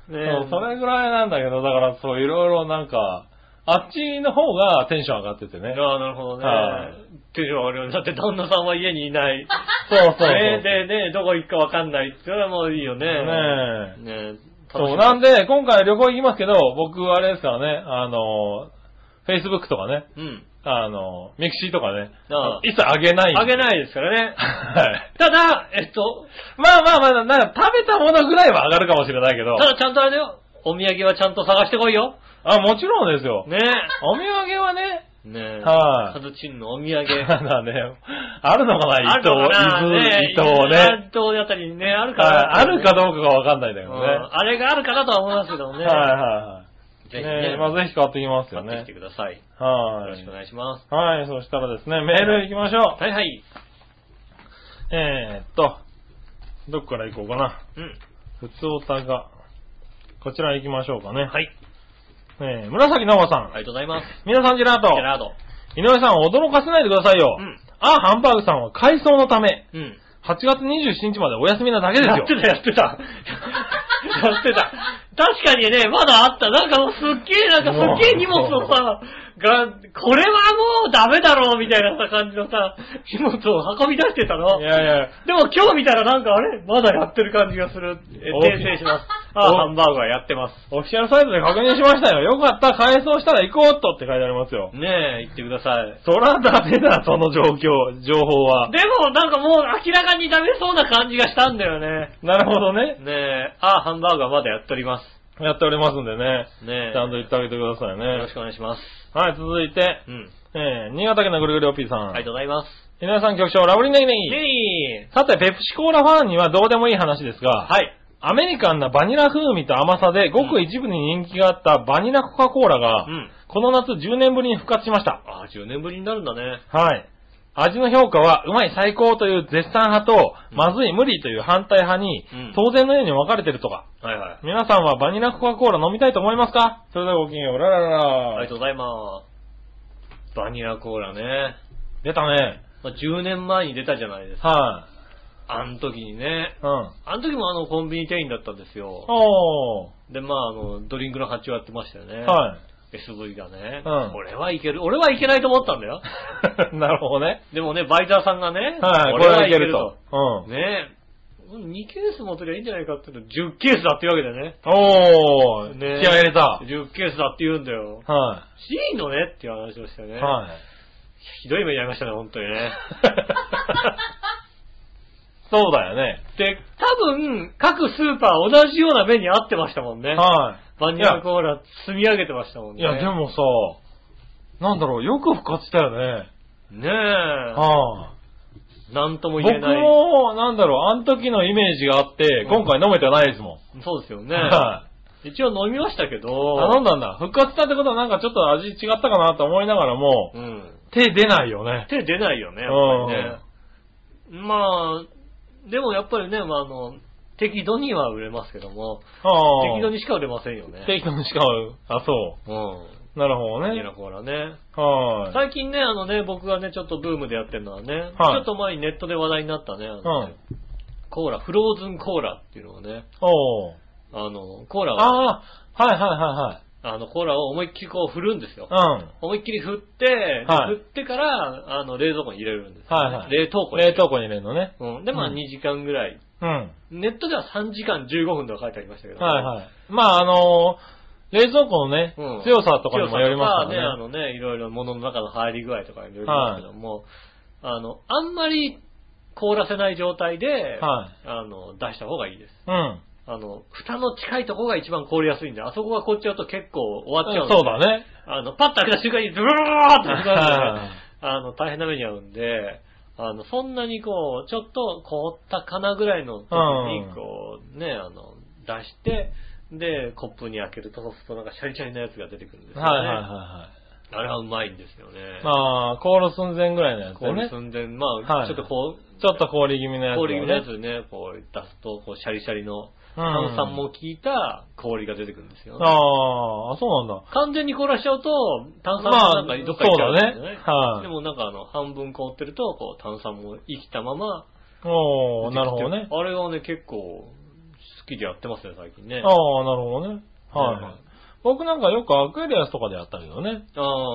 [SPEAKER 2] ね
[SPEAKER 3] そう、それぐらいなんだけど、だからそう、いろいろなんか、あっちの方がテンション上がっててね。
[SPEAKER 2] ああ、なるほどね
[SPEAKER 3] はい。
[SPEAKER 2] っていうのはあるよね。だって旦那さんは家にいない。
[SPEAKER 3] そうそうそう。
[SPEAKER 2] ねでね、どこ行くかわかんないっていうのはもういいよね。
[SPEAKER 3] ねえ
[SPEAKER 2] ね
[SPEAKER 3] そう、なん
[SPEAKER 2] で
[SPEAKER 3] で、今回旅行行きますけど、僕、あれですからね、あの、Facebook とかね、
[SPEAKER 2] うん。
[SPEAKER 3] あの、ミクシーとかね
[SPEAKER 2] ああ、
[SPEAKER 3] 一切上げないんで
[SPEAKER 2] あげないですからね。
[SPEAKER 3] はい。
[SPEAKER 2] ただ、えっと、
[SPEAKER 3] まあまあまあ、なんか食べたものぐらいは上がるかもしれないけど
[SPEAKER 2] た、だちゃんとあれだよ。お土産はちゃんと探してこいよ。
[SPEAKER 3] あ、もちろんですよ。
[SPEAKER 2] ね
[SPEAKER 3] お土産はね、
[SPEAKER 2] え。ねえ。
[SPEAKER 3] はい
[SPEAKER 2] カズチンのお 土産。
[SPEAKER 3] ただね、あるのかな、
[SPEAKER 2] あ
[SPEAKER 3] 伊
[SPEAKER 2] るのかな
[SPEAKER 3] 藤、伊
[SPEAKER 2] ね
[SPEAKER 3] 藤をね。
[SPEAKER 2] 伊藤あたりにね、あるか
[SPEAKER 3] はい
[SPEAKER 2] な。
[SPEAKER 3] あるかどうかがわかんないんだけ
[SPEAKER 2] う
[SPEAKER 3] ど
[SPEAKER 2] ん
[SPEAKER 3] ね。は
[SPEAKER 2] あれがあるかなとは思いますけども
[SPEAKER 3] い
[SPEAKER 2] ね。
[SPEAKER 3] は
[SPEAKER 2] ぜ
[SPEAKER 3] いは
[SPEAKER 2] ひ
[SPEAKER 3] い。
[SPEAKER 2] ね
[SPEAKER 3] ね、まあぜひ買ってきますよ
[SPEAKER 2] 買って
[SPEAKER 3] ね
[SPEAKER 2] きて。ください。よ
[SPEAKER 3] は
[SPEAKER 2] ろしくお
[SPEAKER 3] い。
[SPEAKER 2] 願いします。
[SPEAKER 3] はい、そしたらですね、メール行きましょう。
[SPEAKER 2] はいはい。
[SPEAKER 3] えーっと、どっから行こうかな。
[SPEAKER 2] うん。
[SPEAKER 3] 普通おたが、こちら行きましょうかね。
[SPEAKER 2] はい。
[SPEAKER 3] えー、紫のおばさん。
[SPEAKER 2] ありがとうございます。
[SPEAKER 3] 皆さん、ジェラート
[SPEAKER 2] ジェ。ラード。
[SPEAKER 3] 井上さん、驚かせないでくださいよ。
[SPEAKER 2] うん。
[SPEAKER 3] あ、ハンバーグさんは改装のため、
[SPEAKER 2] うん。
[SPEAKER 3] 8月27日までお休みなだけですよ。
[SPEAKER 2] やってた、やっ てた。やってた。確かにね、まだあった。なんかもうすっげえ、なんかすっげえ荷物をさ、が、これはもうダメだろうみたいなさ感じのさ、荷物を運び出してたの
[SPEAKER 3] い。やいや、
[SPEAKER 2] でも今日見たらなんかあれまだやってる感じがする。え
[SPEAKER 3] お
[SPEAKER 2] 訂正し ます。あ
[SPEAKER 3] お
[SPEAKER 2] ハンバーグはやってます。
[SPEAKER 3] オフィシャルサイトで確認しましたよ。よかった、改装したら行こうっとって書いてありますよ。
[SPEAKER 2] ねえ、言ってください。
[SPEAKER 3] そらダメだ、その状況、情報は。
[SPEAKER 2] でもなんかもう明らかにダメそうな感じがしたんだよね。
[SPEAKER 3] なるほどね。
[SPEAKER 2] ねえ、あハンバーグはまだやっております。
[SPEAKER 3] やっておりますんでね。
[SPEAKER 2] ねえ。
[SPEAKER 3] ちゃんと言ってあげてくださいね。
[SPEAKER 2] よろしくお願いします。
[SPEAKER 3] はい、続いて、
[SPEAKER 2] うん。
[SPEAKER 3] えー、新潟県のぐるぐるおっぴーさん。
[SPEAKER 2] ありがとうございます。
[SPEAKER 3] 井上さん局長、ラブリーネギネギ。
[SPEAKER 2] ねえ。
[SPEAKER 3] さて、ペプシコーラファンにはどうでもいい話ですが、
[SPEAKER 2] はい。
[SPEAKER 3] アメリカンなバニラ風味と甘さで、ごく一部に人気があったバニラコカ・コーラが、
[SPEAKER 2] うん。
[SPEAKER 3] この夏10年ぶりに復活しました。
[SPEAKER 2] ああ、10年ぶりになるんだね。
[SPEAKER 3] はい。味の評価は、うまい最高という絶賛派と、
[SPEAKER 2] うん
[SPEAKER 3] まずい無理という反対派に
[SPEAKER 2] うん、
[SPEAKER 3] 当然のように分かれてるとか。
[SPEAKER 2] はいはい。
[SPEAKER 3] 皆さんはバニラコカ・コーラ飲みたいと思いますかそれではごきげんよう。ララララ。
[SPEAKER 2] ありがとうございます。バニラコーラね。
[SPEAKER 3] 出たね。
[SPEAKER 2] まあ10年前に出たじゃないですか。
[SPEAKER 3] は
[SPEAKER 2] あの時にね。
[SPEAKER 3] い。うん。
[SPEAKER 2] あの時もあのコンビニ店員だったんですよ。
[SPEAKER 3] おー。
[SPEAKER 2] で、まああの、ドリンクの発注やってましたよね。。
[SPEAKER 3] はい
[SPEAKER 2] SV がね。
[SPEAKER 3] うん
[SPEAKER 2] 俺はいける。俺はいけないと思ったん だよ。
[SPEAKER 3] い。なるほどね。
[SPEAKER 2] でもね、バイザーさんがね。
[SPEAKER 3] はい。こ
[SPEAKER 2] 俺
[SPEAKER 3] れは
[SPEAKER 2] はいい
[SPEAKER 3] け
[SPEAKER 2] け
[SPEAKER 3] る
[SPEAKER 2] る
[SPEAKER 3] と
[SPEAKER 2] と。。
[SPEAKER 3] うん。
[SPEAKER 2] ね2ケース持ってりゃいいんじゃないかっていうと、10ケースだっていうわけだよね。
[SPEAKER 3] おー。
[SPEAKER 2] ね
[SPEAKER 3] 気合入れた。
[SPEAKER 2] 10ケースだって言うんだよ。
[SPEAKER 3] は
[SPEAKER 2] C のねっていう話をしてね。
[SPEAKER 3] い。はい。
[SPEAKER 2] ひどい目に遭いましたね、本当 にね。
[SPEAKER 3] そうだよね。
[SPEAKER 2] で、多分、各スーパー同じような目に遭ってましたもんね。
[SPEAKER 3] は
[SPEAKER 2] バニラコーラ積み上げてましたもん
[SPEAKER 3] い。
[SPEAKER 2] ね。
[SPEAKER 3] いや、で。もさ、なんだろう、よく復活したよね。
[SPEAKER 2] ねえ。
[SPEAKER 3] はあ。
[SPEAKER 2] なんとも
[SPEAKER 3] 僕
[SPEAKER 2] 言えない。
[SPEAKER 3] も、なんだろう、あの時のイメージがあって、
[SPEAKER 2] うん
[SPEAKER 3] 今回飲めてないですもん。
[SPEAKER 2] そうですよね。
[SPEAKER 3] はい。
[SPEAKER 2] 一応飲みましたけ
[SPEAKER 3] 頼
[SPEAKER 2] ど。
[SPEAKER 3] んだんだ。復活したってことはなんかちょっと味違ったかなと思いながらも、
[SPEAKER 2] うん。
[SPEAKER 3] 手出ないよね。
[SPEAKER 2] 手出ないよね、やっぱりね。まあ、でもやっぱりね、まああの、適度には売れますけども、
[SPEAKER 3] はあ。
[SPEAKER 2] 適度にしか売れませんよね。
[SPEAKER 3] 適度にしか、あ、そうう。なるほど
[SPEAKER 2] ん。バニラ
[SPEAKER 3] ね。
[SPEAKER 2] コーラね。
[SPEAKER 3] はい。
[SPEAKER 2] 最近ね、あのね、僕がね、ちょっとブームでやってるのはね、ちょっと前にネットで話題になったね、あのねコーラ、フローズンコーラっていうのをね、
[SPEAKER 3] おう。
[SPEAKER 2] あの、コーラを、あ
[SPEAKER 3] ああ、はいは
[SPEAKER 2] の、コーラを思いっきりこう振るんですよ
[SPEAKER 3] い。はいはい。うん。
[SPEAKER 2] 思いっきり振って、
[SPEAKER 3] はい
[SPEAKER 2] 振ってから、あの、冷蔵庫に入れるんですよね、
[SPEAKER 3] はいはい
[SPEAKER 2] 冷凍庫に。
[SPEAKER 3] 冷凍庫に入れるのね。
[SPEAKER 2] うん。で、まあ
[SPEAKER 3] うん
[SPEAKER 2] 2時間ぐらい。
[SPEAKER 3] うん。は
[SPEAKER 2] ネットでは3時間15分とか書いてありましたけ
[SPEAKER 3] い
[SPEAKER 2] ど、
[SPEAKER 3] はい。まあ、あのー冷蔵庫のね、
[SPEAKER 2] うん
[SPEAKER 3] 強さとかにもよりますから
[SPEAKER 2] 強さと
[SPEAKER 3] ね。
[SPEAKER 2] かねあのね、いろいろ物の中の入り具合とかによりますけども、あの、あんまり凍らせない状態で、
[SPEAKER 3] は
[SPEAKER 2] あの、出した方がいいです。
[SPEAKER 3] うん。
[SPEAKER 2] あの、蓋の近いところが一番凍りやすいんで、あそこが凍っちゃうと結構終わっちゃうんで。
[SPEAKER 3] そうだね。
[SPEAKER 2] あの、パッと開けた瞬間にズルルルルーって始まるん
[SPEAKER 3] は
[SPEAKER 2] で
[SPEAKER 3] い
[SPEAKER 2] ね、あの、大変な目に遭うんで、あの、そんなにこう、ちょっと凍ったかなぐらいの
[SPEAKER 3] う
[SPEAKER 2] 時に
[SPEAKER 3] ん、
[SPEAKER 2] こう、ね、あの、出して、で、コップに開けると、そうするとなんかシャリシャリなやつが出てくるんですよね。
[SPEAKER 3] はいはいは
[SPEAKER 2] あれはうまいんですよね。
[SPEAKER 3] い。まあ、凍る寸前ぐらいのやつ
[SPEAKER 2] こ
[SPEAKER 3] で
[SPEAKER 2] う
[SPEAKER 3] ね。
[SPEAKER 2] 積んで、ま
[SPEAKER 3] は
[SPEAKER 2] あ、
[SPEAKER 3] い
[SPEAKER 2] ちょっとこう、
[SPEAKER 3] ちょっと氷気味のやつをね。
[SPEAKER 2] 氷のやつね、こう出すと、こう、シャリシャリの、炭酸も効いた氷が出てくるんですよね。
[SPEAKER 3] ああ、そうなんだ。
[SPEAKER 2] 完全に凍らしちゃうと、炭酸がなんかどっか行っちゃうんですよね。
[SPEAKER 3] まあそうだねはい
[SPEAKER 2] でもなんかあの、半分凍ってると、こう、炭酸も生きたまま。
[SPEAKER 3] おー、なるほどね。
[SPEAKER 2] あれはね、結構、好きでやってますね、最近ね。
[SPEAKER 3] ああ、なるほどね。はいはい
[SPEAKER 2] ね。
[SPEAKER 3] 僕なんかよくアクエリアスとかでやったけどね。
[SPEAKER 2] ああ、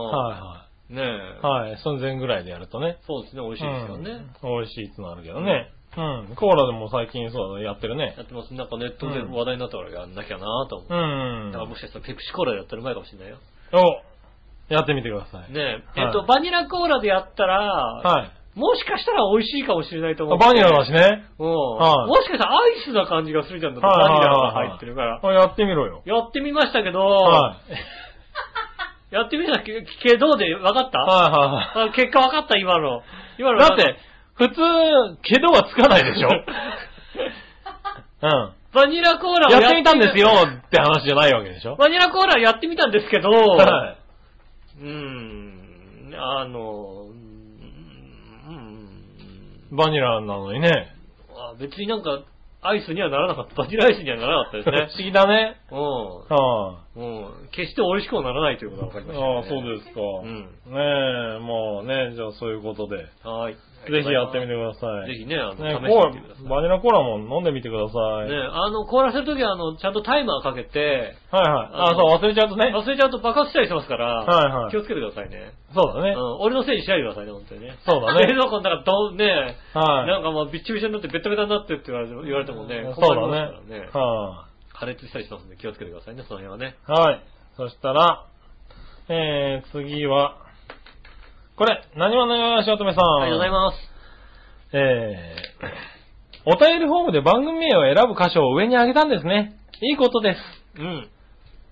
[SPEAKER 3] は
[SPEAKER 2] ね
[SPEAKER 3] い
[SPEAKER 2] え、
[SPEAKER 3] はい。はい、寸前ぐらいでやるとね。
[SPEAKER 2] そうですね、美味しいですよね。
[SPEAKER 3] うん。美味しいってのあるけどね。うん。コーラでも最近そうだね、やってるね。
[SPEAKER 2] やってます。なんかネットで話題になったからやんなきゃなと思う。
[SPEAKER 3] うん
[SPEAKER 2] だから。もしかしたらペプシコーラやってる前かもしれないよ。
[SPEAKER 3] おやってみてください。
[SPEAKER 2] ねえ、
[SPEAKER 3] はい
[SPEAKER 2] えっと、バニラコーラでやったら、
[SPEAKER 3] はい。
[SPEAKER 2] もしかしたら美味しいかもしれないと思
[SPEAKER 3] あ
[SPEAKER 2] う。
[SPEAKER 3] バニラだしね。
[SPEAKER 2] うん。
[SPEAKER 3] はい
[SPEAKER 2] もしかしたらアイスな感じがするじゃん。だってバニラが入ってるから。
[SPEAKER 3] あやってみろよ。
[SPEAKER 2] やってみましたけど、
[SPEAKER 3] はい。
[SPEAKER 2] やってみたけけどで分かった、
[SPEAKER 3] はいは
[SPEAKER 2] あ結果分かった今の。今
[SPEAKER 3] い
[SPEAKER 2] の
[SPEAKER 3] はい。だって、、普通、けどはつかない でしょうん。
[SPEAKER 2] バニラコーラを
[SPEAKER 3] やってみたんですよって話じゃないわけでしょ
[SPEAKER 2] バニラコーラやってみたんですけど、
[SPEAKER 3] は
[SPEAKER 2] うーん、あの、うーん、
[SPEAKER 3] い。バニラなのにね。
[SPEAKER 2] あ別になんか、アイスにはならなかった。バニラアイスにはならなかっ
[SPEAKER 3] 不
[SPEAKER 2] た
[SPEAKER 3] 思
[SPEAKER 2] ですね。
[SPEAKER 3] 議だね。
[SPEAKER 2] う
[SPEAKER 3] は
[SPEAKER 2] ん。うん。決して美味しくもならないということが分かり
[SPEAKER 3] い。
[SPEAKER 2] ました、ね。
[SPEAKER 3] ああ、そうですか。
[SPEAKER 2] う
[SPEAKER 3] ねえ、もうね、じゃあそういうことで。
[SPEAKER 2] す。はい。
[SPEAKER 3] ぜひやってみてください。
[SPEAKER 2] ぜひね、あの、
[SPEAKER 3] ね、
[SPEAKER 2] 試
[SPEAKER 3] コ
[SPEAKER 2] してみてください。
[SPEAKER 3] ーラ、バニラコーラも飲んでみてください。
[SPEAKER 2] ね、あの、凍らせるときは、あの、ちゃんとタイマーかけて、
[SPEAKER 3] はいはい。あ、
[SPEAKER 2] あの
[SPEAKER 3] そう、忘れちゃうとね。
[SPEAKER 2] 忘れちゃうと爆発したりしますから、
[SPEAKER 3] はいはい
[SPEAKER 2] 気をつけてくださいね。
[SPEAKER 3] そうだ
[SPEAKER 2] う
[SPEAKER 3] ね
[SPEAKER 2] ん。、俺のせいにしないでくださいね、本当にね。
[SPEAKER 3] そうだね
[SPEAKER 2] 冷蔵庫の中、どんね、な
[SPEAKER 3] は
[SPEAKER 2] んかもうびっちょびちょになってベタベタになってって言われても言われても
[SPEAKER 3] い。
[SPEAKER 2] ね、
[SPEAKER 3] そ
[SPEAKER 2] 困り
[SPEAKER 3] う
[SPEAKER 2] ま
[SPEAKER 3] だ
[SPEAKER 2] すから
[SPEAKER 3] ね
[SPEAKER 2] ね。。
[SPEAKER 3] は
[SPEAKER 2] 破裂したりしますんで気をつけてくださいね、その辺はね。
[SPEAKER 3] い。はい。そしたら、えー、次は、これ、何者よよしおとめさん。
[SPEAKER 2] ありがとうございます。
[SPEAKER 3] す。えー、お便りフォームで番組名を選ぶ箇所を上に上げたんですね。いいことです。
[SPEAKER 2] うん。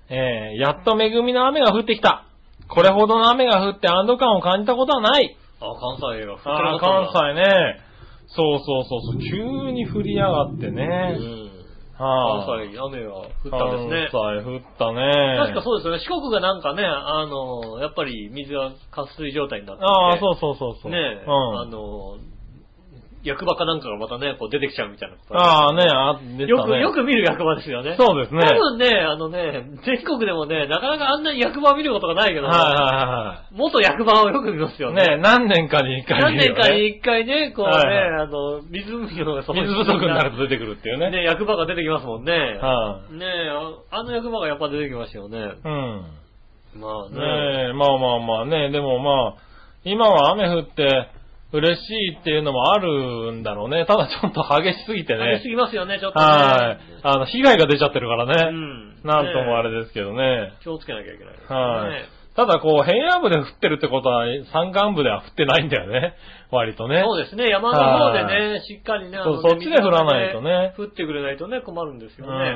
[SPEAKER 3] えー、やっと恵みの雨が降ってきた。これほどの雨が降って安堵感を感じたことはない。
[SPEAKER 2] あ、関西が
[SPEAKER 3] ああ、関西ね。そうそうそうそう、急に降りやがって
[SPEAKER 2] 西
[SPEAKER 3] ね。
[SPEAKER 2] うん。関
[SPEAKER 3] はい。
[SPEAKER 2] 西、雨が降ったんですね。
[SPEAKER 3] 関西降ったね。
[SPEAKER 2] 確かそうですよね。四国がなんかね、あの、やっぱり水が渇水状態になってて
[SPEAKER 3] ああ、そうそうそうそう。
[SPEAKER 2] ねえ、
[SPEAKER 3] う
[SPEAKER 2] あ
[SPEAKER 3] ん。
[SPEAKER 2] の、役場かなんかがまたね、こう出てきちゃうみたいなこと
[SPEAKER 3] ああ、ねあ、でし
[SPEAKER 2] よ
[SPEAKER 3] た
[SPEAKER 2] く、
[SPEAKER 3] ね。
[SPEAKER 2] よく見る役場ですよね。
[SPEAKER 3] そうですね。
[SPEAKER 2] 多分ね、あのね、全国でもね、なかなかあんなに役場見ることがないけど、
[SPEAKER 3] は
[SPEAKER 2] 元役場をよく見ます
[SPEAKER 3] いはいは
[SPEAKER 2] よ
[SPEAKER 3] い。
[SPEAKER 2] ね。
[SPEAKER 3] ね何年かに一回
[SPEAKER 2] 何
[SPEAKER 3] いる
[SPEAKER 2] 年
[SPEAKER 3] よ
[SPEAKER 2] か
[SPEAKER 3] ね
[SPEAKER 2] に一回ね、こうね、
[SPEAKER 3] はいは
[SPEAKER 2] あの、水のがそ
[SPEAKER 3] 水不足になると出てくるっていうね。
[SPEAKER 2] ね、役場が出てきますもんね。
[SPEAKER 3] は
[SPEAKER 2] ねえ、ああの役場がやっぱ出てきましたよね。
[SPEAKER 3] い。うん。
[SPEAKER 2] まあね。
[SPEAKER 3] ねえ、まあまあまあね、でもまあ、今は雨降って嬉しいっていうのもあるんだろうね。ただちょっと激しすぎて
[SPEAKER 2] ありす
[SPEAKER 3] ね。
[SPEAKER 2] ぎますよね、ちょっとね。
[SPEAKER 3] はい。あの、被害が出ちゃってるから
[SPEAKER 2] う
[SPEAKER 3] ね。
[SPEAKER 2] ん。
[SPEAKER 3] なんともあ
[SPEAKER 2] ね
[SPEAKER 3] れですけどね
[SPEAKER 2] え。気をつけなきゃいけないですね。
[SPEAKER 3] はい。ただこう、平野部で降ってるってことは、山間部では降ってないんだよね。割とね。
[SPEAKER 2] そうですね、山の方で
[SPEAKER 3] は
[SPEAKER 2] ね、しっかりね、あ
[SPEAKER 3] そう
[SPEAKER 2] のね
[SPEAKER 3] そっちで降らないとね
[SPEAKER 2] 水が降ってくれないとね、困るんです
[SPEAKER 3] う
[SPEAKER 2] よ
[SPEAKER 3] ん。
[SPEAKER 2] ね。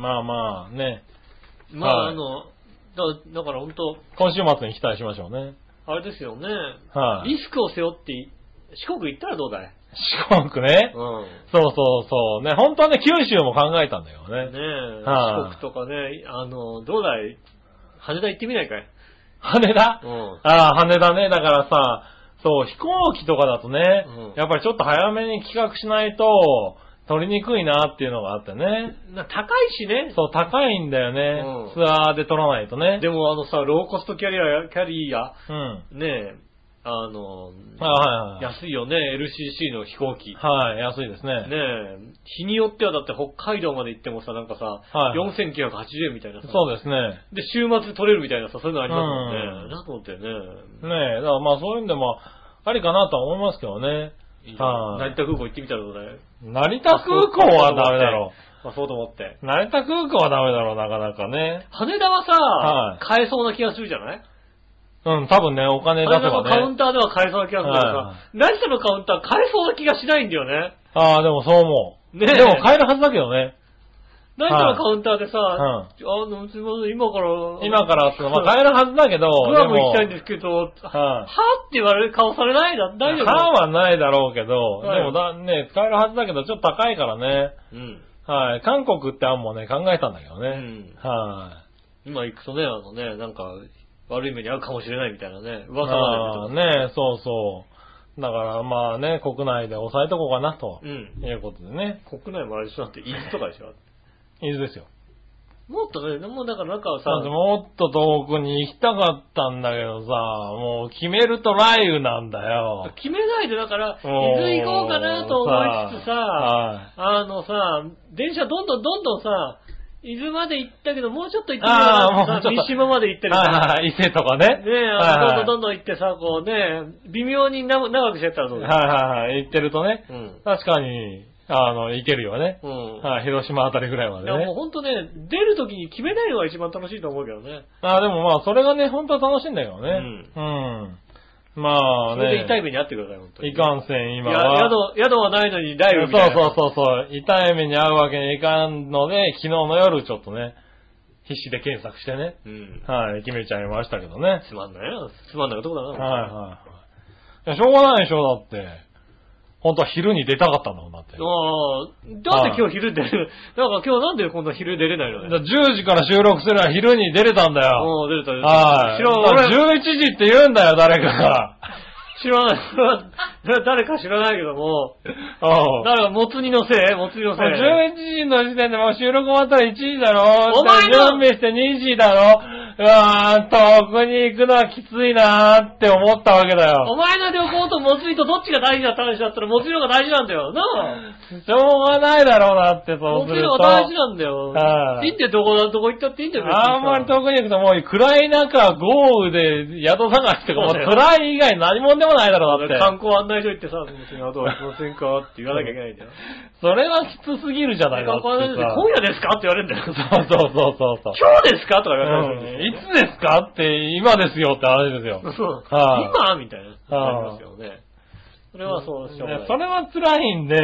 [SPEAKER 3] まあまあね。
[SPEAKER 2] まあ、
[SPEAKER 3] はい
[SPEAKER 2] あの、だだから本当、
[SPEAKER 3] 今週末に期待しましょうね。
[SPEAKER 2] あれですよね、
[SPEAKER 3] はい。
[SPEAKER 2] リスクを背負ってい四国行ったらどうだい
[SPEAKER 3] 四国ね。
[SPEAKER 2] うん。
[SPEAKER 3] そうそうそう。ね、本当はね、九州も考えたんだよ
[SPEAKER 2] ね
[SPEAKER 3] ね。
[SPEAKER 2] え、
[SPEAKER 3] は
[SPEAKER 2] 四
[SPEAKER 3] い
[SPEAKER 2] 国とかね、あの、どうだい羽田行ってみないかい
[SPEAKER 3] 羽田
[SPEAKER 2] うん。
[SPEAKER 3] ああ、羽田ね。だからさ、そう、飛行機とかだとね、
[SPEAKER 2] うん
[SPEAKER 3] やっぱりちょっと早めに企画しないと、取りにくいなっていうのがあってね。
[SPEAKER 2] な高いしね。
[SPEAKER 3] そう、高いんだよね。
[SPEAKER 2] うん
[SPEAKER 3] ツアーで取らないとね。
[SPEAKER 2] でもあのさ、ローコストキャリア、キャリア、
[SPEAKER 3] うん。
[SPEAKER 2] ねえ、あの、
[SPEAKER 3] あはいはいはい。
[SPEAKER 2] 安いよね、LCC の飛行機。
[SPEAKER 3] はい、安いですね。
[SPEAKER 2] ねえ、日によってはだって北海道まで行ってもさ、なんかさ、
[SPEAKER 3] はい
[SPEAKER 2] 4980円みたいなさ。
[SPEAKER 3] そうですね。
[SPEAKER 2] で、週末で取れるみたいなさ、そういうのありますもんね。
[SPEAKER 3] うん
[SPEAKER 2] なんと思ってね。
[SPEAKER 3] ねえ、だからまあそういうんでも、ありかなとは思いますけどね。
[SPEAKER 2] いいじゃん
[SPEAKER 3] は
[SPEAKER 2] 成
[SPEAKER 3] い。
[SPEAKER 2] 田空港行ってみたらどうだい
[SPEAKER 3] 成田空港はダメだろ
[SPEAKER 2] まあそうと思って。
[SPEAKER 3] う。成田空港はダメだろう、なかなかね。
[SPEAKER 2] 羽田はさ、
[SPEAKER 3] はい
[SPEAKER 2] 買えそうな気がするじゃない
[SPEAKER 3] うん、多分ね、お金出せ
[SPEAKER 2] 羽田の
[SPEAKER 3] ば
[SPEAKER 2] カウン
[SPEAKER 3] ね。
[SPEAKER 2] ターでは買えそうな気がするけど
[SPEAKER 3] は
[SPEAKER 2] さ、成田のカウンター買えそうな気がしないんだよね。
[SPEAKER 3] ああ、でもそう思う。
[SPEAKER 2] ねえ
[SPEAKER 3] でも買えるはずだけどね。
[SPEAKER 2] 成田のカウンターでさ、
[SPEAKER 3] は
[SPEAKER 2] あの、すいません、今から、
[SPEAKER 3] 今からっていうのは、まあ、買えるはずだけど、
[SPEAKER 2] グアム行きたいん
[SPEAKER 3] で
[SPEAKER 2] ですけど、
[SPEAKER 3] も。
[SPEAKER 2] は
[SPEAKER 3] は
[SPEAKER 2] ぁって言われる顔されないだ、
[SPEAKER 3] い。
[SPEAKER 2] 大丈夫
[SPEAKER 3] 歯はないだろうけど、
[SPEAKER 2] はい
[SPEAKER 3] でもだ、ね、使えるはずだけど、ちょっと高いからね。
[SPEAKER 2] うん。
[SPEAKER 3] はい。韓国って案もね、考えたんだけどね。
[SPEAKER 2] うん
[SPEAKER 3] は
[SPEAKER 2] 今行くとね、あのね、なんか、悪い目に遭うかもしれないみたいなね、
[SPEAKER 3] い。
[SPEAKER 2] 噂まで出て
[SPEAKER 3] ああね、そうそう。だから、まあね、国内で抑えとこうかな、と
[SPEAKER 2] ますうん。
[SPEAKER 3] いうことでね。
[SPEAKER 2] 国内もあれでしょだって、伊豆とかでしょ
[SPEAKER 3] いいですよ。
[SPEAKER 2] もっとね、もうだからなんかさ、
[SPEAKER 3] だってもっと遠くに行きたかったんだけどさ、もう決めると雷雨なんだよ。
[SPEAKER 2] 決めないでだから、伊豆 行こうかなと思いつつさ、
[SPEAKER 3] はい。
[SPEAKER 2] あのさ、電車どんどんどんどんさ、伊豆まで行ったけど、もうちょっと行ってみよう
[SPEAKER 3] ああ
[SPEAKER 2] か
[SPEAKER 3] も
[SPEAKER 2] な
[SPEAKER 3] う
[SPEAKER 2] っ
[SPEAKER 3] ち
[SPEAKER 2] て
[SPEAKER 3] ょっと
[SPEAKER 2] さ、三島まで行ったりさ、
[SPEAKER 3] はいはい、伊勢とかね。
[SPEAKER 2] ねえ、あのどんどんどんどん行ってさ、こうね、微妙にな長くしてったらどうだ
[SPEAKER 3] はいはいはい、行ってるとね、
[SPEAKER 2] うん。
[SPEAKER 3] 確かに、あの、行けるよね。
[SPEAKER 2] うん。
[SPEAKER 3] はい、広島あたりぐらいま
[SPEAKER 2] い
[SPEAKER 3] で
[SPEAKER 2] やもう
[SPEAKER 3] ね。
[SPEAKER 2] ほんとね、出るときに決めないのが一番楽しいと思うけどね。
[SPEAKER 3] あでもまあ、それがね、本当は楽しいんだけどね。うん。まあ
[SPEAKER 2] それで
[SPEAKER 3] ね、
[SPEAKER 2] 痛い目に遭ってください、本当に。
[SPEAKER 3] いかんせん、今
[SPEAKER 2] いや
[SPEAKER 3] は。
[SPEAKER 2] 宿、宿はないのにライブみたいな。
[SPEAKER 3] そうそうそうそう、痛い目に遭うわけにいかんので、昨日の夜ちょっとね、必死で検索してね、
[SPEAKER 2] う。うん。
[SPEAKER 3] はい、決めちゃいましたけどね。はい
[SPEAKER 2] つまんないな。つまんない男だな。
[SPEAKER 3] はいはい。いや、しょうがないでしょ、だって。本当は昼に出たかったんだもん、だって。
[SPEAKER 2] ああ、だって今日昼出る、なんか今日なんでこんな昼出れないの
[SPEAKER 3] だ
[SPEAKER 2] ね。
[SPEAKER 3] 10時から収録すれば昼に出れたんだよ。
[SPEAKER 2] もう出れた出れた
[SPEAKER 3] はい。
[SPEAKER 2] 知ら
[SPEAKER 3] だ
[SPEAKER 2] ない。
[SPEAKER 3] から11時って言うんだよ、誰かが。
[SPEAKER 2] 知らない。 誰か知らないけども。
[SPEAKER 3] うん
[SPEAKER 2] だから、もつ煮のせいもつ煮のせい
[SPEAKER 3] 11時の時点でもう収録終わったら1時だろ
[SPEAKER 2] お前
[SPEAKER 3] 準
[SPEAKER 2] の
[SPEAKER 3] 備して2時だろうわー、遠くに行くのはきついなーって思ったわけだ
[SPEAKER 2] お
[SPEAKER 3] よ。
[SPEAKER 2] 前の旅行ともつ煮とどっちが大事だった話だったら、もつ煮の方が大事なんだよ。な
[SPEAKER 3] しょうがないだろうなって、
[SPEAKER 2] あ
[SPEAKER 3] そ
[SPEAKER 2] も
[SPEAKER 3] う
[SPEAKER 2] つ
[SPEAKER 3] す
[SPEAKER 2] 煮
[SPEAKER 3] る
[SPEAKER 2] の
[SPEAKER 3] と
[SPEAKER 2] 方。が大事なんだよ。
[SPEAKER 3] はい
[SPEAKER 2] いいんだよ、どこだ、どこ行ったっていいんだよ、別にさ
[SPEAKER 3] あんまり遠くに行くともう暗い中、豪雨で宿探しとか、もう
[SPEAKER 2] そうだよ
[SPEAKER 3] 辛い以外何もんでもないだろう、だっ
[SPEAKER 2] 観
[SPEAKER 3] て。
[SPEAKER 2] 光案内所行ってさ、もつ煮の後は行きませんかって言わなきゃいけないんだよ。
[SPEAKER 3] それはきつすぎるじゃ ない
[SPEAKER 2] 観光案内所で
[SPEAKER 3] だってさ
[SPEAKER 2] 今夜ですかって言われるんだよ。
[SPEAKER 3] そうそうそうそうそう。
[SPEAKER 2] 今日ですかとか言われた
[SPEAKER 3] うんいつですかって、今ですよって話ですよ。
[SPEAKER 2] そう。
[SPEAKER 3] はい
[SPEAKER 2] 今みたいな。
[SPEAKER 3] はい
[SPEAKER 2] ありますよね。それはそうしょうがな
[SPEAKER 3] ね
[SPEAKER 2] い。
[SPEAKER 3] それは辛いんで、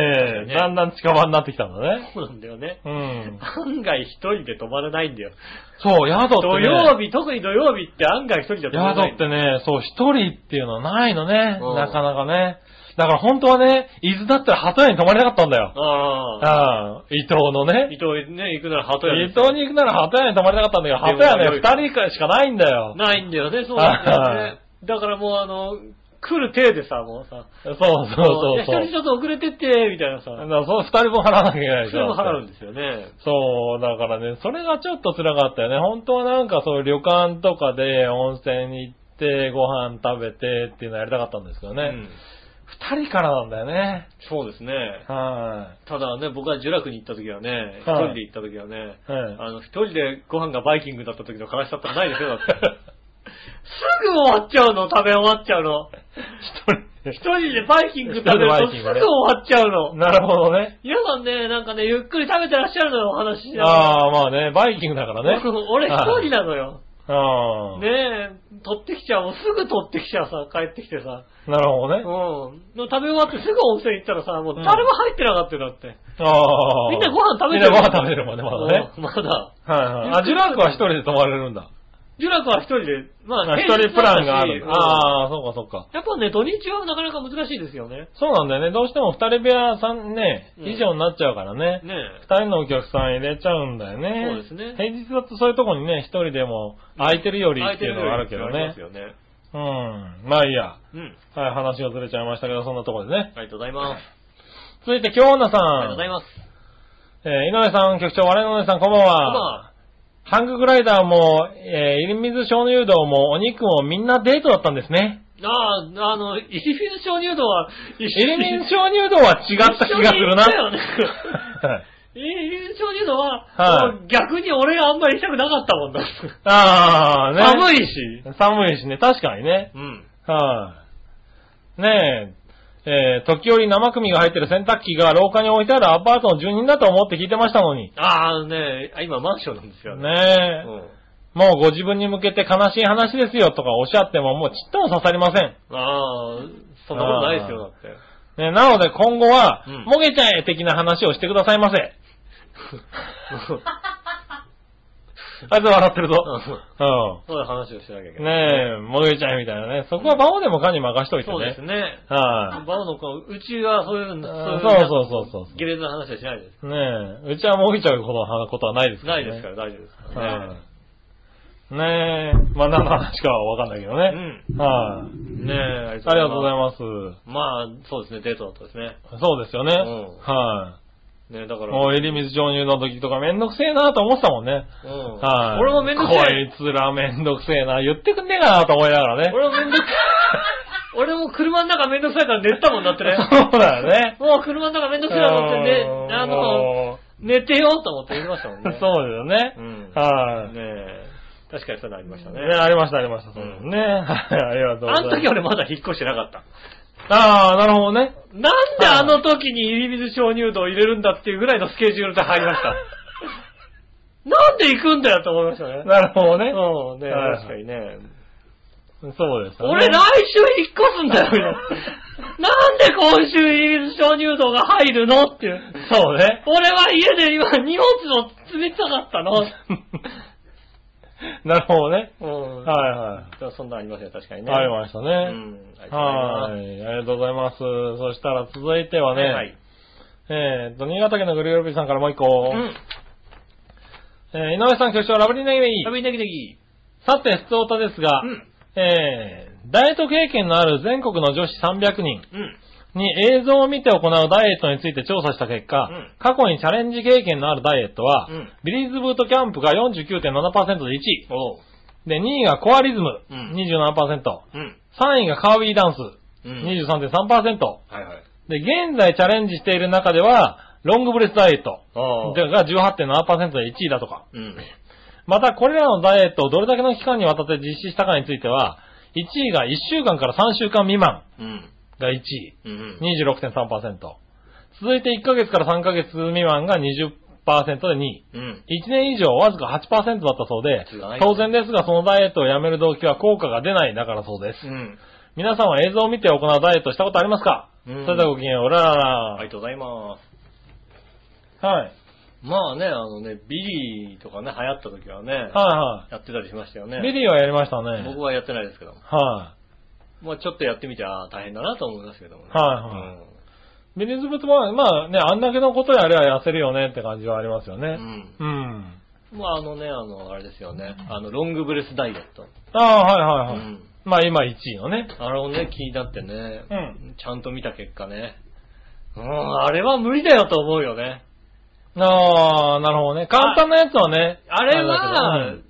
[SPEAKER 2] ね
[SPEAKER 3] だんだん近場になってきたんだね。
[SPEAKER 2] そうなんだよね。
[SPEAKER 3] うん。
[SPEAKER 2] 案外一人で泊まれないんだよ。
[SPEAKER 3] そう、宿ってね。
[SPEAKER 2] 土曜日、特に土曜日って案外一人じゃ泊まれない
[SPEAKER 3] 宿
[SPEAKER 2] ん
[SPEAKER 3] っ
[SPEAKER 2] だよ。
[SPEAKER 3] てね、そう、一人っていうのはないのね。
[SPEAKER 2] うん
[SPEAKER 3] なかなかね。だから本当はね、伊豆だったら鳩屋に泊まれなかったんだよ。
[SPEAKER 2] ああ。
[SPEAKER 3] ああ、伊藤のね。
[SPEAKER 2] 伊藤ね、行くなら鳩屋
[SPEAKER 3] 伊
[SPEAKER 2] です
[SPEAKER 3] 藤に行くなら鳩屋に泊まれなかったんだけど、鳩屋
[SPEAKER 2] でも
[SPEAKER 3] ね、二人かしかないんだよ。
[SPEAKER 2] ないんだよね、そうなんだよね。だからもうあの、来る手でさ、もうさ、
[SPEAKER 3] そうそうそうそ
[SPEAKER 2] いや一人ち
[SPEAKER 3] う。
[SPEAKER 2] ょっと遅れてって、みたいなさ、
[SPEAKER 3] だからその二人分払わなきゃいけないで
[SPEAKER 2] そ
[SPEAKER 3] し
[SPEAKER 2] れ
[SPEAKER 3] ょ。
[SPEAKER 2] も払うんですよね。
[SPEAKER 3] そう、だからね、それがちょっと辛かったよね。本当はなんかそういう旅館とかで温泉に行って、ご飯食べてっていうのやりたかったんですけど
[SPEAKER 2] う
[SPEAKER 3] ね
[SPEAKER 2] ん。
[SPEAKER 3] 二、人からなんだよね。
[SPEAKER 2] そうですね。
[SPEAKER 3] は
[SPEAKER 2] ただね、僕は呪楽に行った時はね、一
[SPEAKER 3] はい
[SPEAKER 2] 人で行った時はね、
[SPEAKER 3] い。はい
[SPEAKER 2] あの、一人でご飯がバイキングだった時の悲しさったらないですよ、だって。すぐ終わっちゃうの、食べ終わっちゃうの。
[SPEAKER 3] 一
[SPEAKER 2] 一人でバイキング食べる
[SPEAKER 3] 一人でバイ
[SPEAKER 2] とす
[SPEAKER 3] キン
[SPEAKER 2] ぐ
[SPEAKER 3] グね
[SPEAKER 2] 終わっちゃうの
[SPEAKER 3] 人。。なるほどね。
[SPEAKER 2] 皆さんね、なんかね、ゆっくり食べてらっしゃるのよ、お話ししながら。
[SPEAKER 3] ああ、まあね、バイキングだからね。
[SPEAKER 2] 僕俺一人
[SPEAKER 3] だ。
[SPEAKER 2] なのよ。
[SPEAKER 3] ああ。
[SPEAKER 2] ねえ、取ってきちゃう。もうすぐ取ってきちゃうさ、帰ってきてさ。
[SPEAKER 3] なるほど
[SPEAKER 2] うん。
[SPEAKER 3] ね
[SPEAKER 2] で。も食べ終わってすぐ温泉行ったらさ、もう
[SPEAKER 3] うん
[SPEAKER 2] 誰も入ってなかったよ、だって。
[SPEAKER 3] ああ。
[SPEAKER 2] みんなご飯食べて
[SPEAKER 3] みんなご飯食べてるもんね、まだね。
[SPEAKER 2] うんまだ。
[SPEAKER 3] はいはい。あ、ジュラークは一人で泊まれるんだ。
[SPEAKER 2] ジュラクは一人で、ま
[SPEAKER 3] あ
[SPEAKER 2] あ、
[SPEAKER 3] 一人プランがあるんだ。
[SPEAKER 2] ああ。
[SPEAKER 3] ああ、そうかそうか。
[SPEAKER 2] やっぱね、土日はなかなか難しいですよね。
[SPEAKER 3] そうなんだよね。どうしても二人部屋さんね、
[SPEAKER 2] うん
[SPEAKER 3] 以上になっちゃうからね。
[SPEAKER 2] ねえ。
[SPEAKER 3] 二人のお客さん入れちゃうんだよね。
[SPEAKER 2] そうですね
[SPEAKER 3] 平日だとそういうとこにね、一人でも空いてるよりっていうのがあるけど
[SPEAKER 2] 空い
[SPEAKER 3] ね
[SPEAKER 2] て。るよりっていうのがありますよね。
[SPEAKER 3] うん。まあいいや。
[SPEAKER 2] うん。
[SPEAKER 3] はい、話がずれちゃいましたけど、そんなところでね。
[SPEAKER 2] ありがとうございます。
[SPEAKER 3] 続いて、京女さん。
[SPEAKER 2] ありがとうございます。
[SPEAKER 3] えー井上さん、局長、我のお姉さん、こんばん
[SPEAKER 2] ま
[SPEAKER 3] は。
[SPEAKER 2] あ、
[SPEAKER 3] ハンググライダーも、えー、入水鍾乳洞も、お肉もみんなデートだったんですね。
[SPEAKER 2] ああ、あの、イリフィン鍾乳洞は、イリ
[SPEAKER 3] 入水鍾乳洞は違った気がするな。
[SPEAKER 2] 一緒に行ったよね
[SPEAKER 3] はい
[SPEAKER 2] イリフィン鍾乳洞は、
[SPEAKER 3] はい
[SPEAKER 2] もう逆に俺あんまり行きたくなかったもんだ。
[SPEAKER 3] ああ、ね。
[SPEAKER 2] 寒
[SPEAKER 3] い。
[SPEAKER 2] いし。
[SPEAKER 3] 寒いしね、確かにね。
[SPEAKER 2] うん。
[SPEAKER 3] はい、ねえ、えー、時折生首が入ってる洗濯機が廊下に置いてあるアパートの住人だと思って聞いてましたのに。
[SPEAKER 2] ああ、ねあ今マンションなんですよね。
[SPEAKER 3] ねえ、
[SPEAKER 2] うん
[SPEAKER 3] もうご自分に向けて悲しい話ですよとかおっしゃってももうちっとも刺さりません。
[SPEAKER 2] ああ、そんなことないですよ、だって。
[SPEAKER 3] ね、なので今後は、
[SPEAKER 2] うん
[SPEAKER 3] もげちゃえ的な話をしてくださいませ。あいつ笑ってるぞ。う
[SPEAKER 2] そういう話をしなきゃいけ
[SPEAKER 3] ん。
[SPEAKER 2] な
[SPEAKER 3] ね
[SPEAKER 2] い。
[SPEAKER 3] え、もげちゃえみたいなね。そこはバオでもかに任しといてね。
[SPEAKER 2] そうですね。
[SPEAKER 3] はい、
[SPEAKER 2] バオの子、うちはそういう、
[SPEAKER 3] あー
[SPEAKER 2] い
[SPEAKER 3] そうそうそうそう
[SPEAKER 2] ゲレンな話はしないです。
[SPEAKER 3] ねえ、うちはもげちゃうことはことはないですか
[SPEAKER 2] な
[SPEAKER 3] ら
[SPEAKER 2] い
[SPEAKER 3] ね。
[SPEAKER 2] ですから、大丈夫ですからね。
[SPEAKER 3] はいねえ、まあ何の話かはわかんないけど
[SPEAKER 2] う
[SPEAKER 3] ね。
[SPEAKER 2] ん。
[SPEAKER 3] はい、
[SPEAKER 2] ねえ、あり
[SPEAKER 3] ありがとうござい
[SPEAKER 2] ま
[SPEAKER 3] ます。
[SPEAKER 2] す。まあ、そうですね、デートだったですね。
[SPEAKER 3] そうですよね。
[SPEAKER 2] うん
[SPEAKER 3] は
[SPEAKER 2] ねだか
[SPEAKER 3] い、
[SPEAKER 2] ら、
[SPEAKER 3] もう、襟水上乳の時とかめんどくせえなと思ってたもんね。
[SPEAKER 2] うん
[SPEAKER 3] はい、
[SPEAKER 2] 俺もめんどくさい。
[SPEAKER 3] こいつらめんどくせえな。言ってくんねえかなと思いながらね。
[SPEAKER 2] 俺もめんど くさい。俺も車の中めんどくさいから寝てたもんだってね。
[SPEAKER 3] そうだよね。
[SPEAKER 2] もう車の中めんどくさいなと思って、ね
[SPEAKER 3] う、ん
[SPEAKER 2] あの、
[SPEAKER 3] も
[SPEAKER 2] 寝てようと思って言いましたもん
[SPEAKER 3] う
[SPEAKER 2] ね。
[SPEAKER 3] そうですよね。
[SPEAKER 2] うん
[SPEAKER 3] はい、
[SPEAKER 2] ね
[SPEAKER 3] ね
[SPEAKER 2] え。確かにそういうのありましたね。
[SPEAKER 3] ありました、ありました。そうですね。はい、ありがとうご
[SPEAKER 2] あ
[SPEAKER 3] ざい
[SPEAKER 2] の
[SPEAKER 3] ます。
[SPEAKER 2] 時俺まだ引っ越してなかった。
[SPEAKER 3] ああ、なるほどね。
[SPEAKER 2] なんであの時に入り水鍾乳洞を入れるんだっていうぐらいのスケジュールで入りま した。なんで行くんだよと思いましたね。
[SPEAKER 3] なるほどね。
[SPEAKER 2] うん、ね、
[SPEAKER 3] はい
[SPEAKER 2] 確かにね。
[SPEAKER 3] そうです、ね。
[SPEAKER 2] 俺来週引っ越すんだよ、みたいな なんで今週入り水鍾乳洞が入るのっていう。
[SPEAKER 3] そうね。
[SPEAKER 2] 俺は家で今荷物を詰めたかったの。
[SPEAKER 3] なるほどね。
[SPEAKER 2] うん。い。
[SPEAKER 3] はいはい。
[SPEAKER 2] そんなんありましたよ、確かにね。
[SPEAKER 3] ありましたね。
[SPEAKER 2] うん。ありがとうござい
[SPEAKER 3] はい。あ
[SPEAKER 2] ま
[SPEAKER 3] りがとうございます。そしたら続いては
[SPEAKER 2] す
[SPEAKER 3] ね、
[SPEAKER 2] はい。
[SPEAKER 3] えーっと、新潟県のグリグルビーさんからもう一個。
[SPEAKER 2] うん。
[SPEAKER 3] えー井上さん局長、ラブリーネギネギ
[SPEAKER 2] 食。べにでき。
[SPEAKER 3] さて、普通オタですが、
[SPEAKER 2] うん。
[SPEAKER 3] えー、ダイエット経験のある全国の女子300人
[SPEAKER 2] うん。
[SPEAKER 3] に映像を見て行うダイエットについて調査した結果、
[SPEAKER 2] うん
[SPEAKER 3] 過去にチャレンジ経験のあるダイエットは、
[SPEAKER 2] うん
[SPEAKER 3] ビリーズブートキャンプが49.7%で1位。
[SPEAKER 2] おう。
[SPEAKER 3] で、2位がコアリズム、
[SPEAKER 2] うん
[SPEAKER 3] 27%。
[SPEAKER 2] うん。
[SPEAKER 3] 3位がカービーダンス、
[SPEAKER 2] うん
[SPEAKER 3] 23.3%。
[SPEAKER 2] はいはい。
[SPEAKER 3] で、現在チャレンジしている中では、ロングブレスダイエット
[SPEAKER 2] ああ。
[SPEAKER 3] が18.7%で1位だとか。
[SPEAKER 2] うん。
[SPEAKER 3] また、これらのダイエットをどれだけの期間にわたって実施したかについては、1位が1週間から3週間未満
[SPEAKER 2] うん。
[SPEAKER 3] が1位、
[SPEAKER 2] うん。
[SPEAKER 3] 26.3%。続いて1ヶ月から3ヶ月未満が20%で2位。
[SPEAKER 2] うん。
[SPEAKER 3] 1年以上わずか8%だったそうで
[SPEAKER 2] つらい、ね
[SPEAKER 3] 当然ですがそのダイエットをやめる動機は効果が出ないだからそうです。
[SPEAKER 2] うん。
[SPEAKER 3] 皆さんは映像を見て行うダイエットしたことありますか、
[SPEAKER 2] うん
[SPEAKER 3] それではごきげんよう、うららら。
[SPEAKER 2] ありがとうございます。
[SPEAKER 3] はい。
[SPEAKER 2] まあね、あのね、ビリーとかね、流行った時はね、
[SPEAKER 3] はいは
[SPEAKER 2] やってたりしましたよ
[SPEAKER 3] い。
[SPEAKER 2] ね。
[SPEAKER 3] ビリーはやりましたね。
[SPEAKER 2] 僕はやってないですけど。
[SPEAKER 3] は
[SPEAKER 2] まあちょっとやってみちゃ大変だなと思いますけどもね。
[SPEAKER 3] はいはいミニズブツは、まあね、あんだけのことやれば痩せるよねって感じはありますよ
[SPEAKER 2] う
[SPEAKER 3] ね。
[SPEAKER 2] ん。
[SPEAKER 3] うん。
[SPEAKER 2] うん。まああのね、あの、あれですよね。あの、ロングブレスダイエット。
[SPEAKER 3] ああ、
[SPEAKER 2] う
[SPEAKER 3] はいはいはい。
[SPEAKER 2] ん。
[SPEAKER 3] まあ今1位のね。
[SPEAKER 2] あれをね、気になってね、
[SPEAKER 3] うん
[SPEAKER 2] ちゃんと見た結果ね、うん、あれは無理だよと思うよね。
[SPEAKER 3] ああ、なるほどね。簡単なやつはね。
[SPEAKER 2] あれ
[SPEAKER 3] れ
[SPEAKER 2] は
[SPEAKER 3] だけど、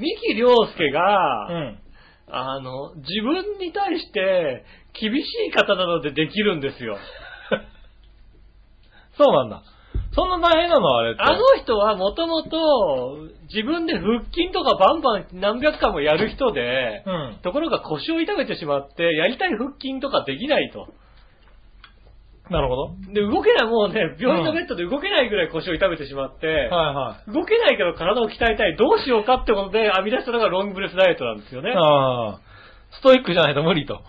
[SPEAKER 2] 三木亮介が、
[SPEAKER 3] うんうん。
[SPEAKER 2] あの、自分に対して厳しい方なのでできるんで すよ。
[SPEAKER 3] そうなんだ。そんな大変なのあれって。
[SPEAKER 2] あの人はもともと自分で腹筋とかバンバン何百回もやる人で、
[SPEAKER 3] うん。
[SPEAKER 2] ところが腰を痛めてしまって、やりたい腹筋とかできないと。
[SPEAKER 3] なるほど。
[SPEAKER 2] で、動けない、もうね、病院のベッドで動けないぐらい腰を痛めてしまって、
[SPEAKER 3] はいは
[SPEAKER 2] 動けないけど体を鍛えたい、どうしようかってことで編み出したのがロングブレスダイエットなんですよね
[SPEAKER 3] い。。ああ。ストイックじゃないと無理と。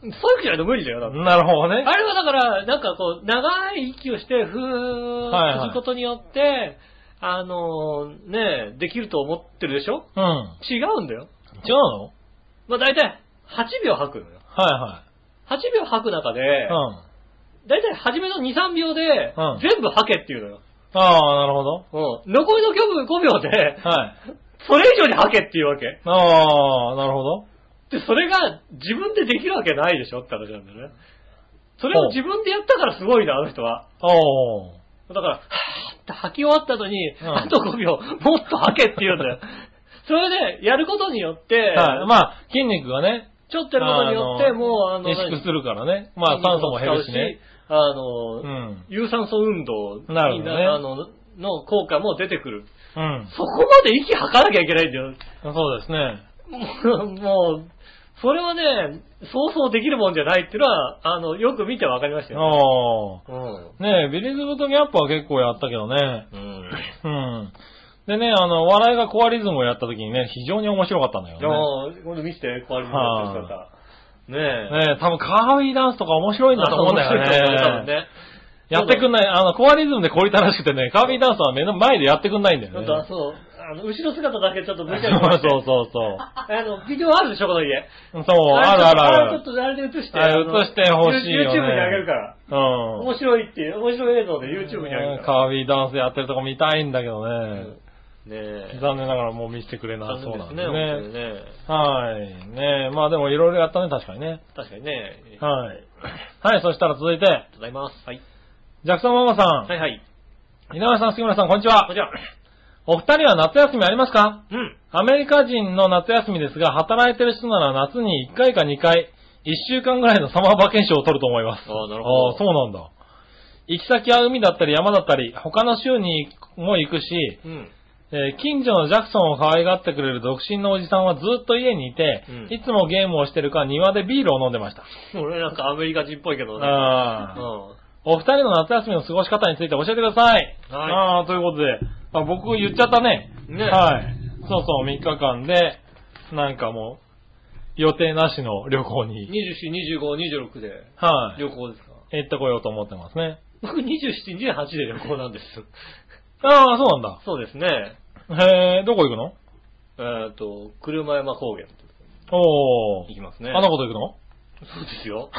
[SPEAKER 2] そういうじゃないと無理だよ、だって。
[SPEAKER 3] なるほどね。
[SPEAKER 2] あれはだから、なんかこう、長い息をして、ふー
[SPEAKER 3] はいは
[SPEAKER 2] っ
[SPEAKER 3] い
[SPEAKER 2] することによって、あのーねえ、できると思ってるでしょ
[SPEAKER 3] うん。
[SPEAKER 2] 違うんだよ。
[SPEAKER 3] 違うの
[SPEAKER 2] まあ大体、8秒吐くのよ。
[SPEAKER 3] は
[SPEAKER 2] 8秒吐く中で、
[SPEAKER 3] いはい。うん。
[SPEAKER 2] 大体初めの2、3秒で
[SPEAKER 3] うん、
[SPEAKER 2] 全部吐けっていうのよ。
[SPEAKER 3] ああ、なるほど。
[SPEAKER 2] うん。残りの5秒で、
[SPEAKER 3] はい。
[SPEAKER 2] それ以上に吐けっていうわけ。
[SPEAKER 3] ああ、なるほど。
[SPEAKER 2] で、それが自分でできるわけないでしょって話なんだよね。それを自分でやったからすごいな、あの人は。
[SPEAKER 3] おー。
[SPEAKER 2] だから、はーって吐き終わった後に、
[SPEAKER 3] ん
[SPEAKER 2] あと5秒、もっと吐けって言う んだよ。それで、やることによって、
[SPEAKER 3] はい。まあ、筋肉がね、
[SPEAKER 2] ちょっとやることによって、
[SPEAKER 3] あの
[SPEAKER 2] もう、あの、
[SPEAKER 3] 萎縮するからね。まあ、酸素も減るしね。。
[SPEAKER 2] あ
[SPEAKER 3] う
[SPEAKER 2] の、
[SPEAKER 3] ん。
[SPEAKER 2] 有酸素運動に
[SPEAKER 3] なるほどね
[SPEAKER 2] あの、の効果も出てくる。
[SPEAKER 3] うん。
[SPEAKER 2] そこまで息吐かなきゃいけないんだよ。
[SPEAKER 3] そうですね。
[SPEAKER 2] もう、 もうそれはね、そうそうできるもんじゃないっていうのは、あの、よく見てわかりましたよ。
[SPEAKER 3] おー。
[SPEAKER 2] うん。
[SPEAKER 3] ねえ、ビリズブとギャップは結構やったけどね。
[SPEAKER 2] うん。
[SPEAKER 3] うん。でね、あの、笑いがコアリズムをやった時にね、非常に面白かったんだよ
[SPEAKER 2] じゃ
[SPEAKER 3] ね。
[SPEAKER 2] あ、今度見せて、壊れるのやってる姿。ねえ。
[SPEAKER 3] ねえ、多分カービィダンスとか面白いんだと思うんだ
[SPEAKER 2] 面白いと思う多
[SPEAKER 3] よ
[SPEAKER 2] 分
[SPEAKER 3] ね。
[SPEAKER 2] ね。
[SPEAKER 3] やってくんない、あの、コアリズムで懲りたらしくてね、カービィダンスは目の前でやってくんないんだ
[SPEAKER 2] ちょ
[SPEAKER 3] よ
[SPEAKER 2] っ
[SPEAKER 3] ね。
[SPEAKER 2] と、そう、あの、後ろ姿だけちょっと
[SPEAKER 3] そう
[SPEAKER 2] 見てみまして。
[SPEAKER 3] そうそうそう。
[SPEAKER 2] あの、ビデオあるでしょ、この家。
[SPEAKER 3] そう、あるあるあ
[SPEAKER 2] れちょ
[SPEAKER 3] る。
[SPEAKER 2] っとあれで映して。
[SPEAKER 3] あれ
[SPEAKER 2] あの
[SPEAKER 3] 映してほしいよね
[SPEAKER 2] YouTube にあげるから。
[SPEAKER 3] う
[SPEAKER 2] 面白いっていう、面白い映像で YouTube にあげ
[SPEAKER 3] ん。
[SPEAKER 2] るから。
[SPEAKER 3] カービィダンスやってるとこ見たいんだけど
[SPEAKER 2] う
[SPEAKER 3] ね
[SPEAKER 2] ん。ねえ。
[SPEAKER 3] 残念ながらもう見せてくれなそうなんですね。
[SPEAKER 2] ね。ね
[SPEAKER 3] はい。ねえ、まあでもいろいろやったね、確かにね。
[SPEAKER 2] 確かにね。
[SPEAKER 3] はい。はい、そしたら続いて、
[SPEAKER 2] ただいます。はい。
[SPEAKER 3] ジャクソンママさ
[SPEAKER 2] はいはい。
[SPEAKER 3] ん、井上さん、杉村さん、こんにちは
[SPEAKER 2] こ。ちら。
[SPEAKER 3] お二人は夏休みありますか
[SPEAKER 2] うん。
[SPEAKER 3] アメリカ人の夏休みですが、働いてる人なら夏に1回か2回、1週間ぐらいのサマーバケーションを取ると思います。
[SPEAKER 2] ああ、なる
[SPEAKER 3] ああ
[SPEAKER 2] ほど。
[SPEAKER 3] そうなんだ。行き先は海だったり山だったり、他の州にも行くし、
[SPEAKER 2] う。うん。
[SPEAKER 3] えー近所のジャクソンを可愛がってくれる独身のおじさんはずっと家にいて、
[SPEAKER 2] うん
[SPEAKER 3] いつもゲームをしてるか庭でビールを飲んでました。
[SPEAKER 2] 俺なんかアメリカ人っぽいけどね。う
[SPEAKER 3] ああ
[SPEAKER 2] ん。
[SPEAKER 3] お二人の夏休みの過ごし方について教えてください。
[SPEAKER 2] はい
[SPEAKER 3] ああということで、あ僕言っちゃったね。
[SPEAKER 2] ね
[SPEAKER 3] はい。そうそう、3日間で、なんかもう、予定なしの旅行に、
[SPEAKER 2] 24、25、26で
[SPEAKER 3] はい、
[SPEAKER 2] 旅行ですか
[SPEAKER 3] 行ってこようと思ってますね。
[SPEAKER 2] 僕27、28で旅行なんです。
[SPEAKER 3] ああ、そうな
[SPEAKER 2] そうですね。
[SPEAKER 3] んだ。へえ、どこ行くの
[SPEAKER 2] えっと、車山高原
[SPEAKER 3] おー
[SPEAKER 2] 行。きますね。
[SPEAKER 3] あの子と行くの
[SPEAKER 2] そうで すよ。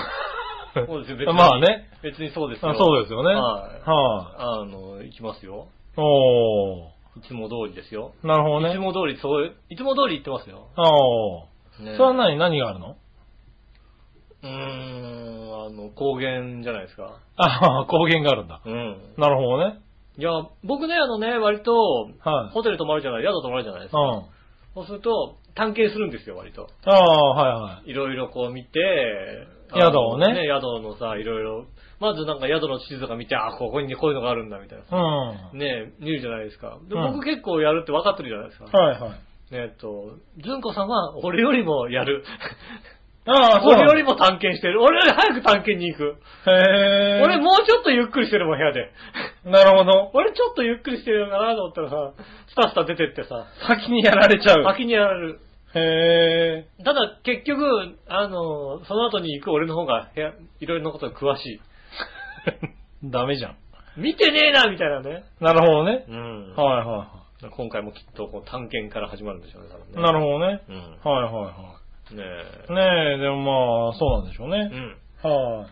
[SPEAKER 2] そうですよ、別に。
[SPEAKER 3] まあね。
[SPEAKER 2] 別にそうです
[SPEAKER 3] あ
[SPEAKER 2] よ。
[SPEAKER 3] そうですよね。
[SPEAKER 2] はい。
[SPEAKER 3] はい、
[SPEAKER 2] あの、行きますよ。
[SPEAKER 3] お
[SPEAKER 2] いつも通りですよ。
[SPEAKER 3] ー。なるほど
[SPEAKER 2] いつ
[SPEAKER 3] ね。
[SPEAKER 2] も通り、そう、いつも通り行ってますよ。
[SPEAKER 3] おー。
[SPEAKER 2] ね
[SPEAKER 3] それは何、何があるの
[SPEAKER 2] うーん、あの、高原じゃないですか。
[SPEAKER 3] ああ、高原があるんだ。
[SPEAKER 2] うん。
[SPEAKER 3] なるほどね。
[SPEAKER 2] いや、僕ね、あのね、割と、
[SPEAKER 3] はい。
[SPEAKER 2] ホテル泊まるじゃない、宿泊まるじゃないです
[SPEAKER 3] う
[SPEAKER 2] か。
[SPEAKER 3] ん。
[SPEAKER 2] そうすると、探検するんですよ、割と。
[SPEAKER 3] ああ、はいはい。
[SPEAKER 2] いろいろこう見て、
[SPEAKER 3] 宿をね
[SPEAKER 2] あの宿のさ、いろいろ、まずなんか宿の地図とか見て、あ、ここにこういうのがあるんだ、みたいな。
[SPEAKER 3] うん。は
[SPEAKER 2] ね見るじゃないですか。で、
[SPEAKER 3] うん
[SPEAKER 2] 僕結構やるって分かってるじゃないですか。
[SPEAKER 3] いはい。
[SPEAKER 2] えっと、ずんこさんは、俺よりもやる。
[SPEAKER 3] ああ、そう
[SPEAKER 2] 俺
[SPEAKER 3] な
[SPEAKER 2] よ
[SPEAKER 3] ん
[SPEAKER 2] りも探検してる。俺より早く探検に行く。
[SPEAKER 3] へえ。
[SPEAKER 2] 俺もうちょっとゆっくりしてるもん、部屋で。
[SPEAKER 3] なるほど。
[SPEAKER 2] 俺ちょっとゆっくりしてるのかなと思ったらさ、スタスタ出てってさ、
[SPEAKER 3] 先にやられちゃう。
[SPEAKER 2] 先にやられる。
[SPEAKER 3] へえ。
[SPEAKER 2] ただ結局、あの、その後に行く俺の方が部屋、いろいろなことが詳しい。
[SPEAKER 3] ダメじゃん。
[SPEAKER 2] 見てねえなみたいなね。
[SPEAKER 3] なるほどね。
[SPEAKER 2] うん
[SPEAKER 3] はいは
[SPEAKER 2] 今回もきっとこう探検から始まるんでしょうね、多分
[SPEAKER 3] い。
[SPEAKER 2] ね。
[SPEAKER 3] なるほどね。
[SPEAKER 2] うん。
[SPEAKER 3] はいはいは
[SPEAKER 2] ねえ。
[SPEAKER 3] ねえ、でもまあ、そうなんでしょう
[SPEAKER 2] う
[SPEAKER 3] ね。
[SPEAKER 2] ん。
[SPEAKER 3] はい、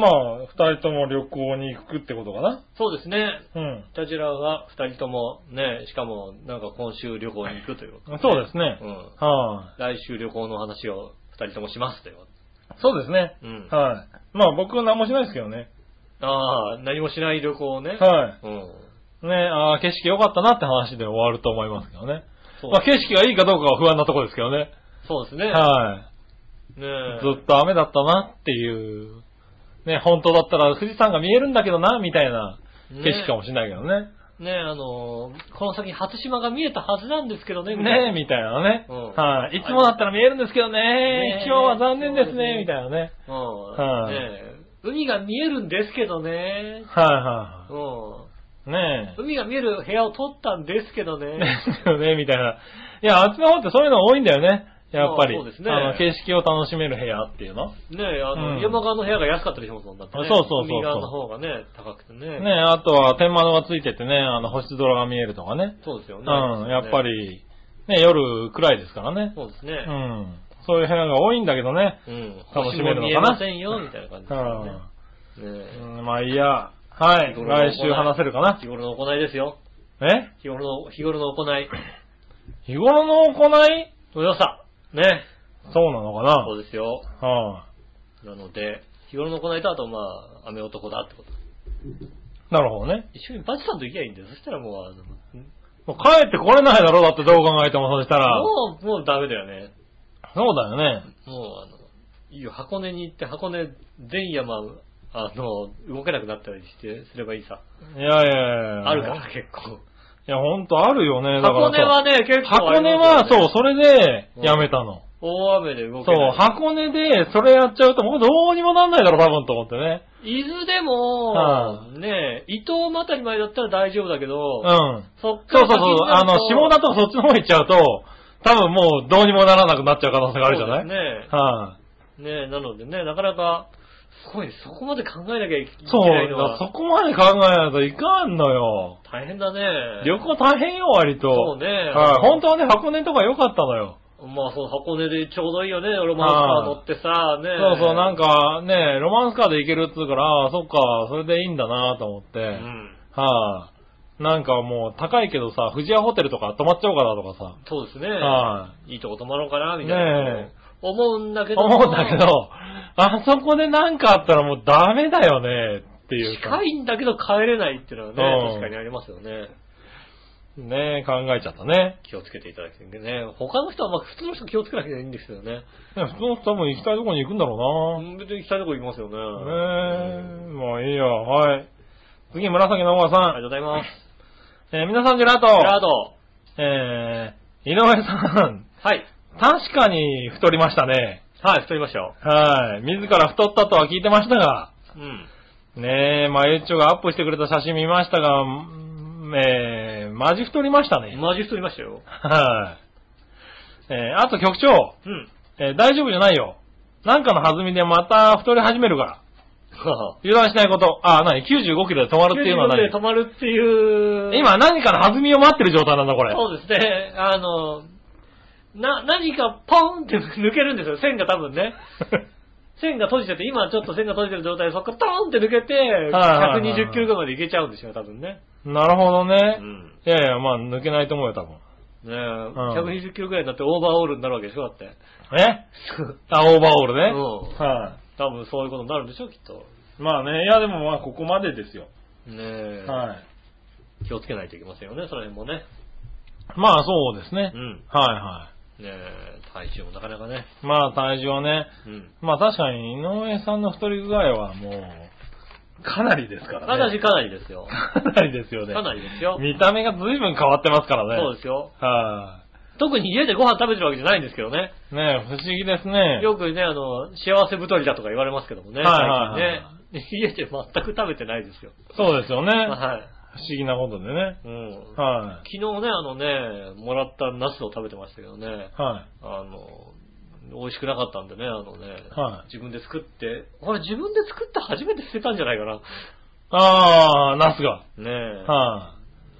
[SPEAKER 3] まあ、二人とも旅行に行くってことかな。
[SPEAKER 2] そうですね。
[SPEAKER 3] うん。
[SPEAKER 2] タジラが二人ともね、しかもなんか今週旅行に行くということ
[SPEAKER 3] そうですね。
[SPEAKER 2] うん。
[SPEAKER 3] はい、
[SPEAKER 2] 来週旅行の話を二人ともしますというこ
[SPEAKER 3] そうですね。
[SPEAKER 2] と。うん。
[SPEAKER 3] はい、まあ僕は何もしないですけどね。
[SPEAKER 2] ああ、何もしない旅行をね。
[SPEAKER 3] は
[SPEAKER 2] うん。
[SPEAKER 3] い。ねああ、景色良かったなって話で終わると思いますけどね。
[SPEAKER 2] そう
[SPEAKER 3] まあ景色がいいかどうかは不安なところですけどね。
[SPEAKER 2] そうですね。
[SPEAKER 3] はい、
[SPEAKER 2] ねえ
[SPEAKER 3] ずっと雨だったなっていう。ね、本当だったら富士山が見えるんだけどな、みたいな景色かもしれないけどね。
[SPEAKER 2] ねえ、あのーこの先初島が見えたはずなんですけどね、みたい
[SPEAKER 3] ねえ、
[SPEAKER 2] な
[SPEAKER 3] みたいなね。
[SPEAKER 2] うん
[SPEAKER 3] はい、いつもだったら見えるんですけど
[SPEAKER 2] ね
[SPEAKER 3] ね
[SPEAKER 2] え
[SPEAKER 3] 今日は残念です
[SPEAKER 2] そうです
[SPEAKER 3] ね、
[SPEAKER 2] ね
[SPEAKER 3] みたいなね。
[SPEAKER 2] うん
[SPEAKER 3] はい
[SPEAKER 2] ねえ海が見えるんですけどね。
[SPEAKER 3] は
[SPEAKER 2] うん
[SPEAKER 3] いはい。ねえ。
[SPEAKER 2] 海が見える部屋を取ったんですけど ね。
[SPEAKER 3] ですよね、みたいな。いや、あっちの方ってそういうの多いんだよね。やっぱり。
[SPEAKER 2] まあそうですね
[SPEAKER 3] あの、景色を楽しめる部屋っていうの。
[SPEAKER 2] ねえ、あ
[SPEAKER 3] う
[SPEAKER 2] の、
[SPEAKER 3] ん
[SPEAKER 2] 山側の部屋が安かったりしますもんだって、ね。
[SPEAKER 3] そうそうそうそう
[SPEAKER 2] 海側の方がね、高くてね。
[SPEAKER 3] ねあとは天窓がついててね、あの、星空が見えるとかね。
[SPEAKER 2] そうですよね。
[SPEAKER 3] うん、やっぱ。り、ね、夜暗いですからね。
[SPEAKER 2] そうです
[SPEAKER 3] う
[SPEAKER 2] ね。
[SPEAKER 3] ん。そういう部屋が多いんだけどね。
[SPEAKER 2] うん。
[SPEAKER 3] 楽しめるのかな
[SPEAKER 2] 星も見えませんよ、みたいな感じ
[SPEAKER 3] う
[SPEAKER 2] ですよね。ねえ
[SPEAKER 3] ん。うんまあいいや。はい。
[SPEAKER 2] 日頃の行い
[SPEAKER 3] 来週話せるかな
[SPEAKER 2] 日。頃の行いですよ。
[SPEAKER 3] え
[SPEAKER 2] 日頃の、日頃の行い。
[SPEAKER 3] 日頃の行い
[SPEAKER 2] 土曜さ。ね。
[SPEAKER 3] そうなのか
[SPEAKER 2] そうですよ。
[SPEAKER 3] なは
[SPEAKER 2] なので、日頃の行いとあとまあ、雨男だってこと。
[SPEAKER 3] い。なるほどね。
[SPEAKER 2] 一緒にバチさんと行きゃいいんだよ。そしたらもう、あの、ん
[SPEAKER 3] もう帰ってこれないだろ、だってどう考えてもそしたら。
[SPEAKER 2] もう、もうダメだよね。
[SPEAKER 3] そうだよね。
[SPEAKER 2] もう、あの、いいよ、箱根に行って、箱根全山、あの、動けなくなったりして、すればいいさ。
[SPEAKER 3] いやいやいや
[SPEAKER 2] あるから、結構。
[SPEAKER 3] いや、ほんとあるよね。だから
[SPEAKER 2] 箱
[SPEAKER 3] さ
[SPEAKER 2] 根はね、結構あ
[SPEAKER 3] 箱
[SPEAKER 2] り
[SPEAKER 3] 根
[SPEAKER 2] ま
[SPEAKER 3] は、
[SPEAKER 2] すよね、
[SPEAKER 3] そう、それで、やめたの。
[SPEAKER 2] 大雨で動け
[SPEAKER 3] そ
[SPEAKER 2] な
[SPEAKER 3] う
[SPEAKER 2] い。、
[SPEAKER 3] 箱根で、それやっちゃうと、もうどうにもなんないだろ、多分と思ってね。
[SPEAKER 2] 伊豆でも、
[SPEAKER 3] は
[SPEAKER 2] ねえ、伊東あたりまでだったら大丈夫だけど、
[SPEAKER 3] うん。
[SPEAKER 2] そっか
[SPEAKER 3] そうそ
[SPEAKER 2] ら
[SPEAKER 3] うそう、あの、下田と
[SPEAKER 2] と
[SPEAKER 3] かそっちの方行っちゃうと、多分もうどうにもならなくなっちゃう可能性があるじゃないはい、
[SPEAKER 2] ねえ、ねえ、なのでね、なかなか、すごい、そこまで考えなきゃいけ
[SPEAKER 3] そう、
[SPEAKER 2] ない
[SPEAKER 3] だ
[SPEAKER 2] の
[SPEAKER 3] からそ
[SPEAKER 2] は、
[SPEAKER 3] こまで考えないといかんのよ。
[SPEAKER 2] 大変だね。
[SPEAKER 3] 旅行大変よ、割と。
[SPEAKER 2] そうね
[SPEAKER 3] はい、本当はね、箱根とか良かったのよ。
[SPEAKER 2] まあ、その箱根でちょうどいいよね、ロマンスカー乗ってさ、ねえ。
[SPEAKER 3] そうそう、なんかね、ロマンスカーで行けるっつうから、ああそっか、それでいいんだなと思って。
[SPEAKER 2] う
[SPEAKER 3] はい、
[SPEAKER 2] ん。
[SPEAKER 3] なんかもう高いけどさ、富士屋ホテルとか泊まっちゃおうかなとか
[SPEAKER 2] そうですね。
[SPEAKER 3] さ。はい
[SPEAKER 2] いとこ泊まろうかな、みたいな。
[SPEAKER 3] ねえ
[SPEAKER 2] 思うんだけど。
[SPEAKER 3] 思うんだけど。、あそこでなんかあったらもうダメだよね、っていうか
[SPEAKER 2] 近。いんだけど帰れないっていうのは
[SPEAKER 3] うん
[SPEAKER 2] ね、確かにありますよね。
[SPEAKER 3] ね考えちゃったね。
[SPEAKER 2] 気をつけていただきたいね。他の人は、まあ、普通の人気をつけなきゃいいんですけどね。
[SPEAKER 3] ね普通の人多分行きたいとこに行くんだろ
[SPEAKER 2] 別に行きたいとこ行きますよ
[SPEAKER 3] う
[SPEAKER 2] ね。
[SPEAKER 3] な。ねえ、まあいいや、はい。次、紫のおばさ。
[SPEAKER 2] ありがとうんございます。
[SPEAKER 3] えー皆さんジェラート。
[SPEAKER 2] ジェラード。
[SPEAKER 3] えー、井上さん。
[SPEAKER 2] はい。
[SPEAKER 3] 確かに太りましたね。
[SPEAKER 2] はい、太りましたよ。
[SPEAKER 3] はい。自ら太ったとは聞いてましたが、
[SPEAKER 2] うん。
[SPEAKER 3] ねえ、まあ、ゆっちょがアップしてくれた写真見ましたが、うんえー、マジ太りましたね。
[SPEAKER 2] マジ太りましたよ。
[SPEAKER 3] はい。えー、あと局長、
[SPEAKER 2] うん。
[SPEAKER 3] えー大丈夫じゃないよ。なんかの弾みでまた太り始めるから。
[SPEAKER 2] は
[SPEAKER 3] 油断しないこと。あ、なに ?95 キロで止まるっていうのは
[SPEAKER 2] で
[SPEAKER 3] 何
[SPEAKER 2] 止まるっていう。
[SPEAKER 3] 今何かの弾みを待ってる状態なんだ、これ。
[SPEAKER 2] そうですね。あの、な、何かポンって抜けるんですよ。線が多分ね。線が閉じてて、今ちょっと線が閉じてる状態で、そこからトーンって抜けて、
[SPEAKER 3] はいはいはい
[SPEAKER 2] 120キロぐらいまでいけちゃうんですよ、多分ね。
[SPEAKER 3] なるほど
[SPEAKER 2] う
[SPEAKER 3] ね。
[SPEAKER 2] ん。ね
[SPEAKER 3] いやいや、まあ、抜けないと思うよ、多分。
[SPEAKER 2] え、120キロぐらいになってオーバーオールになるわけでしょ、だって。
[SPEAKER 3] えあ、オーバーオール
[SPEAKER 2] う
[SPEAKER 3] ね。
[SPEAKER 2] ん。
[SPEAKER 3] はい、
[SPEAKER 2] 多分そういうことになるんでしょ、きっと。
[SPEAKER 3] まあね、いやでもまあここまでですよ。
[SPEAKER 2] ねえ。
[SPEAKER 3] はい。
[SPEAKER 2] 気をつけないといけませんよね、その辺もね。
[SPEAKER 3] まあそうですね。
[SPEAKER 2] うん。
[SPEAKER 3] はいは
[SPEAKER 2] ねえ、体重もなかなかね。
[SPEAKER 3] い。まあ体重はね、
[SPEAKER 2] うん。
[SPEAKER 3] まあ確かに井上さんの太り具合はもう、かなりですか
[SPEAKER 2] からなり
[SPEAKER 3] ね。
[SPEAKER 2] かなりですよ。
[SPEAKER 3] かなりですよね。
[SPEAKER 2] かなりですよ。
[SPEAKER 3] 見た目が随分変わってますからね。。
[SPEAKER 2] そうですすよ。
[SPEAKER 3] は
[SPEAKER 2] 特に家でご飯食べてるわけじゃないんですけどね。
[SPEAKER 3] い。ねえ不思議ですね。
[SPEAKER 2] よくね、あの、幸せ太りだとか言われますけどもね。
[SPEAKER 3] はいはいはい
[SPEAKER 2] 最近ね。家で全く食べてないですよ。
[SPEAKER 3] そうですよね。不
[SPEAKER 2] はい。
[SPEAKER 3] 思議なことでね。
[SPEAKER 2] うん。
[SPEAKER 3] は
[SPEAKER 2] 昨日ね、あのね、もらったナスを食べてましたけどね。
[SPEAKER 3] い。は
[SPEAKER 2] あの、美味しくなかったんでね、あのね。
[SPEAKER 3] はい
[SPEAKER 2] 自分で作って、これ自分で作って初めて捨てたんじゃないか
[SPEAKER 3] い。ああ、ナスが。
[SPEAKER 2] な。ねえ。
[SPEAKER 3] は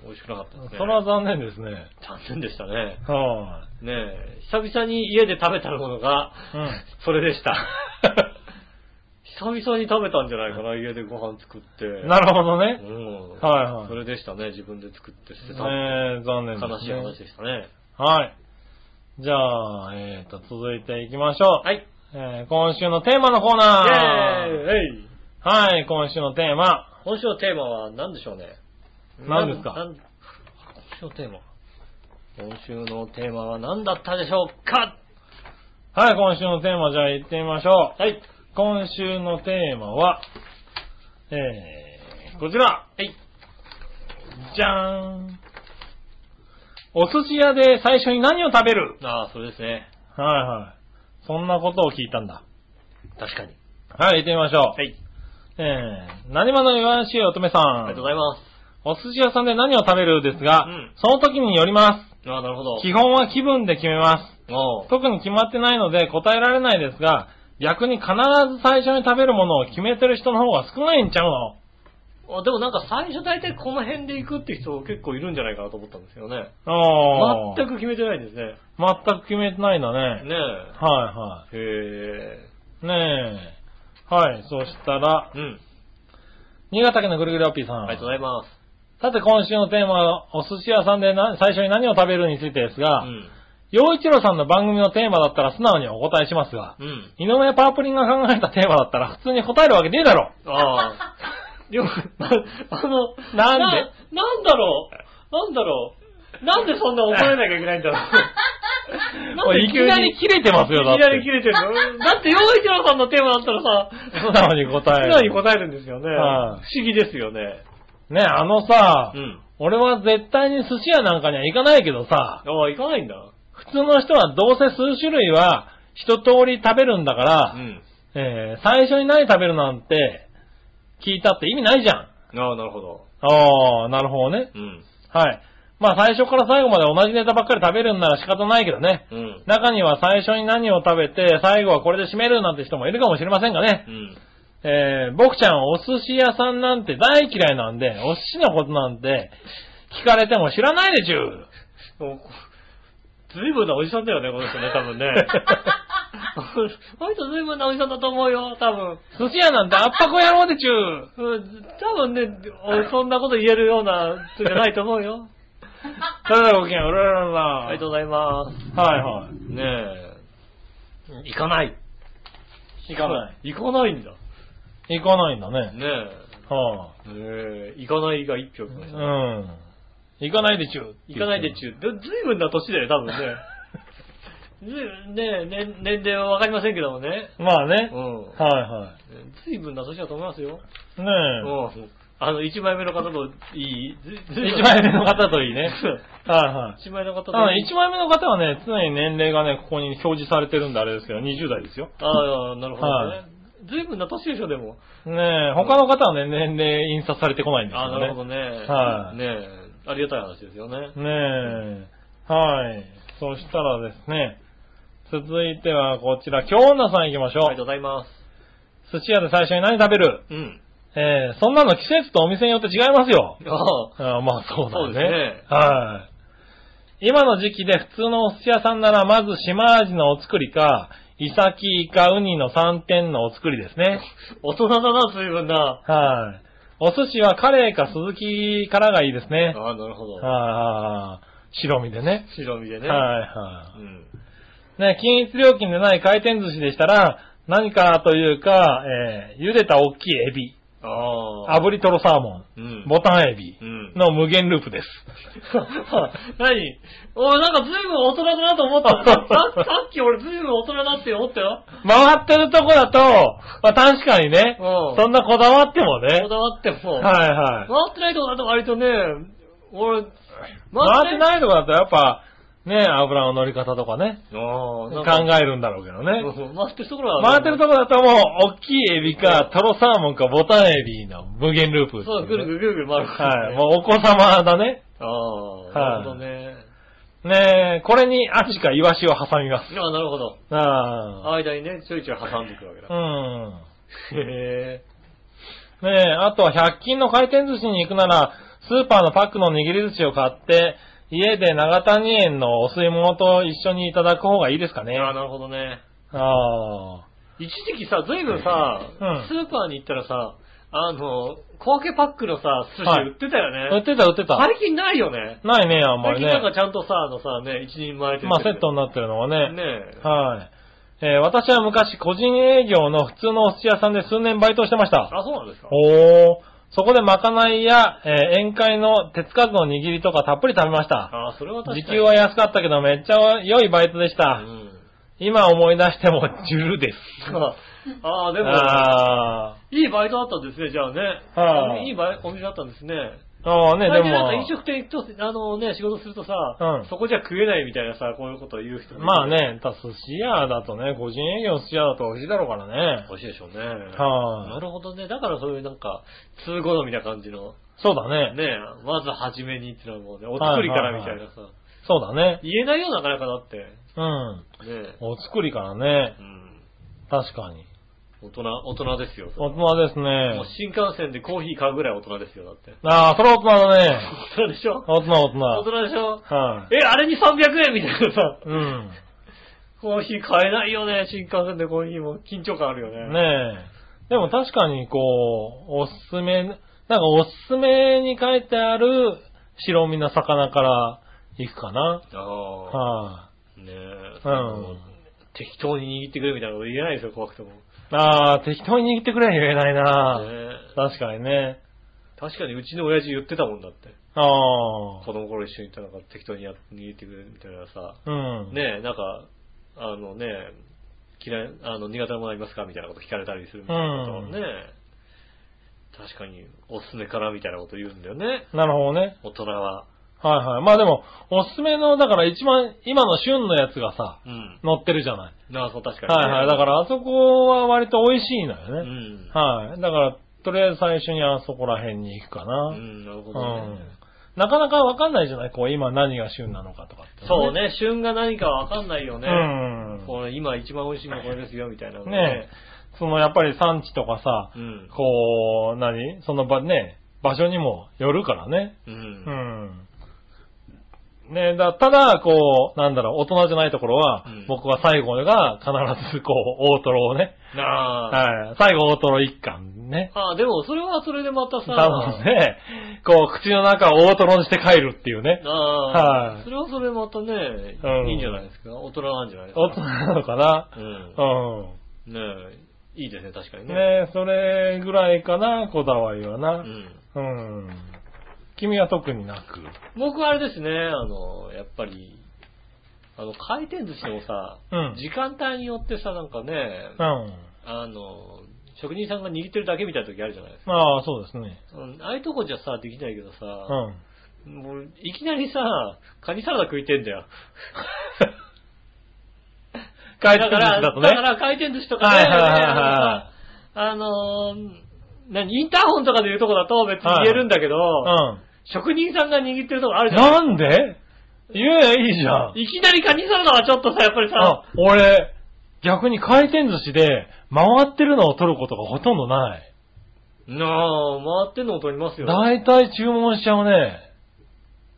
[SPEAKER 3] い。
[SPEAKER 2] 美味しくなかったですね。
[SPEAKER 3] それは残念ですね。
[SPEAKER 2] 残念でしたね。
[SPEAKER 3] は
[SPEAKER 2] ねえ、久々に家で食べたものが、
[SPEAKER 3] い。うん。
[SPEAKER 2] それでした。 久々に食べたんじゃないかな、家でご飯作って。
[SPEAKER 3] なるほど
[SPEAKER 2] う
[SPEAKER 3] ね。
[SPEAKER 2] ん。
[SPEAKER 3] はいはい
[SPEAKER 2] それでしたね、自分で作って捨てた。
[SPEAKER 3] ねえ、残念です、ね。
[SPEAKER 2] 悲しい話でしたね。
[SPEAKER 3] はい。じゃあ、えーと、続いていきましょう。
[SPEAKER 2] はい。
[SPEAKER 3] えー今週のテーマのコーナ
[SPEAKER 2] イェーイ
[SPEAKER 3] ー。
[SPEAKER 2] えい
[SPEAKER 3] はい、今週のテーマ。
[SPEAKER 2] 今週のテーマは何でしょうね。
[SPEAKER 3] 何ですか
[SPEAKER 2] なん今週のテーマ。今週のテーマは何だったでしょうか
[SPEAKER 3] はい、今週のテーマ、じゃあ行ってみましょう。
[SPEAKER 2] はい。
[SPEAKER 3] 今週のテーマは、えー、こちら。
[SPEAKER 2] はい。
[SPEAKER 3] じゃーん。お寿司屋で最初に何を食べる
[SPEAKER 2] ああ、それですね。
[SPEAKER 3] はいはい。そんなことを聞いたんだ。
[SPEAKER 2] 確かに。
[SPEAKER 3] はい、行ってみましょう。
[SPEAKER 2] はい。
[SPEAKER 3] えー、何者言わんしい乙女さん。
[SPEAKER 2] ありがとうございます。
[SPEAKER 3] お寿司屋さんで何を食べるですが、
[SPEAKER 2] うん
[SPEAKER 3] その時によりま
[SPEAKER 2] ああ、なるほど
[SPEAKER 3] す。。基本は気分で決めま
[SPEAKER 2] おう
[SPEAKER 3] す。特に決まってないので答えられないですが、逆に必ず最初に食べるものを決めてる人の方が少ないんちゃうの
[SPEAKER 2] あでもなんか最初大体この辺で行くって人結構いるんじゃないかなと思ったんですよね。
[SPEAKER 3] あー
[SPEAKER 2] 全く決めてないんですね。
[SPEAKER 3] 全く決めてないんだね。
[SPEAKER 2] ね
[SPEAKER 3] はいは
[SPEAKER 2] え。へえ。
[SPEAKER 3] い。ねえ。はい、そしたら、
[SPEAKER 2] うん。
[SPEAKER 3] 新潟県のぐるぐるおっぴーさん。
[SPEAKER 2] ありがとうございます。
[SPEAKER 3] さて今週のテーマは、お寿司屋さんでな最初に何を食べるについてです
[SPEAKER 2] う
[SPEAKER 3] が、
[SPEAKER 2] ん。
[SPEAKER 3] 洋一郎さんの番組のテーマだったら素直にお答えしますが、
[SPEAKER 2] うん。
[SPEAKER 3] 井上パープリンが考えたテーマだったら普通に答えるわけねえだろ。
[SPEAKER 2] ああ。よく、 あの、
[SPEAKER 3] なんで
[SPEAKER 2] な、なんだろう。なんだろう。なんでそんな怒られなきゃいけないんだろう。
[SPEAKER 3] おいいきなり切れてますよ、だっ
[SPEAKER 2] い
[SPEAKER 3] て。
[SPEAKER 2] きなり切れてるの。だって、洋一郎さんのテーマだったらさ、
[SPEAKER 3] 素直に答え
[SPEAKER 2] 素
[SPEAKER 3] る。
[SPEAKER 2] 直に答えるんですよね。
[SPEAKER 3] はい
[SPEAKER 2] 不思議ですよね。
[SPEAKER 3] ね、あのさ、
[SPEAKER 2] うん。
[SPEAKER 3] 俺は絶対に寿司屋なんかには行かないけどさ、
[SPEAKER 2] ああ、行かないんだ。
[SPEAKER 3] 普通の人はどうせ数種類は一通り食べるんだから、
[SPEAKER 2] ん。
[SPEAKER 3] えー最初に何食べるなんて聞いたって意味ないじゃん。
[SPEAKER 2] ああ、なるほど。
[SPEAKER 3] ああ、なるほどね。
[SPEAKER 2] うん。
[SPEAKER 3] はい。まあ最初から最後まで同じネタばっかり食べるんなら仕方ないけどね。
[SPEAKER 2] うん。
[SPEAKER 3] 中には最初に何を食べて、最後はこれで締めるなんて人もいるかもしれませんがね
[SPEAKER 2] う。ん。
[SPEAKER 3] えー、僕ちゃんお寿司屋さんなんて大嫌いなんで、お寿司のことなんて聞かれても知らないでちゅう。
[SPEAKER 2] ずいぶんなおじさんだよね、この人ね、多分 ね。この人ずいぶんなおじさんだと思うよ、多分。
[SPEAKER 3] 寿司屋なんてあっぱこ野郎でちゅう。
[SPEAKER 2] うん多分ね、おそんなこと言えるような人じゃないと思うよ。
[SPEAKER 3] それではごきげんよう、うらららら。
[SPEAKER 2] ありがとうございま
[SPEAKER 3] はいはい。
[SPEAKER 2] す。ねえ。行かない。
[SPEAKER 3] 行かない。
[SPEAKER 2] い。行かないんだ。ね
[SPEAKER 3] 行かないんだね。はあ、
[SPEAKER 2] え。ねえ、行かないが一票来ま
[SPEAKER 3] う
[SPEAKER 2] したね
[SPEAKER 3] ん。行かないでちゅう。
[SPEAKER 2] 行かないでちゅう。でずいぶんな年だよ、多分ね。ずいねえ、ね、年齢はわかりませんけどもね。
[SPEAKER 3] まあね。
[SPEAKER 2] うん。
[SPEAKER 3] はいは
[SPEAKER 2] ずいぶんな年だと思いますよ。
[SPEAKER 3] い。ねえ。
[SPEAKER 2] うん。あの、一枚目の方といい。ずずいぶん
[SPEAKER 3] 一枚目の方といいね。はいはい。
[SPEAKER 2] 一枚の方と
[SPEAKER 3] あの、
[SPEAKER 2] いい。
[SPEAKER 3] 1枚目の方はね、常に年齢がね、ここに表示されてるんであれですけど、20代ですよ。
[SPEAKER 2] ああ、なるほど
[SPEAKER 3] は
[SPEAKER 2] ね。ずいぶんな年でしょ、でも。
[SPEAKER 3] ねえ、他の方はね、年齢印刷されてこないんです
[SPEAKER 2] ああ、
[SPEAKER 3] よ
[SPEAKER 2] な
[SPEAKER 3] ね。
[SPEAKER 2] るほどね。
[SPEAKER 3] はい
[SPEAKER 2] ねえ、ありがたい話ですよね。
[SPEAKER 3] ねえ、はい。そしたらですね、続いてはこちら、京女さん行きまし
[SPEAKER 2] あ
[SPEAKER 3] ょ
[SPEAKER 2] りがとうございま
[SPEAKER 3] う。寿司屋で最初に何食べる
[SPEAKER 2] す。うん。
[SPEAKER 3] えー、そんなの季節とお店によって違いますよ。
[SPEAKER 2] ああ、
[SPEAKER 3] あーまあそうだ
[SPEAKER 2] そう
[SPEAKER 3] よね。
[SPEAKER 2] ですね
[SPEAKER 3] はい。今の時期で普通のお寿司屋さんなら、まず島味のお作りか、イサキイカウニの3点のお作りですね。
[SPEAKER 2] 大人だな、ずいぶんな。
[SPEAKER 3] はい。お寿司はカレーかスズキからがいいですね。
[SPEAKER 2] ああ、なるほど。
[SPEAKER 3] ああ、白身でね。
[SPEAKER 2] 白身で
[SPEAKER 3] は
[SPEAKER 2] ね。
[SPEAKER 3] いは
[SPEAKER 2] うん。
[SPEAKER 3] い。ね、均一料金でない回転寿司でしたら、何かというか、えー、茹でた大きいエビ、
[SPEAKER 2] ああ。
[SPEAKER 3] 炙りトロサーモ
[SPEAKER 2] うん
[SPEAKER 3] ン、。ボタンエビ
[SPEAKER 2] うん。
[SPEAKER 3] の無限ループです。
[SPEAKER 2] 何俺なんかずいぶん大人だなと思 った。ささっき俺ずいぶん大人だって思ったよ。
[SPEAKER 3] 回ってるとこだと、まあ確かにね、
[SPEAKER 2] うん
[SPEAKER 3] そんなこだわってもね
[SPEAKER 2] こ、だわっても。
[SPEAKER 3] はいはい。
[SPEAKER 2] 回ってないとこだと割とね、俺、
[SPEAKER 3] 回って
[SPEAKER 2] い
[SPEAKER 3] ないとこだとやっぱ、ね、油の乗り方とかね、
[SPEAKER 2] ああ、
[SPEAKER 3] 考
[SPEAKER 2] なんか
[SPEAKER 3] えるんだろうけどね。
[SPEAKER 2] うん回ってるところは。
[SPEAKER 3] 回ってるとこだともう、大きいエビか、トロサーモンか、ボタンエビの無限ループっていね
[SPEAKER 2] そう、ぐるぐるぐるぐる回るから
[SPEAKER 3] はい、
[SPEAKER 2] ね
[SPEAKER 3] もうお子様だね。
[SPEAKER 2] ああ、なるほどね。
[SPEAKER 3] ねこれにアジかイワシを挟みます。
[SPEAKER 2] ああ、なるほど。
[SPEAKER 3] ああ。
[SPEAKER 2] 間にね、ちょいちょい挟んでいく わけだ
[SPEAKER 3] う。ん。
[SPEAKER 2] へえ。
[SPEAKER 3] ねえ、あとは100均の回転寿司に行くなら、スーパーのパックの握り寿司を買って、家で長谷園のお吸い物と一緒にいただく方がいいですかね。
[SPEAKER 2] ああ、なるほどね。
[SPEAKER 3] ああ。
[SPEAKER 2] 一時期さ、ずいぶんさ、
[SPEAKER 3] うん
[SPEAKER 2] スーパーに行ったらさ、あの、小分けパックのさ、寿
[SPEAKER 3] は
[SPEAKER 2] 司
[SPEAKER 3] い
[SPEAKER 2] 売ってたよね。
[SPEAKER 3] 売ってた売ってた。
[SPEAKER 2] 最近ないよね。
[SPEAKER 3] ないね、あんま
[SPEAKER 2] 最
[SPEAKER 3] り
[SPEAKER 2] 近
[SPEAKER 3] ね。
[SPEAKER 2] なんかちゃんとさ、あのさ、ね、一人前って
[SPEAKER 3] まあセットになってるのはね。
[SPEAKER 2] ねえ。
[SPEAKER 3] はい。えー私は昔個人営業の普通のお寿司屋さんで数年バイトをしてました。
[SPEAKER 2] あ、そうなんですか。
[SPEAKER 3] おー。そこでまかないや、えー宴会の手つかずの握りとかたっぷり食べました。
[SPEAKER 2] あ、それは確かに。
[SPEAKER 3] 時給は安かったけどめっちゃ良いバイトでし
[SPEAKER 2] う
[SPEAKER 3] た。
[SPEAKER 2] ん。
[SPEAKER 3] 今思い出してもジュルです。
[SPEAKER 2] ああ、でも、
[SPEAKER 3] あ
[SPEAKER 2] いいバイトだったんですね、じゃあね。
[SPEAKER 3] はい
[SPEAKER 2] いいバイお店だったんですね。
[SPEAKER 3] ーあーね、
[SPEAKER 2] 最
[SPEAKER 3] で
[SPEAKER 2] 近なんか
[SPEAKER 3] も
[SPEAKER 2] 飲、食店行くと、あのね、仕事するとさ、
[SPEAKER 3] うん
[SPEAKER 2] そこじゃ食えないみたいなさ、こういうことを言う人もいる
[SPEAKER 3] まあ。ね、た寿司屋だとね、個人営業の寿司屋だと美味しいだろうからね。
[SPEAKER 2] 美味しいでしょうね。
[SPEAKER 3] はい
[SPEAKER 2] なるほどね。だからそういうなんか、通好みな感じの、
[SPEAKER 3] そうだね。
[SPEAKER 2] ね、まず初めにってのはもうね、お作りからみたいなさ、
[SPEAKER 3] そうだね。
[SPEAKER 2] 言えないよ、なかなかだって。
[SPEAKER 3] うん。
[SPEAKER 2] ね
[SPEAKER 3] お作りからね。
[SPEAKER 2] うん。
[SPEAKER 3] 確かに。
[SPEAKER 2] 大人、大人ですよ。それ
[SPEAKER 3] 大
[SPEAKER 2] は
[SPEAKER 3] 人です
[SPEAKER 2] もう
[SPEAKER 3] ね。
[SPEAKER 2] 新幹線でコーヒー買うぐらい大人ですよ、だって。
[SPEAKER 3] ああ、それは大人だね。
[SPEAKER 2] 大人でしょ
[SPEAKER 3] 大人、大人。
[SPEAKER 2] 大人でしょ
[SPEAKER 3] はい。
[SPEAKER 2] え、あれに300円みたいなさ、
[SPEAKER 3] うん。
[SPEAKER 2] コーヒー買えないよね、新幹線でコーヒーも緊張感あるよね。
[SPEAKER 3] ねえ。でも確かにこう、おすすめ、なんかおすすめに書いてある白身の魚から行くかな。
[SPEAKER 2] ああ、
[SPEAKER 3] は
[SPEAKER 2] ねえ。
[SPEAKER 3] うん
[SPEAKER 2] 適当に握ってくれみたいなこと言えないですよ、怖くても。ね
[SPEAKER 3] い。ああ、適当に握ってくれ言えないな。
[SPEAKER 2] え
[SPEAKER 3] 確かにね。
[SPEAKER 2] 確かにうちの親父言ってたもんだって。
[SPEAKER 3] ああ。
[SPEAKER 2] 子供頃一緒にいたのが適当にやっ握ってくれるみたいなさ。
[SPEAKER 3] うん。
[SPEAKER 2] ねえ、なんか、あのね、嫌い、あの、苦手なものありますかみたいなこと聞かれたりするみたいなことを
[SPEAKER 3] うん
[SPEAKER 2] ねえ。確かに、おすすめからみたいなこと言うんだよね。
[SPEAKER 3] なるほどね。
[SPEAKER 2] 大人は。
[SPEAKER 3] はいはい。まあでも、おすすめの、だから一番、今の旬のやつがさ、
[SPEAKER 2] うん。
[SPEAKER 3] 乗ってるじゃない。
[SPEAKER 2] なあ、そう、確かに、ね。
[SPEAKER 3] はいはい。だからあそこは割と美味しいのよ
[SPEAKER 2] う
[SPEAKER 3] ね。
[SPEAKER 2] ん。
[SPEAKER 3] はい。だから、とりあえず最初にあそこら辺に行くかな。
[SPEAKER 2] うん、なるほどね。
[SPEAKER 3] なかなかわかんないじゃないこう、今何が旬なのかとかって、
[SPEAKER 2] そう。ね、旬が何かわかんないよ
[SPEAKER 3] う
[SPEAKER 2] ね。
[SPEAKER 3] ん。
[SPEAKER 2] これ今一番美味しいのこれですよ、みたいなの
[SPEAKER 3] ねえ。そのやっぱり産地とかさ、
[SPEAKER 2] うん。
[SPEAKER 3] こう、何その場、ね、場所にもよるからね。
[SPEAKER 2] う。
[SPEAKER 3] うんん。ねだただ、こう、なんだろう、大人じゃないところは、
[SPEAKER 2] うん
[SPEAKER 3] 僕は最後が必ず、こう、大トロをね、
[SPEAKER 2] なあ。
[SPEAKER 3] はい、最後大トロ一貫ね、
[SPEAKER 2] ああ、でもそれはそれでまたさ、
[SPEAKER 3] 多分ね、こう、口の中を大トロにして帰るっていうね、
[SPEAKER 2] ああ、
[SPEAKER 3] はい
[SPEAKER 2] それはそれまたね、
[SPEAKER 3] うん
[SPEAKER 2] いいんじゃないですか。大人なんじゃないですか。
[SPEAKER 3] 大人なのかな。うん。
[SPEAKER 2] うん。ねえ、いいですね、確かにね。
[SPEAKER 3] ねえ、それぐらいかな、こだわりは
[SPEAKER 2] う
[SPEAKER 3] な。
[SPEAKER 2] ん。
[SPEAKER 3] うん。君は特になく。
[SPEAKER 2] 僕はあれですね、あの、やっぱり、あの、回転寿司のさ、
[SPEAKER 3] うん
[SPEAKER 2] 時間帯によってさ、なんかね、
[SPEAKER 3] うん。
[SPEAKER 2] あの、職人さんが握ってるだけみたいな時あるじゃないですか。
[SPEAKER 3] ああ、そうですね。
[SPEAKER 2] うんああいうとこじゃさ、できないけど
[SPEAKER 3] う
[SPEAKER 2] さ、
[SPEAKER 3] ん。
[SPEAKER 2] もういきなりさ、カニサラダ食いてんだよ。
[SPEAKER 3] 回
[SPEAKER 2] だ
[SPEAKER 3] 転
[SPEAKER 2] か
[SPEAKER 3] 寿司
[SPEAKER 2] ら、だ
[SPEAKER 3] だと
[SPEAKER 2] か
[SPEAKER 3] ね。
[SPEAKER 2] ら回転寿司とかね、
[SPEAKER 3] はいはいはいは
[SPEAKER 2] あの何、インターホンとかで言うとこだと別に言えるんだけど、職人さんが握ってるとこある
[SPEAKER 3] うん。
[SPEAKER 2] じゃない
[SPEAKER 3] なんで言えばいいじゃん。
[SPEAKER 2] いきなりカニサラダはちょっとさ、やっぱり
[SPEAKER 3] あ
[SPEAKER 2] さ、、
[SPEAKER 3] 俺、逆に回転寿司で回ってるのを取ることがほとんどない。
[SPEAKER 2] なあ、回ってんのを取りますよ。
[SPEAKER 3] だいたい注文しちゃうね。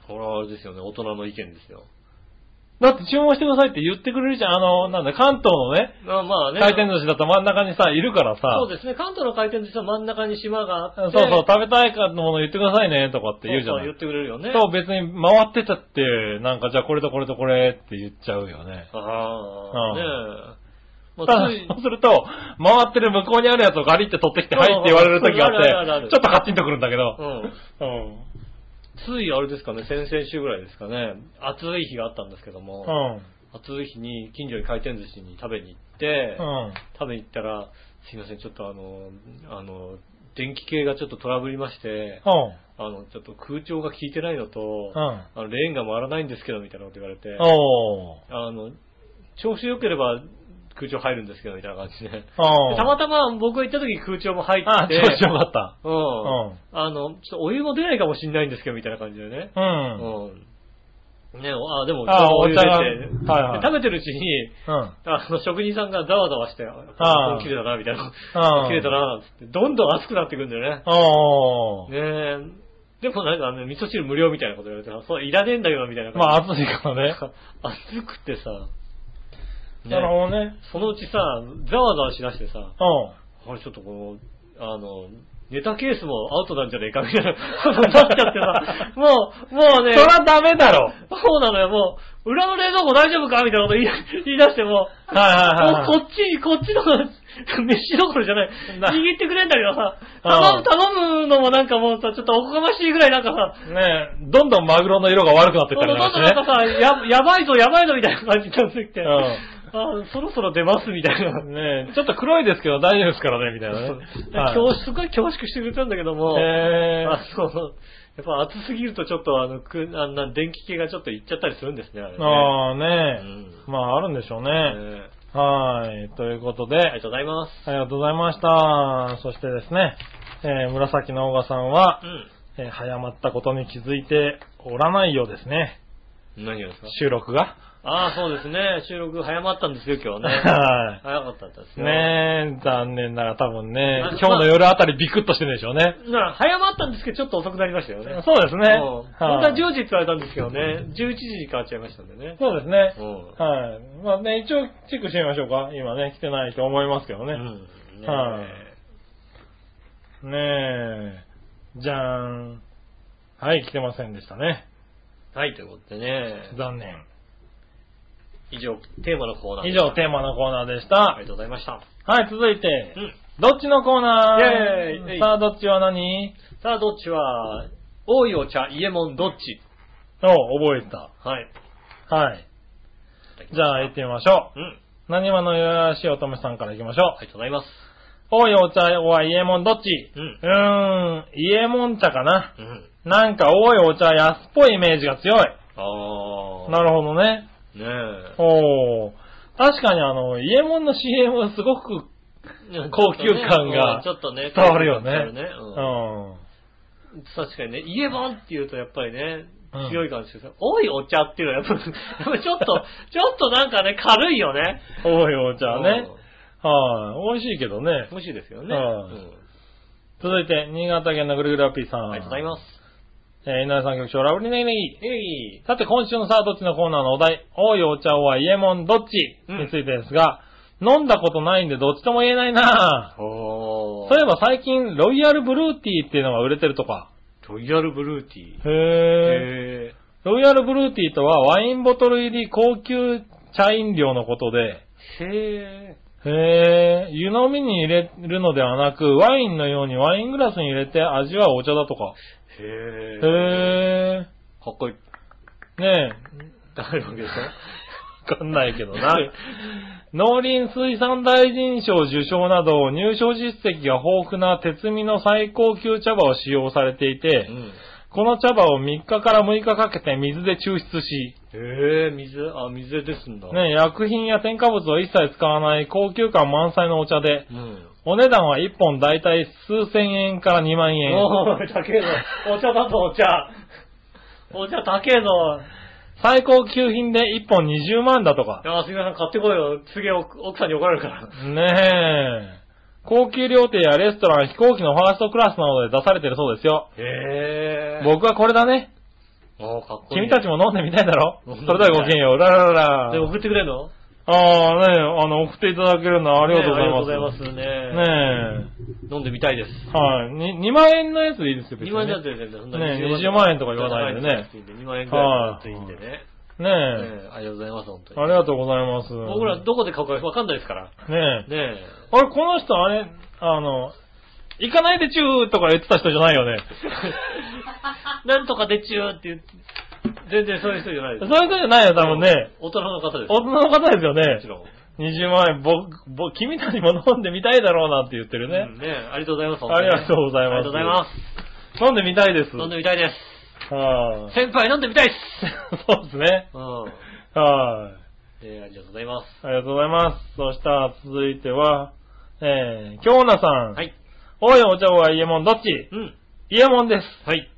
[SPEAKER 2] ほら、あれですよね、大人の意見ですよ。
[SPEAKER 3] だって注文してくださいって言ってくれるじゃん。あの、なんだ、関東のね、
[SPEAKER 2] まあまあね。
[SPEAKER 3] 回転寿司だと真ん中にさ、いるからさ。
[SPEAKER 2] そうですね、関東の回転寿司は真ん中に島があって、
[SPEAKER 3] そうそう、食べたいかのもの言ってくださいね、とかって言うじゃ
[SPEAKER 2] そう
[SPEAKER 3] な
[SPEAKER 2] そう
[SPEAKER 3] い。
[SPEAKER 2] 言ってくれるよね。
[SPEAKER 3] そう、別に回ってたって、なんかじゃあこれとこれとこれって言っちゃうよね。
[SPEAKER 2] ああ、
[SPEAKER 3] うん
[SPEAKER 2] ねえ。ま
[SPEAKER 3] ただ、そうすると、回ってる向こうにあるやつをガリって取ってきて、はいって言われる時が
[SPEAKER 2] そうそうそうあるあ
[SPEAKER 3] あ
[SPEAKER 2] るあ
[SPEAKER 3] っ
[SPEAKER 2] る
[SPEAKER 3] て、ちょっとカチンとくるんだけ
[SPEAKER 2] う
[SPEAKER 3] ど。
[SPEAKER 2] ん。
[SPEAKER 3] うん。
[SPEAKER 2] ついあれですかね、先々週ぐらいですかね、暑い日があったんですけども、
[SPEAKER 3] うん。
[SPEAKER 2] 暑い日に近所に回転寿司に食べに行って、
[SPEAKER 3] うん。
[SPEAKER 2] 食べに行ったら、すいません、ちょっとあの、あの、電気系がちょっとトラブりまして、
[SPEAKER 3] うん。
[SPEAKER 2] あの、ちょっと空調が効いてないのと、
[SPEAKER 3] うん。
[SPEAKER 2] あのレーンが回らないんですけど、みたいなこと言われて、
[SPEAKER 3] おー。
[SPEAKER 2] あの、調子良ければ空調入るんですけど、みたいな感じで。で
[SPEAKER 3] うん。
[SPEAKER 2] たまたま僕が行った時空調も入って、
[SPEAKER 3] あ、調子よかった。
[SPEAKER 2] う。
[SPEAKER 3] うんん。
[SPEAKER 2] あの、ちょっとお湯も出ないかもしんないんですけど、みたいな感じでね。
[SPEAKER 3] うん。うん。
[SPEAKER 2] うん。ね、あ、でも、
[SPEAKER 3] あ
[SPEAKER 2] お湯出て、
[SPEAKER 3] お茶がはいはい
[SPEAKER 2] で食べてるうちに、あの、職人さんがざわざわして、
[SPEAKER 3] あ
[SPEAKER 2] あ綺麗だな、みたいな。
[SPEAKER 3] あ
[SPEAKER 2] 綺麗だな、つって、どんどん熱くなってくんだよね。
[SPEAKER 3] おー。
[SPEAKER 2] ねえ、でもなんかあの、味噌汁無料みたいなこと言われてさ、そう、いらねえんだけど、みたいな感
[SPEAKER 3] まあ
[SPEAKER 2] じ。
[SPEAKER 3] 暑いから ね。
[SPEAKER 2] あ、暑くてさ、
[SPEAKER 3] なるほどね。
[SPEAKER 2] そのうちさ、ざわざわしだしてさ、
[SPEAKER 3] うん。
[SPEAKER 2] あれちょっとこの、あの、ネタケースもアウトなんじゃねえか、みたいなことになっちゃってさ、 もう、もうね、
[SPEAKER 3] そらダメだろ。
[SPEAKER 2] そうなのよ、もう、裏の冷蔵庫大丈夫かみたいなこと言い 言い出しても、
[SPEAKER 3] はいはいはいはい。
[SPEAKER 2] もうこっちに、こっちの 飯どころじゃない。
[SPEAKER 3] な
[SPEAKER 2] 握ってくれんだけどさ、
[SPEAKER 3] う
[SPEAKER 2] 頼
[SPEAKER 3] ん
[SPEAKER 2] む、頼むのもなんかもうさ、ちょっとおこがましいぐらいなんかさ、
[SPEAKER 3] ねえ、どんどんマグロの色が悪くなって
[SPEAKER 2] そ
[SPEAKER 3] っ
[SPEAKER 2] う
[SPEAKER 3] た
[SPEAKER 2] そう
[SPEAKER 3] りな
[SPEAKER 2] ど
[SPEAKER 3] んん
[SPEAKER 2] ど
[SPEAKER 3] かし
[SPEAKER 2] んな
[SPEAKER 3] て
[SPEAKER 2] んかさ、や、やばいぞ、やばいぞみたいな感じになってきて、
[SPEAKER 3] うん
[SPEAKER 2] あそろそろ出ますみたいな。
[SPEAKER 3] ね。ねえ、ちょっと黒いですけど大丈夫ですからね、みたいなね
[SPEAKER 2] そう。
[SPEAKER 3] はい
[SPEAKER 2] 恐縮すごい恐縮してくれたんだけども、
[SPEAKER 3] へえ
[SPEAKER 2] あそうやっぱ暑すぎるとちょっとあの、くあんな電気系がちょっといっちゃったりするんですね、あれね。
[SPEAKER 3] ああ
[SPEAKER 2] う
[SPEAKER 3] ねえ。
[SPEAKER 2] ん
[SPEAKER 3] まああるんでしょうね。
[SPEAKER 2] ね
[SPEAKER 3] はい。ということで、
[SPEAKER 2] ありがとうございます。
[SPEAKER 3] ありがとうございました。そしてですね、えー紫のオガさんは、
[SPEAKER 2] うん。
[SPEAKER 3] えー早まったことに気づいておらないようですね。
[SPEAKER 2] 何がですか
[SPEAKER 3] 収録が。
[SPEAKER 2] ああ、そうですね。収録早まったんですよ、今日はね。
[SPEAKER 3] はい。
[SPEAKER 2] 早かったですよ。
[SPEAKER 3] ねえ、残念ながら多分ね
[SPEAKER 2] まあ、
[SPEAKER 3] 今日の夜あたりビクッとしてるでしょうね。
[SPEAKER 2] なら早まったんですけど、ちょっと遅くなりましたよね。
[SPEAKER 3] そうですね。
[SPEAKER 2] うん
[SPEAKER 3] は
[SPEAKER 2] 本当
[SPEAKER 3] い
[SPEAKER 2] は10時って言われたんですけどね、11時に変わっちゃいましたんでね。
[SPEAKER 3] そうですね。
[SPEAKER 2] うん
[SPEAKER 3] はい。まあね、一応チェックしてみましょうか。今ね、来てないと思いますけど
[SPEAKER 2] う
[SPEAKER 3] ね。
[SPEAKER 2] ん。ねえ
[SPEAKER 3] はいねえ、じゃーん。はい、来てませんでしたね。
[SPEAKER 2] はい、ということでね。
[SPEAKER 3] 残念。
[SPEAKER 2] 以上、テーマのコーナー
[SPEAKER 3] 以
[SPEAKER 2] でした。
[SPEAKER 3] 上、テーマのコーナーでし
[SPEAKER 2] あ
[SPEAKER 3] た
[SPEAKER 2] り。がとうございました。
[SPEAKER 3] はい、続いて
[SPEAKER 2] う、ん。
[SPEAKER 3] どっちのコーナー
[SPEAKER 2] イェーイ
[SPEAKER 3] さあ、どっちは何
[SPEAKER 2] さあ、どっちは、多いお茶、家門、どっち
[SPEAKER 3] お、覚えた。
[SPEAKER 2] はい。
[SPEAKER 3] はい。じゃあ、行ってみましょ
[SPEAKER 2] うん。
[SPEAKER 3] う。何話のよやしい乙女さんから行きましょう。
[SPEAKER 2] ありがとうございます。
[SPEAKER 3] おいお茶は家門どっち
[SPEAKER 2] うん
[SPEAKER 3] うーん、家門茶かな。
[SPEAKER 2] うん。
[SPEAKER 3] なんか、おいお茶安っぽいイメージが強い。
[SPEAKER 2] ああ。
[SPEAKER 3] なるほどね。
[SPEAKER 2] ねえ。
[SPEAKER 3] おー。確かにあの、イエモンの CM はすごく、 高級感が
[SPEAKER 2] ちょっとね、
[SPEAKER 3] 伝わるよね
[SPEAKER 2] 伝わるね
[SPEAKER 3] う
[SPEAKER 2] うん
[SPEAKER 3] ん。
[SPEAKER 2] 確かにね、家番って言うとやっぱりね
[SPEAKER 3] うん、
[SPEAKER 2] 強い感じですよ。多いお茶っていうのはやっぱ やっぱちょっと、ちょっとなんかね、軽いよね。
[SPEAKER 3] おいお茶ね
[SPEAKER 2] うん。。
[SPEAKER 3] はい。美味しいけどね。
[SPEAKER 2] 美味しいですよね。
[SPEAKER 3] う
[SPEAKER 2] うんん
[SPEAKER 3] 続いて、新潟県のぐるぐるラッピーさん。。
[SPEAKER 2] ありがとうございます
[SPEAKER 3] え
[SPEAKER 2] す。
[SPEAKER 3] ー、井上さん局長、ラブリーネギネギ。
[SPEAKER 2] えい。
[SPEAKER 3] さて、今週のさあ、どっちのコーナーのお題、おいお茶はイエモンどっち
[SPEAKER 2] うん
[SPEAKER 3] についてですが、飲んだことないんでどっちとも言えないなぁ
[SPEAKER 2] お
[SPEAKER 3] そういえば最近、ロイヤルブルーティーっていうのが売れてるとか。
[SPEAKER 2] ロイヤルブルーテ
[SPEAKER 3] へぇー。
[SPEAKER 2] ィー。へ
[SPEAKER 3] ロイヤルブルーティーとは、ワインボトル入り高級茶飲料のことで、
[SPEAKER 2] え。へえ。
[SPEAKER 3] へえ、湯飲みに入れるのではなく、ワインのようにワイングラスに入れて味はお茶だとか。
[SPEAKER 2] へえ。
[SPEAKER 3] へえ、
[SPEAKER 2] かっこいい。
[SPEAKER 3] ね
[SPEAKER 2] あるわけで しょ
[SPEAKER 3] え、わかんないけどな。 農林水産大臣賞受賞など、入賞実績が豊富な鉄味の最高級茶葉を使用されていて、
[SPEAKER 2] うん。
[SPEAKER 3] この茶葉を3日から6日かけて水で抽出し、
[SPEAKER 2] へえ、水、あ、水ですんだ。。
[SPEAKER 3] ね、薬品や添加物を一切使わない高級感満載のお茶で、
[SPEAKER 2] うん。
[SPEAKER 3] お値段は1本だいたい数千円から2万円。
[SPEAKER 2] おー、高えぞ。お茶だぞ、お茶。お茶高えぞ。
[SPEAKER 3] 最高級品で1本20万だとか。
[SPEAKER 2] あー、すみません、買ってこいよ。すげえ奥奥さんに怒られるから。
[SPEAKER 3] ねえ。高級料亭やレストラン、飛行機のファーストクラスなどで出されてるそうですよ。
[SPEAKER 2] へえ。
[SPEAKER 3] 僕はこれだね。
[SPEAKER 2] おー、かっこいい。
[SPEAKER 3] 君たち
[SPEAKER 2] も。
[SPEAKER 3] も飲んでみたいだろ
[SPEAKER 2] 飲んでみ
[SPEAKER 3] そ
[SPEAKER 2] たい
[SPEAKER 3] れではごきげんよう。ラララ
[SPEAKER 2] で、
[SPEAKER 3] ラ。
[SPEAKER 2] 送ってくれんの
[SPEAKER 3] ああ、ねえ、あの、送っていただけるのはありがとうございます。
[SPEAKER 2] ねありがとうございます。ね
[SPEAKER 3] ね
[SPEAKER 2] 飲んでみたいです。
[SPEAKER 3] え。はい。に、2万円のやつでいいですよ、
[SPEAKER 2] 2万円だっ
[SPEAKER 3] ね
[SPEAKER 2] て全然そんな
[SPEAKER 3] ねえ20万円とか言わないでね
[SPEAKER 2] 2万円くらいだといいんでね。
[SPEAKER 3] え。ね
[SPEAKER 2] ねありがとうございます、本当
[SPEAKER 3] え。
[SPEAKER 2] に。
[SPEAKER 3] ありがとうございます。
[SPEAKER 2] 僕らどこで買うかわかんないですから。
[SPEAKER 3] ねえ。
[SPEAKER 2] ねえ。
[SPEAKER 3] あれ、この人、あれ、あの、行かないでチューとか言ってた人じゃないよね。
[SPEAKER 2] なんとかでちゅーって言って、全然そういう人じゃないで
[SPEAKER 3] そう
[SPEAKER 2] す。
[SPEAKER 3] いう人じゃないよ、多分ね。
[SPEAKER 2] 大人の方です。
[SPEAKER 3] 大人の方ですよ
[SPEAKER 2] も
[SPEAKER 3] ね
[SPEAKER 2] ち。ろん。
[SPEAKER 3] 20万円、僕、僕、君たちも飲んでみたいだろうなって言ってる
[SPEAKER 2] うん
[SPEAKER 3] ね。
[SPEAKER 2] ねありがとうございます。
[SPEAKER 3] ありがとうございます
[SPEAKER 2] ありがとうございま
[SPEAKER 3] 飲んでみたいです
[SPEAKER 2] す。。飲んでみたいです。
[SPEAKER 3] はあ、
[SPEAKER 2] 先輩飲んでみたいっす
[SPEAKER 3] そうですね。
[SPEAKER 2] うん。
[SPEAKER 3] はい、
[SPEAKER 2] えーありがとうございます。
[SPEAKER 3] あ。りがとうございます。そしたら続いては、えー、京奈さん。
[SPEAKER 2] はい。
[SPEAKER 3] おいお茶は家門どっち
[SPEAKER 2] うん。
[SPEAKER 3] 家門です。
[SPEAKER 2] はい。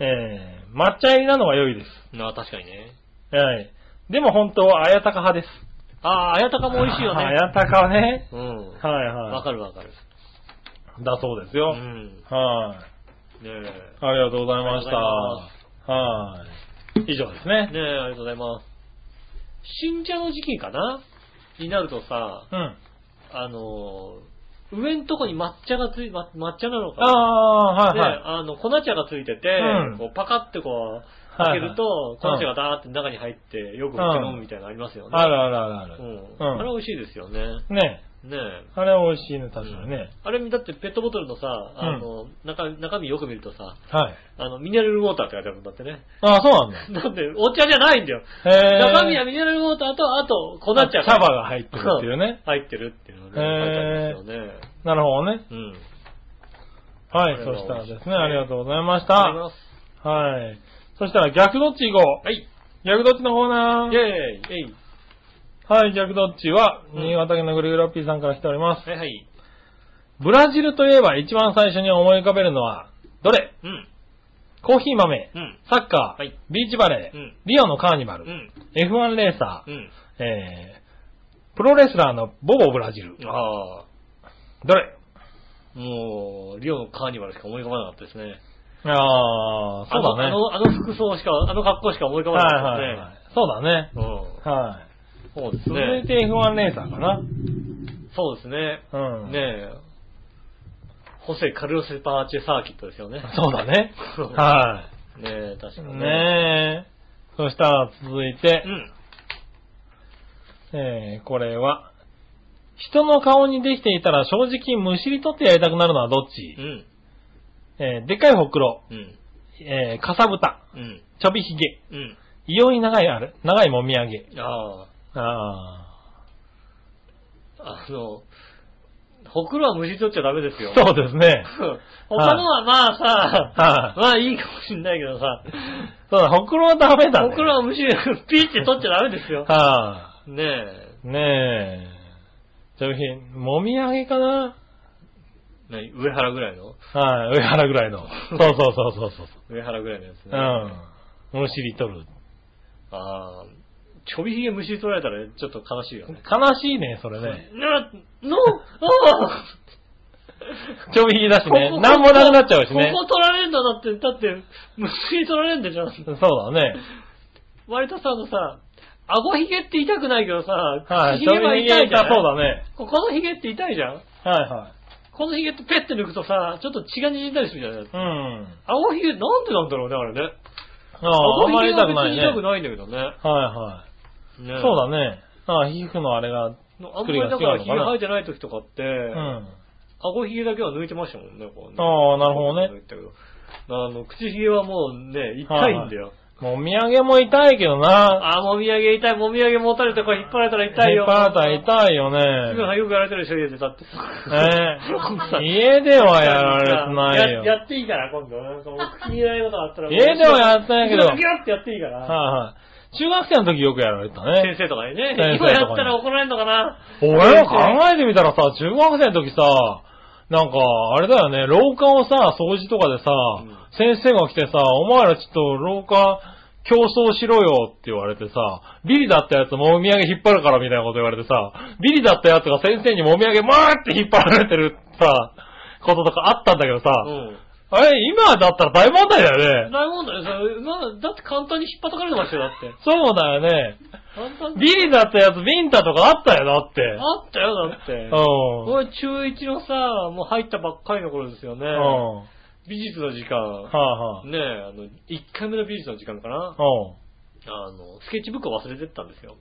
[SPEAKER 3] えー、抹茶入りなのが良いです。
[SPEAKER 2] なあ、確かにね。
[SPEAKER 3] はい。でも本当は綾鷹派です。
[SPEAKER 2] ああ、綾鷹も美味しいよ
[SPEAKER 3] あー
[SPEAKER 2] ね。
[SPEAKER 3] 綾鷹はね。
[SPEAKER 2] うん。
[SPEAKER 3] はいはい。
[SPEAKER 2] わかるわかる。
[SPEAKER 3] だそうです
[SPEAKER 2] う
[SPEAKER 3] よ。
[SPEAKER 2] ん。
[SPEAKER 3] はい、
[SPEAKER 2] ねえ。
[SPEAKER 3] ありがとうございまし
[SPEAKER 2] あ
[SPEAKER 3] た。はい。以上ですね。
[SPEAKER 2] ねえ、ありがとうございます。新茶の時期かなになるとさ、
[SPEAKER 3] うん。
[SPEAKER 2] あのー、上んとこに抹茶がつい、ま、抹茶なのか
[SPEAKER 3] あ
[SPEAKER 2] な
[SPEAKER 3] あ、はい
[SPEAKER 2] で、
[SPEAKER 3] はい。
[SPEAKER 2] あの、粉茶がついてて、
[SPEAKER 3] うん
[SPEAKER 2] こうパカってこう、
[SPEAKER 3] は
[SPEAKER 2] 開
[SPEAKER 3] い
[SPEAKER 2] け
[SPEAKER 3] はい
[SPEAKER 2] ると、粉茶がダーって中に入って、よく飲むみたいなのありますよね。
[SPEAKER 3] あるあるあるあ
[SPEAKER 2] う
[SPEAKER 3] る。
[SPEAKER 2] ん。
[SPEAKER 3] うん
[SPEAKER 2] あれ美味しいですよね。
[SPEAKER 3] ね
[SPEAKER 2] ねえ。
[SPEAKER 3] あれ美味しいね、確かにね。
[SPEAKER 2] あれ、だってペットボトルのさ、あの、中、中身よく見るとさ、
[SPEAKER 3] はい。
[SPEAKER 2] あの、ミネラルウォーターって書いてあるんだってね。
[SPEAKER 3] ああ、そうなんだ。
[SPEAKER 2] なんで、お茶じゃないんだよ。
[SPEAKER 3] へえ。
[SPEAKER 2] 中身はミネラルウォーターと、あと、粉茶
[SPEAKER 3] あ茶葉が入ってるっていうね。
[SPEAKER 2] 入ってるっていうのね、書
[SPEAKER 3] へ
[SPEAKER 2] いて
[SPEAKER 3] ー
[SPEAKER 2] ありますよね。
[SPEAKER 3] なるほどね。
[SPEAKER 2] うん。
[SPEAKER 3] はい。
[SPEAKER 2] これ
[SPEAKER 3] そ
[SPEAKER 2] が
[SPEAKER 3] したらです
[SPEAKER 2] 美味しい
[SPEAKER 3] ね、ありがとうございまし
[SPEAKER 2] あり
[SPEAKER 3] た。
[SPEAKER 2] ます。
[SPEAKER 3] はい。そしたら逆どっち行こう。
[SPEAKER 2] はい。イ
[SPEAKER 3] 逆どっちのコーナ
[SPEAKER 2] ェー
[SPEAKER 3] ー。
[SPEAKER 2] イえい
[SPEAKER 3] はい、逆どっちは、
[SPEAKER 2] うん
[SPEAKER 3] 新潟県のぐるぐるおっぴーさんから来ております。
[SPEAKER 2] はいはい。
[SPEAKER 3] ブラジルといえば一番最初に思い浮かべるのは、どれ
[SPEAKER 2] うん。
[SPEAKER 3] コーヒー豆、
[SPEAKER 2] うん。
[SPEAKER 3] サッカー、
[SPEAKER 2] はい
[SPEAKER 3] ビーチバレー、
[SPEAKER 2] うん
[SPEAKER 3] リオのカーニバル、
[SPEAKER 2] うん。
[SPEAKER 3] F1 レーサー、
[SPEAKER 2] うん。
[SPEAKER 3] えー、プロレスラーのボボブラジル。
[SPEAKER 2] ああ。
[SPEAKER 3] どれ
[SPEAKER 2] もう、リオのカーニバルしか思い浮かばなかったですね。
[SPEAKER 3] あー、そうだ
[SPEAKER 2] あ
[SPEAKER 3] ね。
[SPEAKER 2] の、あのあの服装しか、あの格好しか思い浮かばな
[SPEAKER 3] はい
[SPEAKER 2] かった
[SPEAKER 3] は
[SPEAKER 2] で
[SPEAKER 3] いはい。そうだね。
[SPEAKER 2] すね。うん。
[SPEAKER 3] はい。
[SPEAKER 2] そうです
[SPEAKER 3] 続
[SPEAKER 2] ね
[SPEAKER 3] い。て F1 レーサーかな。
[SPEAKER 2] そうですね。
[SPEAKER 3] うん。
[SPEAKER 2] ねえ。ホセ・カルロス・パーチェ・サーキットですよね。。
[SPEAKER 3] そうだね
[SPEAKER 2] そう
[SPEAKER 3] は
[SPEAKER 2] ねえ、確
[SPEAKER 3] い。
[SPEAKER 2] かに
[SPEAKER 3] ねえ。そしたら続いて
[SPEAKER 2] う、ん。
[SPEAKER 3] えー、これは、人の顔にできていたら正直むしり取ってやりたくなるのはどっち、
[SPEAKER 2] うん。
[SPEAKER 3] えー、でっかいほくろ、
[SPEAKER 2] うん。
[SPEAKER 3] えー、かさぶた、
[SPEAKER 2] うん。
[SPEAKER 3] ちょびひげ、
[SPEAKER 2] うん。
[SPEAKER 3] 異様に長いあれ、長いもみあげ。
[SPEAKER 2] あ
[SPEAKER 3] あ
[SPEAKER 2] あ。あの、ほくろは無視取っちゃダメですよ。
[SPEAKER 3] あ。そうです ね。
[SPEAKER 2] 他のはまあさ
[SPEAKER 3] は、
[SPEAKER 2] まあいいかもしんないけどさ、
[SPEAKER 3] そうだ、ほくろはダメだね。
[SPEAKER 2] ほくろは無視、ピッて取っちゃダメで すよ。
[SPEAKER 3] はあ。
[SPEAKER 2] ねえ。
[SPEAKER 3] ねえ。ちょびひげ、もみあげかな
[SPEAKER 2] 何上原ぐらいの
[SPEAKER 3] はい、上原ぐらいの。そうそうそうそうそう。
[SPEAKER 2] 上原ぐらいのやつね。
[SPEAKER 3] うん。むしり取る。
[SPEAKER 2] ああ、ちょびひげ虫取られたらちょっと悲しいよね。
[SPEAKER 3] 悲しいね、それね。
[SPEAKER 2] な、の、ああ
[SPEAKER 3] ちょびひげだし ね
[SPEAKER 2] こ。こ
[SPEAKER 3] なんもなくなっちゃうしね
[SPEAKER 2] こ。こ取られんだ、だって、だって、虫取られんでじゃん。
[SPEAKER 3] そうだね。
[SPEAKER 2] 割とさ、あのさ、顎ひげって痛くないけどさ、
[SPEAKER 3] はい、
[SPEAKER 2] ひ
[SPEAKER 3] ちょ
[SPEAKER 2] げは
[SPEAKER 3] びひ
[SPEAKER 2] 痛
[SPEAKER 3] げ
[SPEAKER 2] いじゃ
[SPEAKER 3] だ
[SPEAKER 2] ん。
[SPEAKER 3] そうだね。
[SPEAKER 2] ここのひげって痛いじゃん
[SPEAKER 3] はいはい。
[SPEAKER 2] このひげってペッて抜くとさ、ちょっと血が滲んだりするじゃない
[SPEAKER 3] うん。
[SPEAKER 2] 顎ひげなんでなんだろうね、あれね。
[SPEAKER 3] ああ、あんまり痛
[SPEAKER 2] は
[SPEAKER 3] く
[SPEAKER 2] 別
[SPEAKER 3] ない
[SPEAKER 2] に
[SPEAKER 3] ね。
[SPEAKER 2] 痛く
[SPEAKER 3] はい
[SPEAKER 2] ないんだけどね。
[SPEAKER 3] は
[SPEAKER 2] そう
[SPEAKER 3] い。そうだね。ああ、皮膚のあれが、
[SPEAKER 2] あんまりだからひげ生えてない時とかって、
[SPEAKER 3] うん。
[SPEAKER 2] 顎ひげだけは抜いてましたもんね、こうね
[SPEAKER 3] ああなるほどね
[SPEAKER 2] 抜いたけどあの、口ひげはもうね、痛いんだよ。
[SPEAKER 3] もみあげも痛いけどな。
[SPEAKER 2] ああ、もみあげ痛い、もみあげ持たれてこれ引っ張られたら痛いよ。
[SPEAKER 3] パータ痛いよ
[SPEAKER 2] 杉野さん
[SPEAKER 3] ね。
[SPEAKER 2] よくやられてるでしょ、家でだって。
[SPEAKER 3] え
[SPEAKER 2] 奥さん
[SPEAKER 3] え。家ではやられてないよ。
[SPEAKER 2] や。やっていいから、今度。なんかもう口に入れないことがあったら。
[SPEAKER 3] 家ではやってないけど
[SPEAKER 2] 杉野さんギュッてやっていいから。
[SPEAKER 3] はいはい。中学生の時よくやられたね
[SPEAKER 2] 先。生とかにね。
[SPEAKER 3] 先生と
[SPEAKER 2] 今
[SPEAKER 3] かに
[SPEAKER 2] やったら怒られるのかな
[SPEAKER 3] 俺も
[SPEAKER 2] 先
[SPEAKER 3] 考えてみたらさ、中学生の時さ、なんか、あれだよね、廊下をさ、掃除とかでさ、
[SPEAKER 2] ん
[SPEAKER 3] 先生が来てさ、お前らちょっと廊下競争しろよって言われてさ、ビリだったやつもみあげ引っ張るからみたいなこと言われてさ、ビリだったやつが先生にもみあげまーって引っ張られてるさ、こととかあったんだけどさ、
[SPEAKER 2] 生うん。
[SPEAKER 3] あれ、今だったら大問題だよね。
[SPEAKER 2] 大問題ですよまあ、だって簡単に引っ張たかれてましたよ、だって。
[SPEAKER 3] そうだよね。
[SPEAKER 2] 簡単に。
[SPEAKER 3] ビリだったやつビンタとかあったよ、だって。
[SPEAKER 2] あったよ、だって。
[SPEAKER 3] うん。
[SPEAKER 2] 俺、中1のさ、もう入ったばっかりの頃ですよね。
[SPEAKER 3] うん。は
[SPEAKER 2] 美術の時
[SPEAKER 3] い
[SPEAKER 2] 間。
[SPEAKER 3] はい。
[SPEAKER 2] ねえ、あの、1回目の美術の時間かな。
[SPEAKER 3] うん。
[SPEAKER 2] あの、スケッチブックを忘れてったんですよ。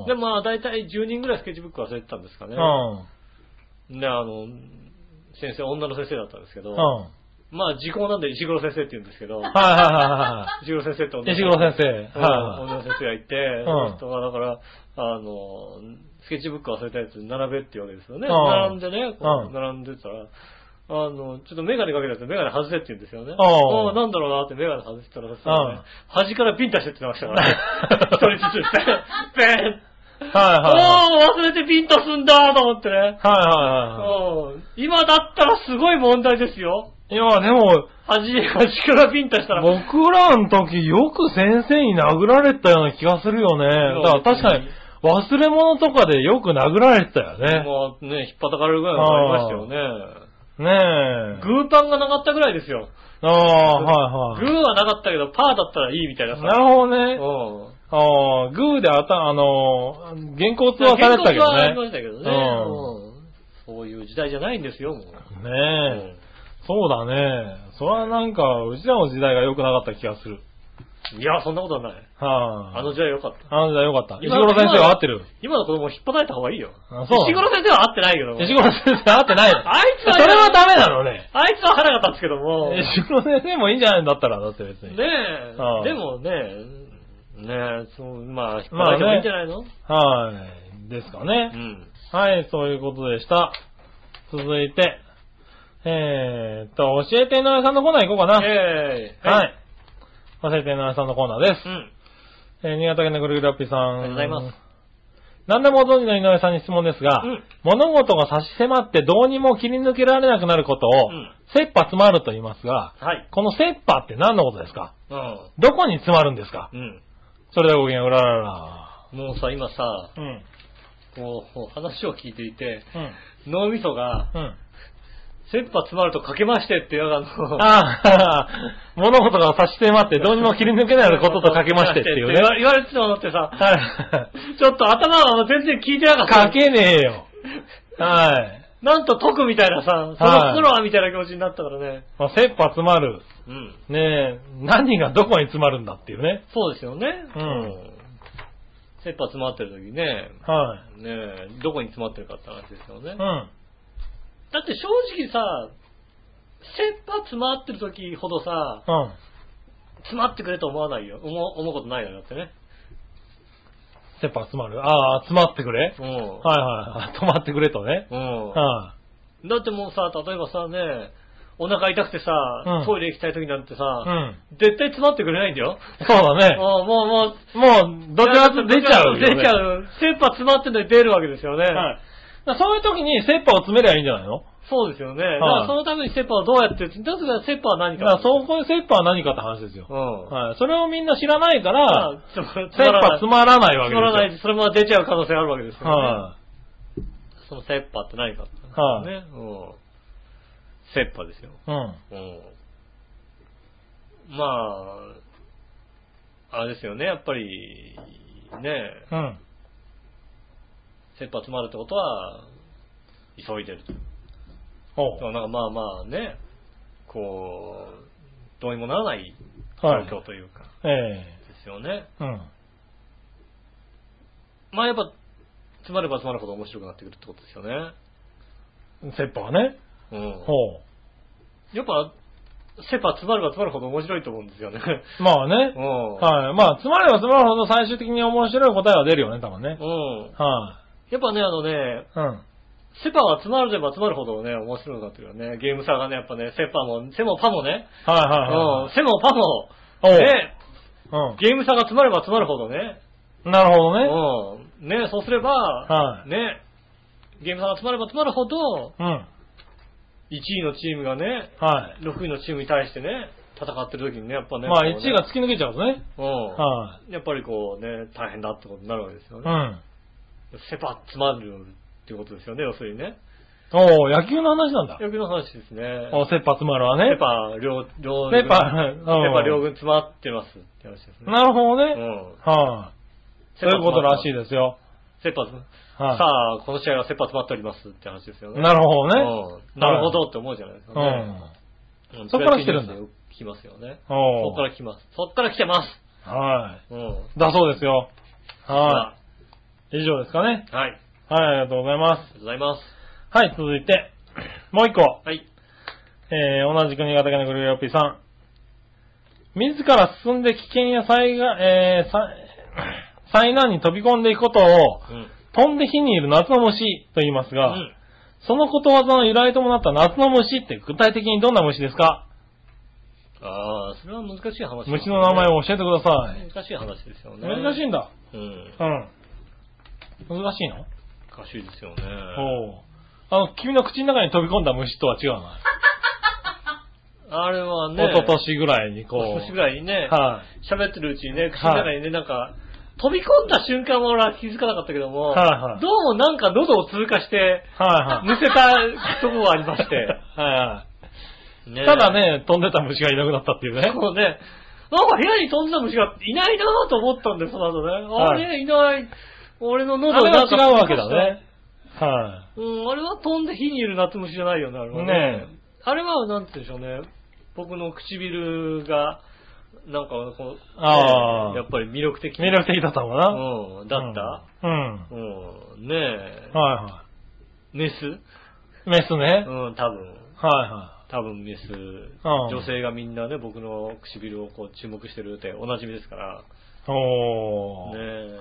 [SPEAKER 3] うん。
[SPEAKER 2] で、まあ、だいたい10人ぐらいスケッチブック忘れてたんですかね。
[SPEAKER 3] う
[SPEAKER 2] で、あの、先生、女の先生だったんですけ
[SPEAKER 3] ん。
[SPEAKER 2] ど、
[SPEAKER 3] うん。
[SPEAKER 2] まあ、時効なんで石黒先生って言うんですけど、
[SPEAKER 3] はいは
[SPEAKER 2] 石黒先生って女
[SPEAKER 3] いはいはい。
[SPEAKER 2] の
[SPEAKER 3] 石黒先生。
[SPEAKER 2] うん
[SPEAKER 3] は
[SPEAKER 2] 女の先生がいて、その人がだから、あの、スケッチブック忘れたやつに並べって言うわけですよね。
[SPEAKER 3] うん
[SPEAKER 2] 並んでね、こ
[SPEAKER 3] う
[SPEAKER 2] うん並んでたら、あの、ちょっとメガネかけたやつメガネ外せって言うんですよね。
[SPEAKER 3] ん
[SPEAKER 2] ああ、なんだろうなってメガネ外したらさ、
[SPEAKER 3] うん
[SPEAKER 2] 端からピンタしてってましたからね。一人ずつ、 ペン、ペン。
[SPEAKER 3] い。はいは
[SPEAKER 2] おー、忘れてピンタすんだと思ってね
[SPEAKER 3] い。。はいはいは
[SPEAKER 2] うん今だったらすごい問題ですよ。
[SPEAKER 3] い。いや、でも、
[SPEAKER 2] 端、端からピンタしたら。
[SPEAKER 3] 僕らの時よく先生に殴られたような気がするよね。だから確かに、忘れ物とかでよく殴られてたよね。
[SPEAKER 2] もうね、引っ張たかれるぐらいのありましたよね。
[SPEAKER 3] ねえ。
[SPEAKER 2] グーパンがなかったぐらいですよ。
[SPEAKER 3] ああ、はい
[SPEAKER 2] グ
[SPEAKER 3] はい。
[SPEAKER 2] ーはなかったけど、パーだったらいいみたいなさ。
[SPEAKER 3] なるほどね。
[SPEAKER 2] ほど。
[SPEAKER 3] ああ、グーであた、あのー、原稿
[SPEAKER 2] うん。
[SPEAKER 3] 通はされてたけ
[SPEAKER 2] 原告はあり
[SPEAKER 3] ど
[SPEAKER 2] ま
[SPEAKER 3] ね。
[SPEAKER 2] したけどね。
[SPEAKER 3] う
[SPEAKER 2] うんそういう時代じゃないんですよ、もう。う
[SPEAKER 3] ねえ、
[SPEAKER 2] ん
[SPEAKER 3] そうだね。それはなんか、うちらの時代が良くなかった気がする。
[SPEAKER 2] いや、そんなことはない。
[SPEAKER 3] はあ。
[SPEAKER 2] あの時代よかった。
[SPEAKER 3] あの時代良かった。石
[SPEAKER 2] 今
[SPEAKER 3] 黒先生は合ってる。
[SPEAKER 2] 今の子供を引っ張られた方がいいよ。
[SPEAKER 3] あそう
[SPEAKER 2] 石黒先生は会ってないけども。
[SPEAKER 3] 石黒先生合ってないの。
[SPEAKER 2] あいつは
[SPEAKER 3] それはダメなのね。
[SPEAKER 2] あいつは腹が立つけども。ね
[SPEAKER 3] 石黒先生もいいんじゃないんだったら、だって別
[SPEAKER 2] え
[SPEAKER 3] に。。ああ
[SPEAKER 2] でもね、ねえ、そう、まあ、引っ張られてもいいんじゃないの、
[SPEAKER 3] はい。ですかね。
[SPEAKER 2] うん。
[SPEAKER 3] はい、そういうことでした。続いて、えーっと、教えて井上さんのコーナー行こうかな。
[SPEAKER 2] ええ
[SPEAKER 3] はい。。教えて井上さんのコーナーです
[SPEAKER 2] う。ん。
[SPEAKER 3] えー新潟県のぐるぐるラッピーさん。
[SPEAKER 2] ありがとうございます。
[SPEAKER 3] 何でもご存知の井上さんに質問ですが、
[SPEAKER 2] うん
[SPEAKER 3] 物事が差し迫ってどうにも切り抜けられなくなることを、
[SPEAKER 2] うん
[SPEAKER 3] 切羽詰まると言いますが、
[SPEAKER 2] はい。
[SPEAKER 3] この切羽って何のことですか
[SPEAKER 2] うん。
[SPEAKER 3] どこに詰まるんですか
[SPEAKER 2] うん。
[SPEAKER 3] それではごきげんようららら。
[SPEAKER 2] もうさ、今さ、
[SPEAKER 3] うん。
[SPEAKER 2] こう、こう話を聞いていて、
[SPEAKER 3] うん。
[SPEAKER 2] 脳みそが、
[SPEAKER 3] うん。
[SPEAKER 2] 切羽詰まるとかけましてって、あの、
[SPEAKER 3] ああ、物事が差し迫ってどうにも切り抜けないこととかけましてっていうね
[SPEAKER 2] 言。わ言われてたのってさ、
[SPEAKER 3] は。
[SPEAKER 2] ちょっと頭が全然聞いてないかった。
[SPEAKER 3] かけねえよ。はい。
[SPEAKER 2] なんと解くみたいなさ、その心はみたいな気持ちになったからね。
[SPEAKER 3] まあ、切羽詰まる。
[SPEAKER 2] うん。
[SPEAKER 3] ねえ、何がどこに詰まるんだっていうね。
[SPEAKER 2] そうですよね。
[SPEAKER 3] うん
[SPEAKER 2] 切羽詰まってる時ね、
[SPEAKER 3] は
[SPEAKER 2] ねえどこに詰まってるかって話ですよね。
[SPEAKER 3] い。うん。
[SPEAKER 2] だ
[SPEAKER 3] は
[SPEAKER 2] って正直さ、切羽詰まってる時ほどさ、
[SPEAKER 3] うん。
[SPEAKER 2] 詰まってくれと思わないよ。思う、思うことないよ、だってね。
[SPEAKER 3] 切羽詰まる。ああ、詰まってくれ。
[SPEAKER 2] うん。
[SPEAKER 3] はいはいはい。止まってくれとね。
[SPEAKER 2] うん。
[SPEAKER 3] は
[SPEAKER 2] だってもうさ、例えばさね、お腹痛くてさ、
[SPEAKER 3] うん
[SPEAKER 2] トイレ行きたい時なんてさ、
[SPEAKER 3] い。うん。
[SPEAKER 2] 絶対詰まってくれないんだよ。
[SPEAKER 3] そうだ
[SPEAKER 2] うん
[SPEAKER 3] ね。
[SPEAKER 2] もう、もう、
[SPEAKER 3] もう、どちらかというと出ちゃうよ、ね。
[SPEAKER 2] 出ちゃう。切羽詰まってんのに出るわけですよね。
[SPEAKER 3] はい。だからそういう時に切羽を詰めりゃいいんじゃないの
[SPEAKER 2] そうですよね。だ
[SPEAKER 3] い
[SPEAKER 2] からそのために切羽をどうやって、だから切羽は何
[SPEAKER 3] だか
[SPEAKER 2] から
[SPEAKER 3] そこで切羽は何かって話ですよ。
[SPEAKER 2] うん。
[SPEAKER 3] はい。それをみんな知らないから、
[SPEAKER 2] まあ
[SPEAKER 3] 切羽詰まらないわけです
[SPEAKER 2] 詰
[SPEAKER 3] よ。
[SPEAKER 2] まらないし、それも出ちゃう可能性あるわけですよね。
[SPEAKER 3] は
[SPEAKER 2] その切羽って何かって。
[SPEAKER 3] はい
[SPEAKER 2] ね。うん。切羽ですよ。
[SPEAKER 3] い。うん。
[SPEAKER 2] うん。まあ、あれですよね、やっぱり、ね、
[SPEAKER 3] うん。
[SPEAKER 2] 切羽詰まるってことは、急いでると。
[SPEAKER 3] お
[SPEAKER 2] でもなんかまあまあね、こう、どうにもならない状
[SPEAKER 3] はい
[SPEAKER 2] 況というか、
[SPEAKER 3] え
[SPEAKER 2] ですよね。
[SPEAKER 3] えうん。
[SPEAKER 2] まあやっぱ、詰まれば詰まるほど面白くなってくるってことですよね。
[SPEAKER 3] 切羽はね。
[SPEAKER 2] うん。
[SPEAKER 3] ほ
[SPEAKER 2] やっぱ、セパ詰まれば詰まるほど面白いと思うんですよね。
[SPEAKER 3] う。まあね
[SPEAKER 2] う。ん。
[SPEAKER 3] はい。まあ、詰まれば詰まるほど最終的に面白い答えは出るよね、多分ね
[SPEAKER 2] う。ん。
[SPEAKER 3] は
[SPEAKER 2] やっぱね、あのね、
[SPEAKER 3] い。うん。
[SPEAKER 2] セパは詰まれば詰まるほどね、面白くなってるよね。ゲーム差がね、やっぱね、セパも、セもパもね、
[SPEAKER 3] はいはいは
[SPEAKER 2] うん、セもパも、
[SPEAKER 3] おう
[SPEAKER 2] ね、
[SPEAKER 3] い。
[SPEAKER 2] ゲーム差が詰まれば詰まるほどね、
[SPEAKER 3] うん。なるほどね。
[SPEAKER 2] うん。ね、そうすれば、
[SPEAKER 3] はい
[SPEAKER 2] ね、ゲーム差が詰まれば詰まるほど、
[SPEAKER 3] うん。
[SPEAKER 2] 1位のチームがね、
[SPEAKER 3] は
[SPEAKER 2] 6位のチームに対してね、戦ってる時にね、やっぱ
[SPEAKER 3] い。
[SPEAKER 2] ね。
[SPEAKER 3] まあ、
[SPEAKER 2] こうね
[SPEAKER 3] 1位が突き抜けちゃうとね。
[SPEAKER 2] う
[SPEAKER 3] は
[SPEAKER 2] ん。やっぱりこうね、大変だってことになるわけですよ
[SPEAKER 3] い。う
[SPEAKER 2] ね。
[SPEAKER 3] ん。
[SPEAKER 2] セパ詰まるっていうことですよね、要するにね。
[SPEAKER 3] おう野球の話なんだ。
[SPEAKER 2] 野球の話ですね。
[SPEAKER 3] おう切羽詰まるわ
[SPEAKER 2] セ
[SPEAKER 3] ね。
[SPEAKER 2] パ両、両
[SPEAKER 3] セパ
[SPEAKER 2] セ
[SPEAKER 3] うん
[SPEAKER 2] パ両軍詰まってますって話ですね。
[SPEAKER 3] なるほど
[SPEAKER 2] う
[SPEAKER 3] ね。
[SPEAKER 2] ん。
[SPEAKER 3] はい。そういうことらしいですよ。
[SPEAKER 2] セパ詰ま、さ
[SPEAKER 3] は
[SPEAKER 2] あ、この試合はセパ詰まっておりますって話ですよ
[SPEAKER 3] い。
[SPEAKER 2] ね。
[SPEAKER 3] なるほどね。
[SPEAKER 2] うんなるほどって思うじゃないですか
[SPEAKER 3] う
[SPEAKER 2] ね。
[SPEAKER 3] ん。
[SPEAKER 2] うん
[SPEAKER 3] そっから来てるんだ
[SPEAKER 2] プロ野球ニュースで来ますよね。そ
[SPEAKER 3] お
[SPEAKER 2] っ
[SPEAKER 3] う
[SPEAKER 2] から来ます。そっから来てま
[SPEAKER 3] は
[SPEAKER 2] す。うん。
[SPEAKER 3] い。だそうですよ。
[SPEAKER 2] は
[SPEAKER 3] は。い。以上ですかね。
[SPEAKER 2] はい。ありが
[SPEAKER 3] はい、ありがとうございま
[SPEAKER 2] とうございます。
[SPEAKER 3] す。はい、続いて、もう一個。
[SPEAKER 2] はい。
[SPEAKER 3] えー、同じく新潟県のグルーヨッピーさん。自ら進んで危険や災害、えー、災 災難に飛び込んでいくことを、
[SPEAKER 2] うん。
[SPEAKER 3] 飛んで火にいる夏の虫と言います
[SPEAKER 2] う
[SPEAKER 3] が、
[SPEAKER 2] ん
[SPEAKER 3] そのことわざの由来ともなった夏の虫って具体的にどんな虫ですか
[SPEAKER 2] ああ、それは難しい話、
[SPEAKER 3] 虫の名前
[SPEAKER 2] を。
[SPEAKER 3] を教えてください。
[SPEAKER 2] 難しい話ですよね。
[SPEAKER 3] 難しいんだ。
[SPEAKER 2] うん。
[SPEAKER 3] うん。難しいの
[SPEAKER 2] 難しいですよね。
[SPEAKER 3] おうあの、君の口の中に飛び込んだ虫とは違うな。
[SPEAKER 2] あれはね、
[SPEAKER 3] 一昨年ぐらいにこう。
[SPEAKER 2] 一昨年ぐらいにね、
[SPEAKER 3] は
[SPEAKER 2] 喋ってるうちにね、口の中にね、なんか、飛び込んだ瞬間は俺は気づかなかったけども、
[SPEAKER 3] はいはい
[SPEAKER 2] どうもなんか喉を通過して、
[SPEAKER 3] い。はいはい。
[SPEAKER 2] むせたとこがありまして、
[SPEAKER 3] はいはい。
[SPEAKER 2] ねえ
[SPEAKER 3] ただね、飛んでた虫がいなくなったっていうね。
[SPEAKER 2] そうね。なんか部屋に飛んだ虫がいないなぁと思ったんです、まずね。あ
[SPEAKER 3] はい
[SPEAKER 2] れ、いない。俺の喉
[SPEAKER 3] あれは
[SPEAKER 2] なんか
[SPEAKER 3] 違うわけだね。。は
[SPEAKER 2] うん、あれは飛んで火にいる夏虫じゃないよね、あれは
[SPEAKER 3] ねえ
[SPEAKER 2] あれは、なんて言うんでしょうね。僕の唇が、なんかこう、ね
[SPEAKER 3] ああ
[SPEAKER 2] やっぱり魅力的。
[SPEAKER 3] い。魅力的だったのかな
[SPEAKER 2] うん、だった、
[SPEAKER 3] うん。
[SPEAKER 2] うん、ねえ。
[SPEAKER 3] はいは
[SPEAKER 2] メス
[SPEAKER 3] い。メスね。
[SPEAKER 2] うん、多分。
[SPEAKER 3] はいは
[SPEAKER 2] 多分メス、女性がみんなね、僕の唇をこう注目してるっておなじみですから。
[SPEAKER 3] い。おー。
[SPEAKER 2] ね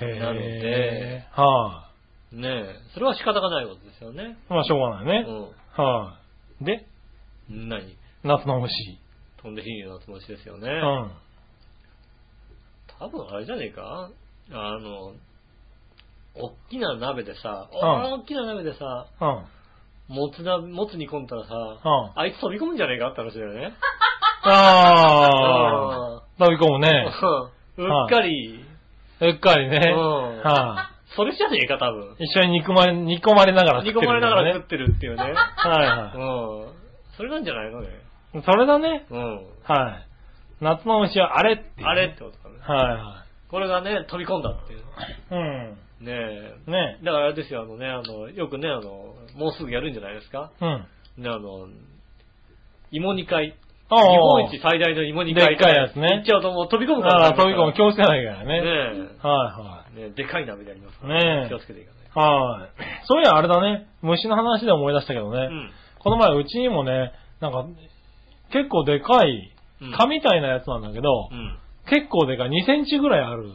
[SPEAKER 3] へ
[SPEAKER 2] え。
[SPEAKER 3] ー
[SPEAKER 2] なので、。
[SPEAKER 3] は
[SPEAKER 2] ねえ、それは仕方がないことですよね。
[SPEAKER 3] い。まあ、しょうがないね。はい。で、
[SPEAKER 2] うん。何
[SPEAKER 3] 夏の虫。
[SPEAKER 2] 飛んで火に夏虫ですよね。
[SPEAKER 3] うん。
[SPEAKER 2] 多分あれじゃねえかあの、大きな鍋でさ、
[SPEAKER 3] ん
[SPEAKER 2] 大きな鍋でさ、
[SPEAKER 3] うん。
[SPEAKER 2] もつな、もつ煮込んだら
[SPEAKER 3] う
[SPEAKER 2] さ、
[SPEAKER 3] ん。
[SPEAKER 2] あいつ飛び込むんじゃねえかって話だよね。
[SPEAKER 3] あー。飛び込む ね。
[SPEAKER 2] うんうっかり、
[SPEAKER 3] うっかりね。
[SPEAKER 2] うん
[SPEAKER 3] は
[SPEAKER 2] それじゃねえか多分。
[SPEAKER 3] い。一緒に肉まれ、煮込まれながら
[SPEAKER 2] 煮
[SPEAKER 3] 食ってるん
[SPEAKER 2] 込まれながら
[SPEAKER 3] だよ
[SPEAKER 2] 食ってるっていうね。
[SPEAKER 3] ね。は
[SPEAKER 2] う
[SPEAKER 3] いは
[SPEAKER 2] ん。それなんじゃないのね。
[SPEAKER 3] い。それだね。
[SPEAKER 2] うん。
[SPEAKER 3] はい。夏の虫はあれっていうね
[SPEAKER 2] あれってことかね。
[SPEAKER 3] は
[SPEAKER 2] これがね、飛び込んだっていう。
[SPEAKER 3] いはい。
[SPEAKER 2] ね
[SPEAKER 3] うん。ね
[SPEAKER 2] え。だからあれですよ、あのね、あの、よくね、あの、もうすぐやるんじゃないですか
[SPEAKER 3] うん。
[SPEAKER 2] ね、あの、芋煮会。
[SPEAKER 3] あ
[SPEAKER 2] 日
[SPEAKER 3] あ
[SPEAKER 2] 本一最大の芋煮会。
[SPEAKER 3] でっかいやつね
[SPEAKER 2] 行っちゃうともう飛び込むから
[SPEAKER 3] ああ、飛び込む気をつけないからね。
[SPEAKER 2] ね
[SPEAKER 3] は
[SPEAKER 2] え。ねえ、でかい鍋であります
[SPEAKER 3] ねえ
[SPEAKER 2] 気をつけていかない
[SPEAKER 3] いはい。はい。そういやあれだね。虫の話で思い出したけどね。
[SPEAKER 2] と。うん。
[SPEAKER 3] この前うちにもね、なんか、結構でかい
[SPEAKER 2] うん
[SPEAKER 3] 蚊みたいなやつなんだけど、
[SPEAKER 2] うん。
[SPEAKER 3] 結構でかい、2センチぐらいある、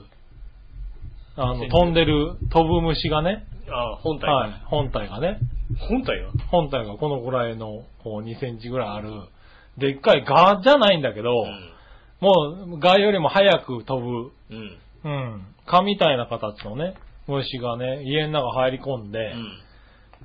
[SPEAKER 3] あ
[SPEAKER 2] 2セ
[SPEAKER 3] の、
[SPEAKER 2] ンチ
[SPEAKER 3] 飛んでる、飛ぶ虫がね、
[SPEAKER 2] ああ、本体。
[SPEAKER 3] はい、本体がね、
[SPEAKER 2] 本体は
[SPEAKER 3] 本体がこのぐらいの、こう2センチぐらいある、でっかいガじゃないんだけど、もうガよりも早く飛ぶ、
[SPEAKER 2] うん。うん。
[SPEAKER 3] うん、蚊みたいな形のね、虫がね、家の中入り込んで、
[SPEAKER 2] うん。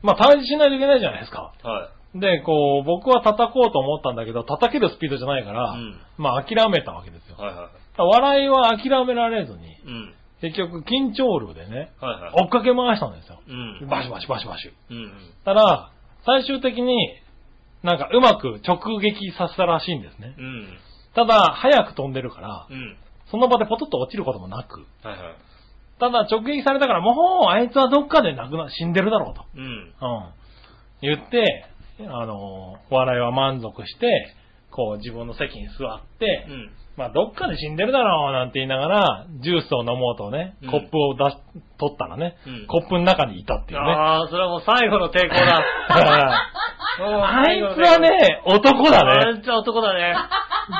[SPEAKER 3] まあ退治しないといけないじゃないですか。
[SPEAKER 2] はい。
[SPEAKER 3] で、こう、僕は叩こうと思ったんだけど、叩けるスピードじゃないから、
[SPEAKER 2] うん
[SPEAKER 3] まあ諦めたわけですよ。
[SPEAKER 2] はいは
[SPEAKER 3] 笑いは諦められずに、
[SPEAKER 2] い。うん。
[SPEAKER 3] 結局緊張力でね、
[SPEAKER 2] はいはい。
[SPEAKER 3] 追っかけ回したんですよ。
[SPEAKER 2] うん。
[SPEAKER 3] バシバシバシバシ。
[SPEAKER 2] うん。
[SPEAKER 3] たら、最終的に、なんかうまく直撃させたらしいんですね。
[SPEAKER 2] うん。
[SPEAKER 3] ただ、早く飛んでるから
[SPEAKER 2] う、ん。
[SPEAKER 3] その場でポトッと落ちることもなく、
[SPEAKER 2] はいはい。
[SPEAKER 3] ただ直撃されたから、もうあいつはどっかで亡くな、死んでるだろうと。
[SPEAKER 2] うん。
[SPEAKER 3] うん。言って、あのー、笑いは満足して、こう自分の席に座って、
[SPEAKER 2] うん。
[SPEAKER 3] まあどっかで死んでるだろうなんて言いながら、ジュースを飲もうとね
[SPEAKER 2] うん、
[SPEAKER 3] コップを出し、取ったらね、
[SPEAKER 2] うん
[SPEAKER 3] コップの中にいたっていうね。
[SPEAKER 2] ああ、それはもう最後の抵抗だ。 うん
[SPEAKER 3] あいつは、ね、男だ
[SPEAKER 2] あ
[SPEAKER 3] ね。
[SPEAKER 2] いつは男だ ね。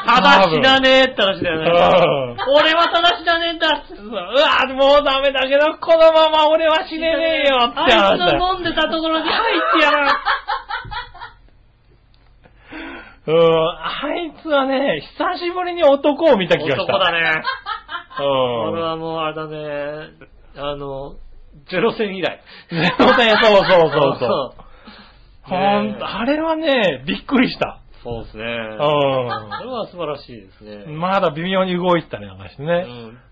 [SPEAKER 2] ただしだねえって話だよ
[SPEAKER 3] う
[SPEAKER 2] ね
[SPEAKER 3] ん。
[SPEAKER 2] 俺はただしだねえんだ
[SPEAKER 3] うわもうダメだけど、このまま俺は死ねねえよって
[SPEAKER 2] あい
[SPEAKER 3] 話
[SPEAKER 2] つ
[SPEAKER 3] だよ。
[SPEAKER 2] の飲んでたところに入って やら
[SPEAKER 3] うん、あいつはね、久しぶりに男を見た気がした。
[SPEAKER 2] 男だね。
[SPEAKER 3] うん。
[SPEAKER 2] 俺はもうあれだね。あの、ゼロ戦以来。
[SPEAKER 3] ゼロ戦、そうそうそう そう。
[SPEAKER 2] そう
[SPEAKER 3] ほ
[SPEAKER 2] ね
[SPEAKER 3] んと、あれはね、びっくりした。
[SPEAKER 2] そうですね。それ
[SPEAKER 3] う
[SPEAKER 2] は素晴らしいですね。
[SPEAKER 3] ん。まだ微妙に動いてたね、なんかして
[SPEAKER 2] う
[SPEAKER 3] ね。
[SPEAKER 2] ん。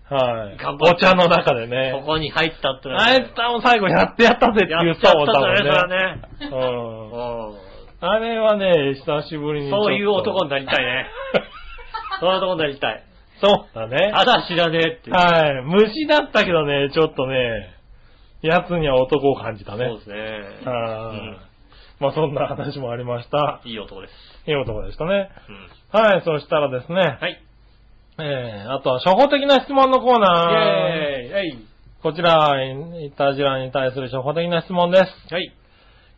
[SPEAKER 3] はい。
[SPEAKER 2] 頑張っ
[SPEAKER 3] お
[SPEAKER 2] て
[SPEAKER 3] 茶の中で
[SPEAKER 2] こ
[SPEAKER 3] ね。
[SPEAKER 2] こに入ったってのは
[SPEAKER 3] あいつ多分最後やってやったぜって
[SPEAKER 2] や
[SPEAKER 3] 言
[SPEAKER 2] っ
[SPEAKER 3] っ
[SPEAKER 2] ちゃ
[SPEAKER 3] た
[SPEAKER 2] っ
[SPEAKER 3] もん
[SPEAKER 2] たんだね、それ
[SPEAKER 3] 多
[SPEAKER 2] はね。
[SPEAKER 3] 分ね。
[SPEAKER 2] う
[SPEAKER 3] うん。あれはね、久しぶりに
[SPEAKER 2] ん
[SPEAKER 3] ちょっと。
[SPEAKER 2] そういう男になりたいね。そういう男になりたい。
[SPEAKER 3] そうだね。
[SPEAKER 2] あだ知らねえっていう。
[SPEAKER 3] はい。虫だったけどね、ちょっとね、やつには男を感じたね。
[SPEAKER 2] そうですね。
[SPEAKER 3] は
[SPEAKER 2] う
[SPEAKER 3] い
[SPEAKER 2] ん
[SPEAKER 3] まあそんな話もありました。
[SPEAKER 2] いい男です。
[SPEAKER 3] いい男でしたね。
[SPEAKER 2] うん
[SPEAKER 3] はい、そしたらですね。
[SPEAKER 2] はい。
[SPEAKER 3] えー、あとは初歩的な質問のコーナー。
[SPEAKER 2] イェーイはい。
[SPEAKER 3] こちら、イタジラに対する初歩的な質問です。
[SPEAKER 2] はい。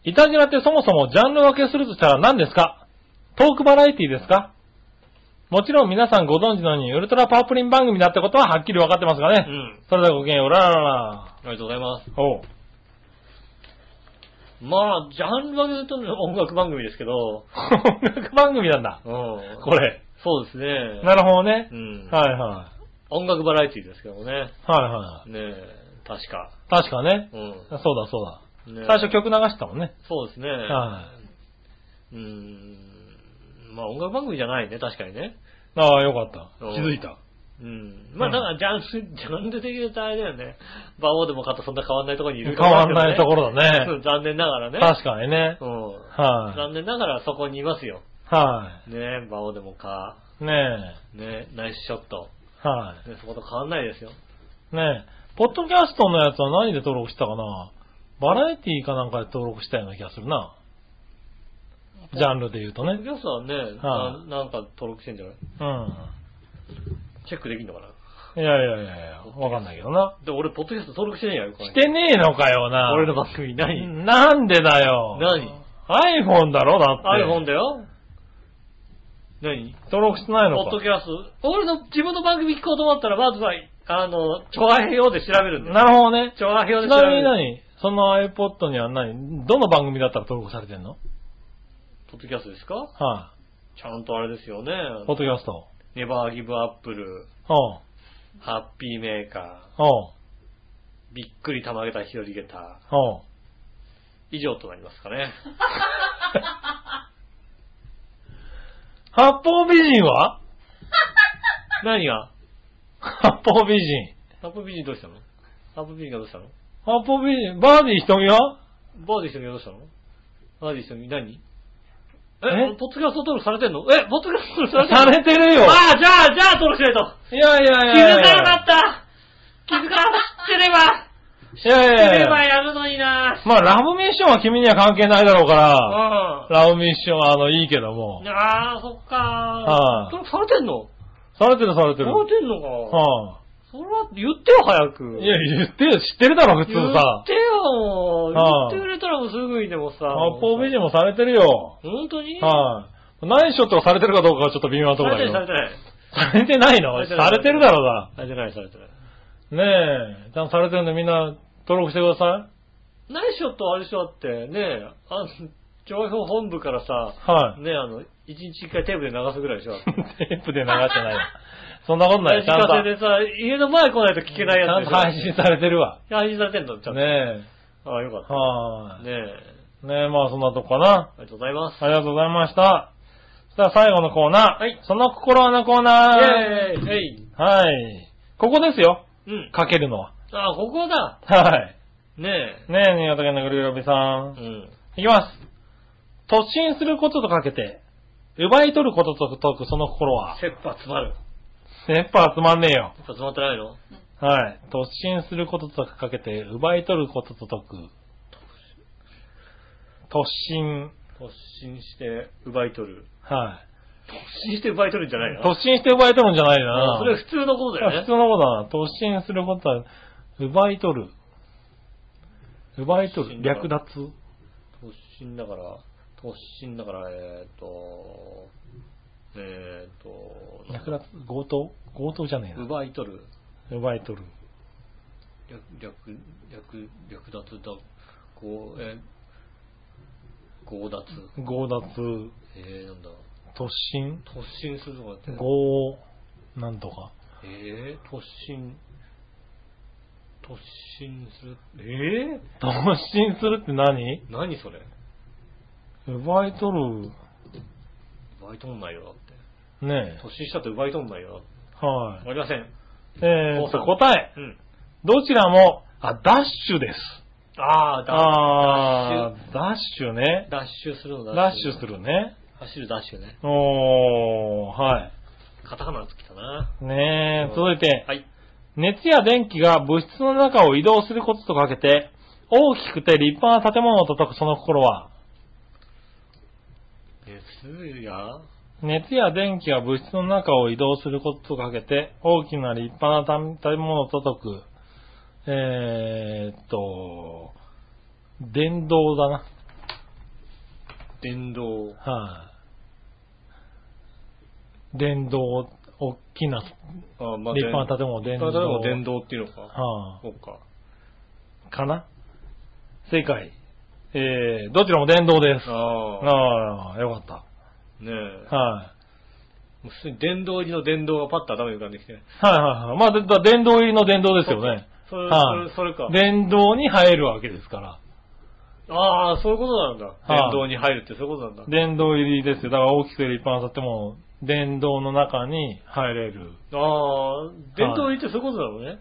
[SPEAKER 3] イタジラってそもそもジャンル分けするとしたら何ですかトークバラエティですかもちろん皆さんご存知のようにウルトラパープリン番組だってことははっきり分かってますがね。
[SPEAKER 2] うん。
[SPEAKER 3] それではごきげんよう、らららら。
[SPEAKER 2] ありがとうございます。
[SPEAKER 3] おう。
[SPEAKER 2] まあ、ジャンル分けで言うと音楽番組ですけど、
[SPEAKER 3] 音楽番組なんだ。
[SPEAKER 2] うん。
[SPEAKER 3] これ。
[SPEAKER 2] そうですね。
[SPEAKER 3] なるほどね
[SPEAKER 2] う。ん。
[SPEAKER 3] はいは
[SPEAKER 2] 音楽バラエティですけどね。
[SPEAKER 3] い。はいは
[SPEAKER 2] ねえ、確か。
[SPEAKER 3] い。確かね。
[SPEAKER 2] うん。
[SPEAKER 3] そうだそう
[SPEAKER 2] ねえ
[SPEAKER 3] だ。最初曲流してたもんね。
[SPEAKER 2] そうですね。
[SPEAKER 3] は
[SPEAKER 2] うーん。まあ音楽番組じゃないね、確かにね。
[SPEAKER 3] ああ、よかった。
[SPEAKER 2] うん
[SPEAKER 3] 気づいた。
[SPEAKER 2] うん。まあだからジャンル、ジャンル的に言うとあれだよね。馬王でも買ったそんな変わんないところにいる
[SPEAKER 3] 変わんないと
[SPEAKER 2] ろ
[SPEAKER 3] ころだね。
[SPEAKER 2] 残念ながらね。
[SPEAKER 3] 確かにね。
[SPEAKER 2] うん。
[SPEAKER 3] はい、
[SPEAKER 2] 残念ながらそこにいますよ。
[SPEAKER 3] は
[SPEAKER 2] ねえ、馬王でもか。
[SPEAKER 3] い。ねえ。
[SPEAKER 2] ねえ、ナイスショット。
[SPEAKER 3] は
[SPEAKER 2] ね、そこと変わんないですよ。
[SPEAKER 3] い。ねえ。ポッドキャストのやつは何で登録したかなバラエティかなんかで登録したような気がするな。ジャンルで言うと
[SPEAKER 2] ポッ
[SPEAKER 3] ね
[SPEAKER 2] ド。キャストはね、
[SPEAKER 3] は
[SPEAKER 2] ななんか登録してんじゃない
[SPEAKER 3] うん。
[SPEAKER 2] チェックできんのかない
[SPEAKER 3] やいやいやいや、わかんないけどな。
[SPEAKER 2] で、俺、ポッドキャスト登録してんやん、これ
[SPEAKER 3] してねえのかよな。
[SPEAKER 2] 俺の番組何
[SPEAKER 3] なんでだよ。
[SPEAKER 2] 何
[SPEAKER 3] ?iPhone だろだって。
[SPEAKER 2] ?iPhone だよ何
[SPEAKER 3] 登録してないの
[SPEAKER 2] ポ
[SPEAKER 3] か
[SPEAKER 2] ッ。ドキャスト。俺の自分の番組聞こうと思ったら、まずは、あの、調和表で調べるんだよ。
[SPEAKER 3] なるほどね。
[SPEAKER 2] 調和表で
[SPEAKER 3] ち
[SPEAKER 2] 調
[SPEAKER 3] な
[SPEAKER 2] べ
[SPEAKER 3] みに
[SPEAKER 2] る。
[SPEAKER 3] 何その iPod には何どの番組だったら登録されてんの
[SPEAKER 2] ポッドキャストですか
[SPEAKER 3] は
[SPEAKER 2] ちゃんとあれですよね。
[SPEAKER 3] い。ポッドキャスト。
[SPEAKER 2] ネバーギブアップル、
[SPEAKER 3] おう
[SPEAKER 2] ハッピーメーカ
[SPEAKER 3] おう
[SPEAKER 2] ー、びっくりたまげた広げた、
[SPEAKER 3] おう
[SPEAKER 2] 以上となります かね。
[SPEAKER 3] 八方美人は
[SPEAKER 2] 何が
[SPEAKER 3] 八方美人。
[SPEAKER 2] ハッピー美人どうしたのハッピー美人がどうしたの
[SPEAKER 3] 八方美人。バーディー瞳は
[SPEAKER 2] バーディー瞳がどうしたのバーディー瞳何
[SPEAKER 3] え
[SPEAKER 2] え、ポッドキャスト登録されてんのえ、ポッドキャスト登録されてんの
[SPEAKER 3] されてるよ。
[SPEAKER 2] ああ、じゃあ、じゃあ登録しないと。
[SPEAKER 3] いやいやいや
[SPEAKER 2] 気
[SPEAKER 3] いや。
[SPEAKER 2] づかなかった気づかなかった知ってれ
[SPEAKER 3] い
[SPEAKER 2] ば
[SPEAKER 3] やい
[SPEAKER 2] 知っ
[SPEAKER 3] や
[SPEAKER 2] て
[SPEAKER 3] い
[SPEAKER 2] れば
[SPEAKER 3] や。
[SPEAKER 2] やるのにな
[SPEAKER 3] まあ、ラブミッションは君には関係ないだろうから、
[SPEAKER 2] うん。あ
[SPEAKER 3] ラブミッションはあの、いいけども。
[SPEAKER 2] あ、そっ
[SPEAKER 3] はい
[SPEAKER 2] か登録されてんの
[SPEAKER 3] されてるされてる。
[SPEAKER 2] 登れてんのか
[SPEAKER 3] は
[SPEAKER 2] それは言ってよ、早く。
[SPEAKER 3] い。いや、言ってよ、知ってるだろ、普通
[SPEAKER 2] 言っ
[SPEAKER 3] さ。
[SPEAKER 2] てよ、言
[SPEAKER 3] はい
[SPEAKER 2] ってくれたらもうすぐにでもさ。
[SPEAKER 3] 八方美人
[SPEAKER 2] も
[SPEAKER 3] もされてるよ。
[SPEAKER 2] うさ。本当に
[SPEAKER 3] はい。何ショットがされてるかどうかはちょっと微妙なと
[SPEAKER 2] さ
[SPEAKER 3] ころ
[SPEAKER 2] れ
[SPEAKER 3] だ
[SPEAKER 2] て
[SPEAKER 3] け
[SPEAKER 2] ない、され
[SPEAKER 3] ど。
[SPEAKER 2] てな
[SPEAKER 3] されてない
[SPEAKER 2] い。
[SPEAKER 3] のさ
[SPEAKER 2] さ
[SPEAKER 3] れ
[SPEAKER 2] れ
[SPEAKER 3] て
[SPEAKER 2] て
[SPEAKER 3] る
[SPEAKER 2] る
[SPEAKER 3] だろ
[SPEAKER 2] されてない、されてない。
[SPEAKER 3] うな。ねえ。ちゃんとされてるんでみんな登録してくださ
[SPEAKER 2] 何しよとあれしょって、ねえ、あの、情報本部からさ、
[SPEAKER 3] い。はい。
[SPEAKER 2] ねえ、あの、一日一回テープで流すぐらいでしょ。
[SPEAKER 3] テープで流してないよ。そんなことないよ。ちゃんと。
[SPEAKER 2] ラジカセでさ、家の前来ないと聞けない
[SPEAKER 3] ちゃ
[SPEAKER 2] や
[SPEAKER 3] ん
[SPEAKER 2] つ
[SPEAKER 3] と
[SPEAKER 2] でしょ。
[SPEAKER 3] 配信されてるわ。
[SPEAKER 2] 配信されてんのちゃんと。
[SPEAKER 3] ね
[SPEAKER 2] ああ、よかっ
[SPEAKER 3] え。
[SPEAKER 2] た。
[SPEAKER 3] はい。
[SPEAKER 2] ねえ、
[SPEAKER 3] ねえ、まあそんなとこかな。
[SPEAKER 2] ありがとうございます。
[SPEAKER 3] ありがとうございました。そしたら最後のコーナー。
[SPEAKER 2] はい
[SPEAKER 3] その心はのコーナー。
[SPEAKER 2] イェーイえい
[SPEAKER 3] はい。ここですよ。
[SPEAKER 2] うん。
[SPEAKER 3] かけるのは。
[SPEAKER 2] ああ、ここだ
[SPEAKER 3] はい。
[SPEAKER 2] ね
[SPEAKER 3] ねえ、新潟県のぐるぐるおびさ。
[SPEAKER 2] え。うんん。
[SPEAKER 3] いきます。突進することとかけて、奪い取ることと解くその心は。
[SPEAKER 2] 切羽詰まる。
[SPEAKER 3] やっぱ集まんねえよ
[SPEAKER 2] 切。羽詰まってないの
[SPEAKER 3] はい。突進することとかけて、奪い取ることと解く。突進。
[SPEAKER 2] 突進して奪い取る。
[SPEAKER 3] は
[SPEAKER 2] 突進して奪い取るんじゃない
[SPEAKER 3] い。
[SPEAKER 2] の
[SPEAKER 3] 突進して奪い取るんじゃないよな。
[SPEAKER 2] それ普通のことだよ
[SPEAKER 3] 普
[SPEAKER 2] ね
[SPEAKER 3] 通。のことだな。突進することは、奪い取る。奪い取る。
[SPEAKER 2] 突進だ
[SPEAKER 3] 略奪。
[SPEAKER 2] 突進だから、突進だから、えーっと、えーっと、
[SPEAKER 3] 略奪。強盗強盗じゃねえ
[SPEAKER 2] 奪い取る。
[SPEAKER 3] な。奪い取る。
[SPEAKER 2] 略、略、略、略奪だ、こう、えー、強奪。
[SPEAKER 3] 強奪。
[SPEAKER 2] えー、なんだ。
[SPEAKER 3] 突進。
[SPEAKER 2] 突進するとかって。
[SPEAKER 3] 強、なんとか。
[SPEAKER 2] えー、突進。突進する。えー、
[SPEAKER 3] 突進するって何
[SPEAKER 2] 何それ
[SPEAKER 3] 奪い取る。
[SPEAKER 2] 奪い取んないよ、だって。
[SPEAKER 3] ね
[SPEAKER 2] 突進したって奪い取んないよ。
[SPEAKER 3] え。は
[SPEAKER 2] わ
[SPEAKER 3] い。
[SPEAKER 2] かりません。
[SPEAKER 3] えーと、答え。
[SPEAKER 2] うん。
[SPEAKER 3] どちらも、あ、ダッシュです。
[SPEAKER 2] あー、ダ
[SPEAKER 3] あー、ダッシュね。
[SPEAKER 2] ダッシュするの
[SPEAKER 3] ダッシュす。るね。
[SPEAKER 2] 走るダッシュね。
[SPEAKER 3] おー、はい。
[SPEAKER 2] カタカナの時かな。
[SPEAKER 3] ねえ、続いて、
[SPEAKER 2] はい。
[SPEAKER 3] 熱や電気が物質の中を移動することとかけて、大きくて立派な建物を叩くその心は、
[SPEAKER 2] 熱や、
[SPEAKER 3] 熱や電気が物質の中を移動することとかけて、大きな立派な建物を叩く、えーっと、電動だな。はい、
[SPEAKER 2] 電動、
[SPEAKER 3] 電動、大きな立
[SPEAKER 2] あま
[SPEAKER 3] 派な建物、電
[SPEAKER 2] 例え
[SPEAKER 3] 動。
[SPEAKER 2] ば電動っていうのか。
[SPEAKER 3] はあ
[SPEAKER 2] そうか。
[SPEAKER 3] かな正解。えー、どちらも電動です。
[SPEAKER 2] あ
[SPEAKER 3] ああ、よかっ
[SPEAKER 2] あ、ねえ。
[SPEAKER 3] た。はい。
[SPEAKER 2] もう普通に電動入りの電動がパッと頭に浮かんできて。
[SPEAKER 3] はいはいはい。まあ、でだ電動入りの電動ですよね。
[SPEAKER 2] それ、
[SPEAKER 3] はい
[SPEAKER 2] それそれか。
[SPEAKER 3] 電動に入るわけですから。
[SPEAKER 2] ああ、そういうことなんだ。
[SPEAKER 3] はい
[SPEAKER 2] 電動に入るってそういうことなんだ。
[SPEAKER 3] 電動入りですよ。だから大きくて立派な建物、電動の中に入れる。
[SPEAKER 2] ああ、電動入りってそういうことだろうね。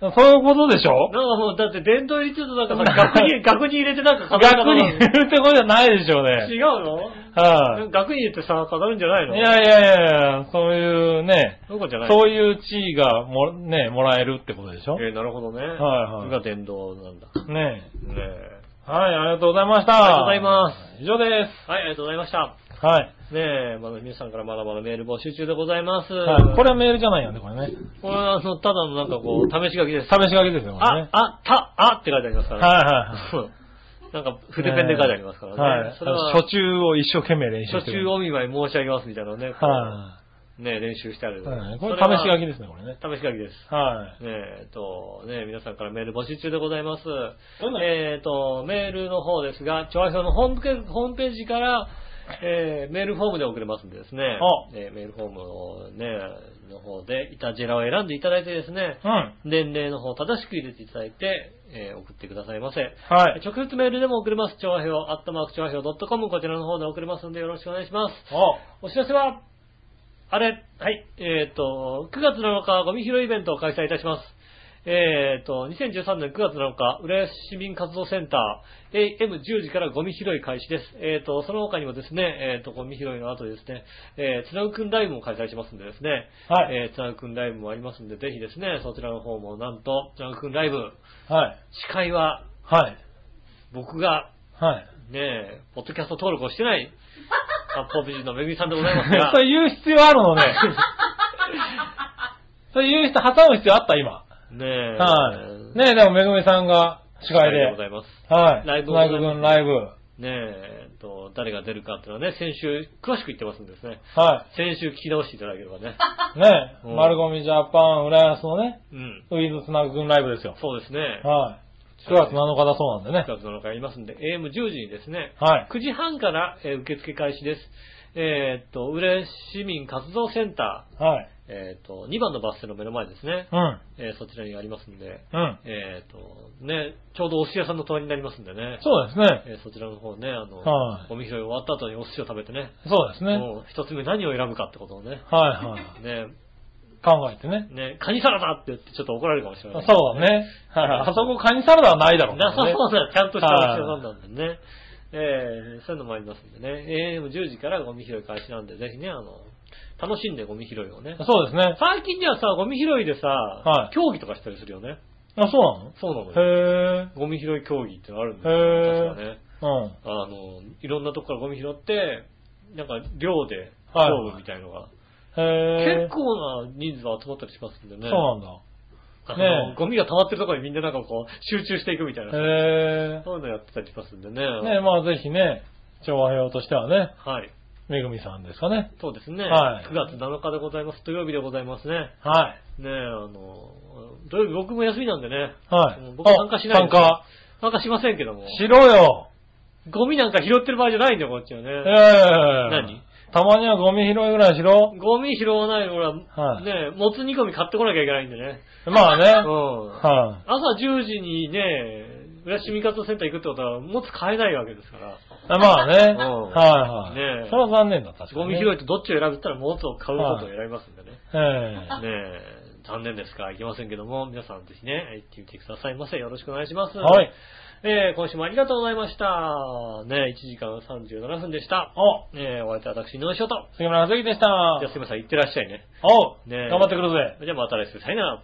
[SPEAKER 3] そういうことでしょ
[SPEAKER 2] なんかもう、だって電 動入りって言うとなんかさ、額に、額に入れてなんか
[SPEAKER 3] 逆に
[SPEAKER 2] な
[SPEAKER 3] 言うってことじゃないでしょうね。
[SPEAKER 2] 違うの
[SPEAKER 3] はい、
[SPEAKER 2] 学院ってさ、語るんじゃないの
[SPEAKER 3] いやいやいやいや、そういうね、
[SPEAKER 2] そうかじゃない
[SPEAKER 3] そういう地位がも、ね、もらえるってことでしょ
[SPEAKER 2] えーなるほど
[SPEAKER 3] は
[SPEAKER 2] ね。
[SPEAKER 3] いはい
[SPEAKER 2] それが伝道なんだ。ね
[SPEAKER 3] ね
[SPEAKER 2] え。
[SPEAKER 3] え。はい、ありがとうございました。。
[SPEAKER 2] ありがとうございます
[SPEAKER 3] 以上で
[SPEAKER 2] はい、ありがとうございました。
[SPEAKER 3] す。はい。
[SPEAKER 2] ねえ、まだ皆さんからまだまだメール募集中でございます。
[SPEAKER 3] はい、これはメールじゃないよね、これね。
[SPEAKER 2] これはあの、ただのなんかこう、試し書きです。
[SPEAKER 3] 試し書きですよ、これ
[SPEAKER 2] あ
[SPEAKER 3] ね、。
[SPEAKER 2] あ、た、あって書いてありますから、
[SPEAKER 3] はいはい。
[SPEAKER 2] そう なんか、筆ペンで書いてありますからね。
[SPEAKER 3] はい。
[SPEAKER 2] それは、
[SPEAKER 3] 初中を一生懸命練習し
[SPEAKER 2] 初
[SPEAKER 3] て
[SPEAKER 2] 中
[SPEAKER 3] る。
[SPEAKER 2] お見舞い申し上げますみたいなのね、こう
[SPEAKER 3] は
[SPEAKER 2] ね練習してある。
[SPEAKER 3] い。はいこれ
[SPEAKER 2] そは
[SPEAKER 3] 試し書きですね、これね。
[SPEAKER 2] 試し書きです。
[SPEAKER 3] はい。
[SPEAKER 2] ねええっと、ねえ皆さんからメール募集中でございます。
[SPEAKER 3] どんな
[SPEAKER 2] えっと、メールの方ですが、調和表のホームページホームページから、えーメールフォームで送れますんでですね
[SPEAKER 3] あ、
[SPEAKER 2] えーメールフォームのね、の方で、イタジェラを選んでいただいてですね、
[SPEAKER 3] うん。
[SPEAKER 2] 年齢の方を正しく入れていただいて、えー送ってくださいませ。
[SPEAKER 3] はい。
[SPEAKER 2] 直接メールでも送れます。調和表、アットマーク調和表 .com、こちらの方で送れますのでよろしくお願いします。
[SPEAKER 3] お
[SPEAKER 2] お知らせは、あれ、はい、えっ、と、9月7日、ゴミ拾いイベントを開催いたします。えっ、と、2013年9月7日、浦安市民活動センター、AM10 時からゴミ拾い開始です。えっ、と、その他にもですね、えっ、と、ゴミ拾いの後ですね、えー、つなぐくんライブも開催しますんでですね、
[SPEAKER 3] はい
[SPEAKER 2] えー、つなぐくんライブもありますんで、ぜひですね、そちらの方もなんと、つなぐくんライブ、
[SPEAKER 3] はい。
[SPEAKER 2] 司会は
[SPEAKER 3] はい。
[SPEAKER 2] 僕が、
[SPEAKER 3] はい。
[SPEAKER 2] ねえ、ポッドキャスト登録をしてない、八方美人のめぐみさんでございますが、
[SPEAKER 3] それ言う必要あるの ね。それ言う人、挟む必要あった、今。
[SPEAKER 2] ねえ。
[SPEAKER 3] はい。ねえ、でも、めぐみさんが司会
[SPEAKER 2] ござ
[SPEAKER 3] で。
[SPEAKER 2] います。
[SPEAKER 3] はい。
[SPEAKER 2] ライブを
[SPEAKER 3] ライブ軍ライブ。
[SPEAKER 2] ねえ、えっと、誰が出るかっていうのはね、先週、詳しく言ってますんでですね。
[SPEAKER 3] は
[SPEAKER 2] 先週聞き直していただければね。
[SPEAKER 3] い。ねえ、
[SPEAKER 2] うん
[SPEAKER 3] 丸ゴミジャパン、浦安のね、
[SPEAKER 2] うん。
[SPEAKER 3] ウィズつなぐ軍ライブですよ。
[SPEAKER 2] そうですね。
[SPEAKER 3] はい。9月7日だそうなんでね
[SPEAKER 2] 9。月7日やりますんで、AM10 時にですね、
[SPEAKER 3] はい。
[SPEAKER 2] 9時半から、えー受付開始です。えーっと、浦安市民活動センタ
[SPEAKER 3] はい。
[SPEAKER 2] ー、えーっと、2番のバス停の目の前ですね。
[SPEAKER 3] うん。
[SPEAKER 2] えーそちらにありますんで、
[SPEAKER 3] うん。
[SPEAKER 2] えーっと、ね、ちょうどお寿司屋さんの隣になりますんでね。
[SPEAKER 3] そうですね。
[SPEAKER 2] えーそちらの方ね、あの、
[SPEAKER 3] はい
[SPEAKER 2] ゴミ拾い終わった後にお寿司を食べてね、
[SPEAKER 3] そうですね。はい
[SPEAKER 2] もう一つ目何を選ぶかってことをね、
[SPEAKER 3] はい。
[SPEAKER 2] ね、
[SPEAKER 3] 考えてね。
[SPEAKER 2] ね、カニサラダって言ってちょっと怒られるかもしれない。
[SPEAKER 3] そうだ。ね。はい。あそこカニサラダはないだろう
[SPEAKER 2] なさ
[SPEAKER 3] ね
[SPEAKER 2] そうな、ちゃんとしたお店なんだんでね。えー、そういうのもありますんでね。AM10 時からゴミ拾い開始なんで、ぜひね、あの、楽しんでゴミ拾いをね。
[SPEAKER 3] そうですね。
[SPEAKER 2] 最近ではさ、ゴミ拾いでさ、
[SPEAKER 3] はい
[SPEAKER 2] 競技とかしたりするよね。
[SPEAKER 3] あ、そうなの
[SPEAKER 2] そうなのよ。
[SPEAKER 3] へー
[SPEAKER 2] ゴミ拾い競技ってのあるんです
[SPEAKER 3] へー
[SPEAKER 2] よ、確かね。
[SPEAKER 3] うん。
[SPEAKER 2] あの、いろんなとこからゴミ拾って、なんか量で
[SPEAKER 3] はい
[SPEAKER 2] 勝負みたいのが、
[SPEAKER 3] へ
[SPEAKER 2] 結構な人数が集まったりしますんでね。
[SPEAKER 3] そうなんだ。
[SPEAKER 2] あの
[SPEAKER 3] ねえ
[SPEAKER 2] ゴミが溜まってるところにみんななんかこう、集中していくみたいな。
[SPEAKER 3] へ
[SPEAKER 2] そういうのやってたりしますんでね。
[SPEAKER 3] え。ねまあぜひね、調和表としてはね、
[SPEAKER 2] はい。
[SPEAKER 3] めぐみさんですかね。
[SPEAKER 2] そうですね。
[SPEAKER 3] はい
[SPEAKER 2] 9月7日でございます。土曜日でございますね。
[SPEAKER 3] は
[SPEAKER 2] ねえ、あの、土曜日僕も休みなんでね。
[SPEAKER 3] い。はい
[SPEAKER 2] もう。僕参加しない
[SPEAKER 3] あ参加。
[SPEAKER 2] 参加しませんけども。
[SPEAKER 3] しろよ。
[SPEAKER 2] ゴミなんか拾ってる場合じゃないんだよ、こっちは
[SPEAKER 3] ええ。
[SPEAKER 2] ね。何
[SPEAKER 3] 何たまにはゴミ拾いぐらいしろ。
[SPEAKER 2] ゴミ拾わない、ほら、
[SPEAKER 3] はい
[SPEAKER 2] ねえ、もつ煮込み買ってこなきゃいけないんでね。
[SPEAKER 3] まあ
[SPEAKER 2] う
[SPEAKER 3] ね。
[SPEAKER 2] ん。
[SPEAKER 3] は
[SPEAKER 2] 朝10時にね、浦島活動センター行くってことは、もつ買えないわけですから。
[SPEAKER 3] い。まあね。はい
[SPEAKER 2] ん
[SPEAKER 3] はい。
[SPEAKER 2] ねえ
[SPEAKER 3] それは残念だ、確か
[SPEAKER 2] ゴ
[SPEAKER 3] に
[SPEAKER 2] ミ
[SPEAKER 3] ね。
[SPEAKER 2] 拾いとどっちを選ぶって言ったら、もつを買うことを選びますんでね。
[SPEAKER 3] ええ。
[SPEAKER 2] ねえ、残念ですが、いけませんけども、皆さんぜひね、行ってみてくださいませ。よろしくお願いします。
[SPEAKER 3] はい。。
[SPEAKER 2] えー、今週もありがとうございました。ねえ、1時間37分でした。
[SPEAKER 3] お
[SPEAKER 2] ねえ、お相手は私、井上翔太。
[SPEAKER 3] 杉村和之でした。
[SPEAKER 2] じゃあすみません、行ってらっしゃいね。
[SPEAKER 3] おう、
[SPEAKER 2] ねえ
[SPEAKER 3] 頑張ってくるぜ。
[SPEAKER 2] じゃあまた来週、さよなら。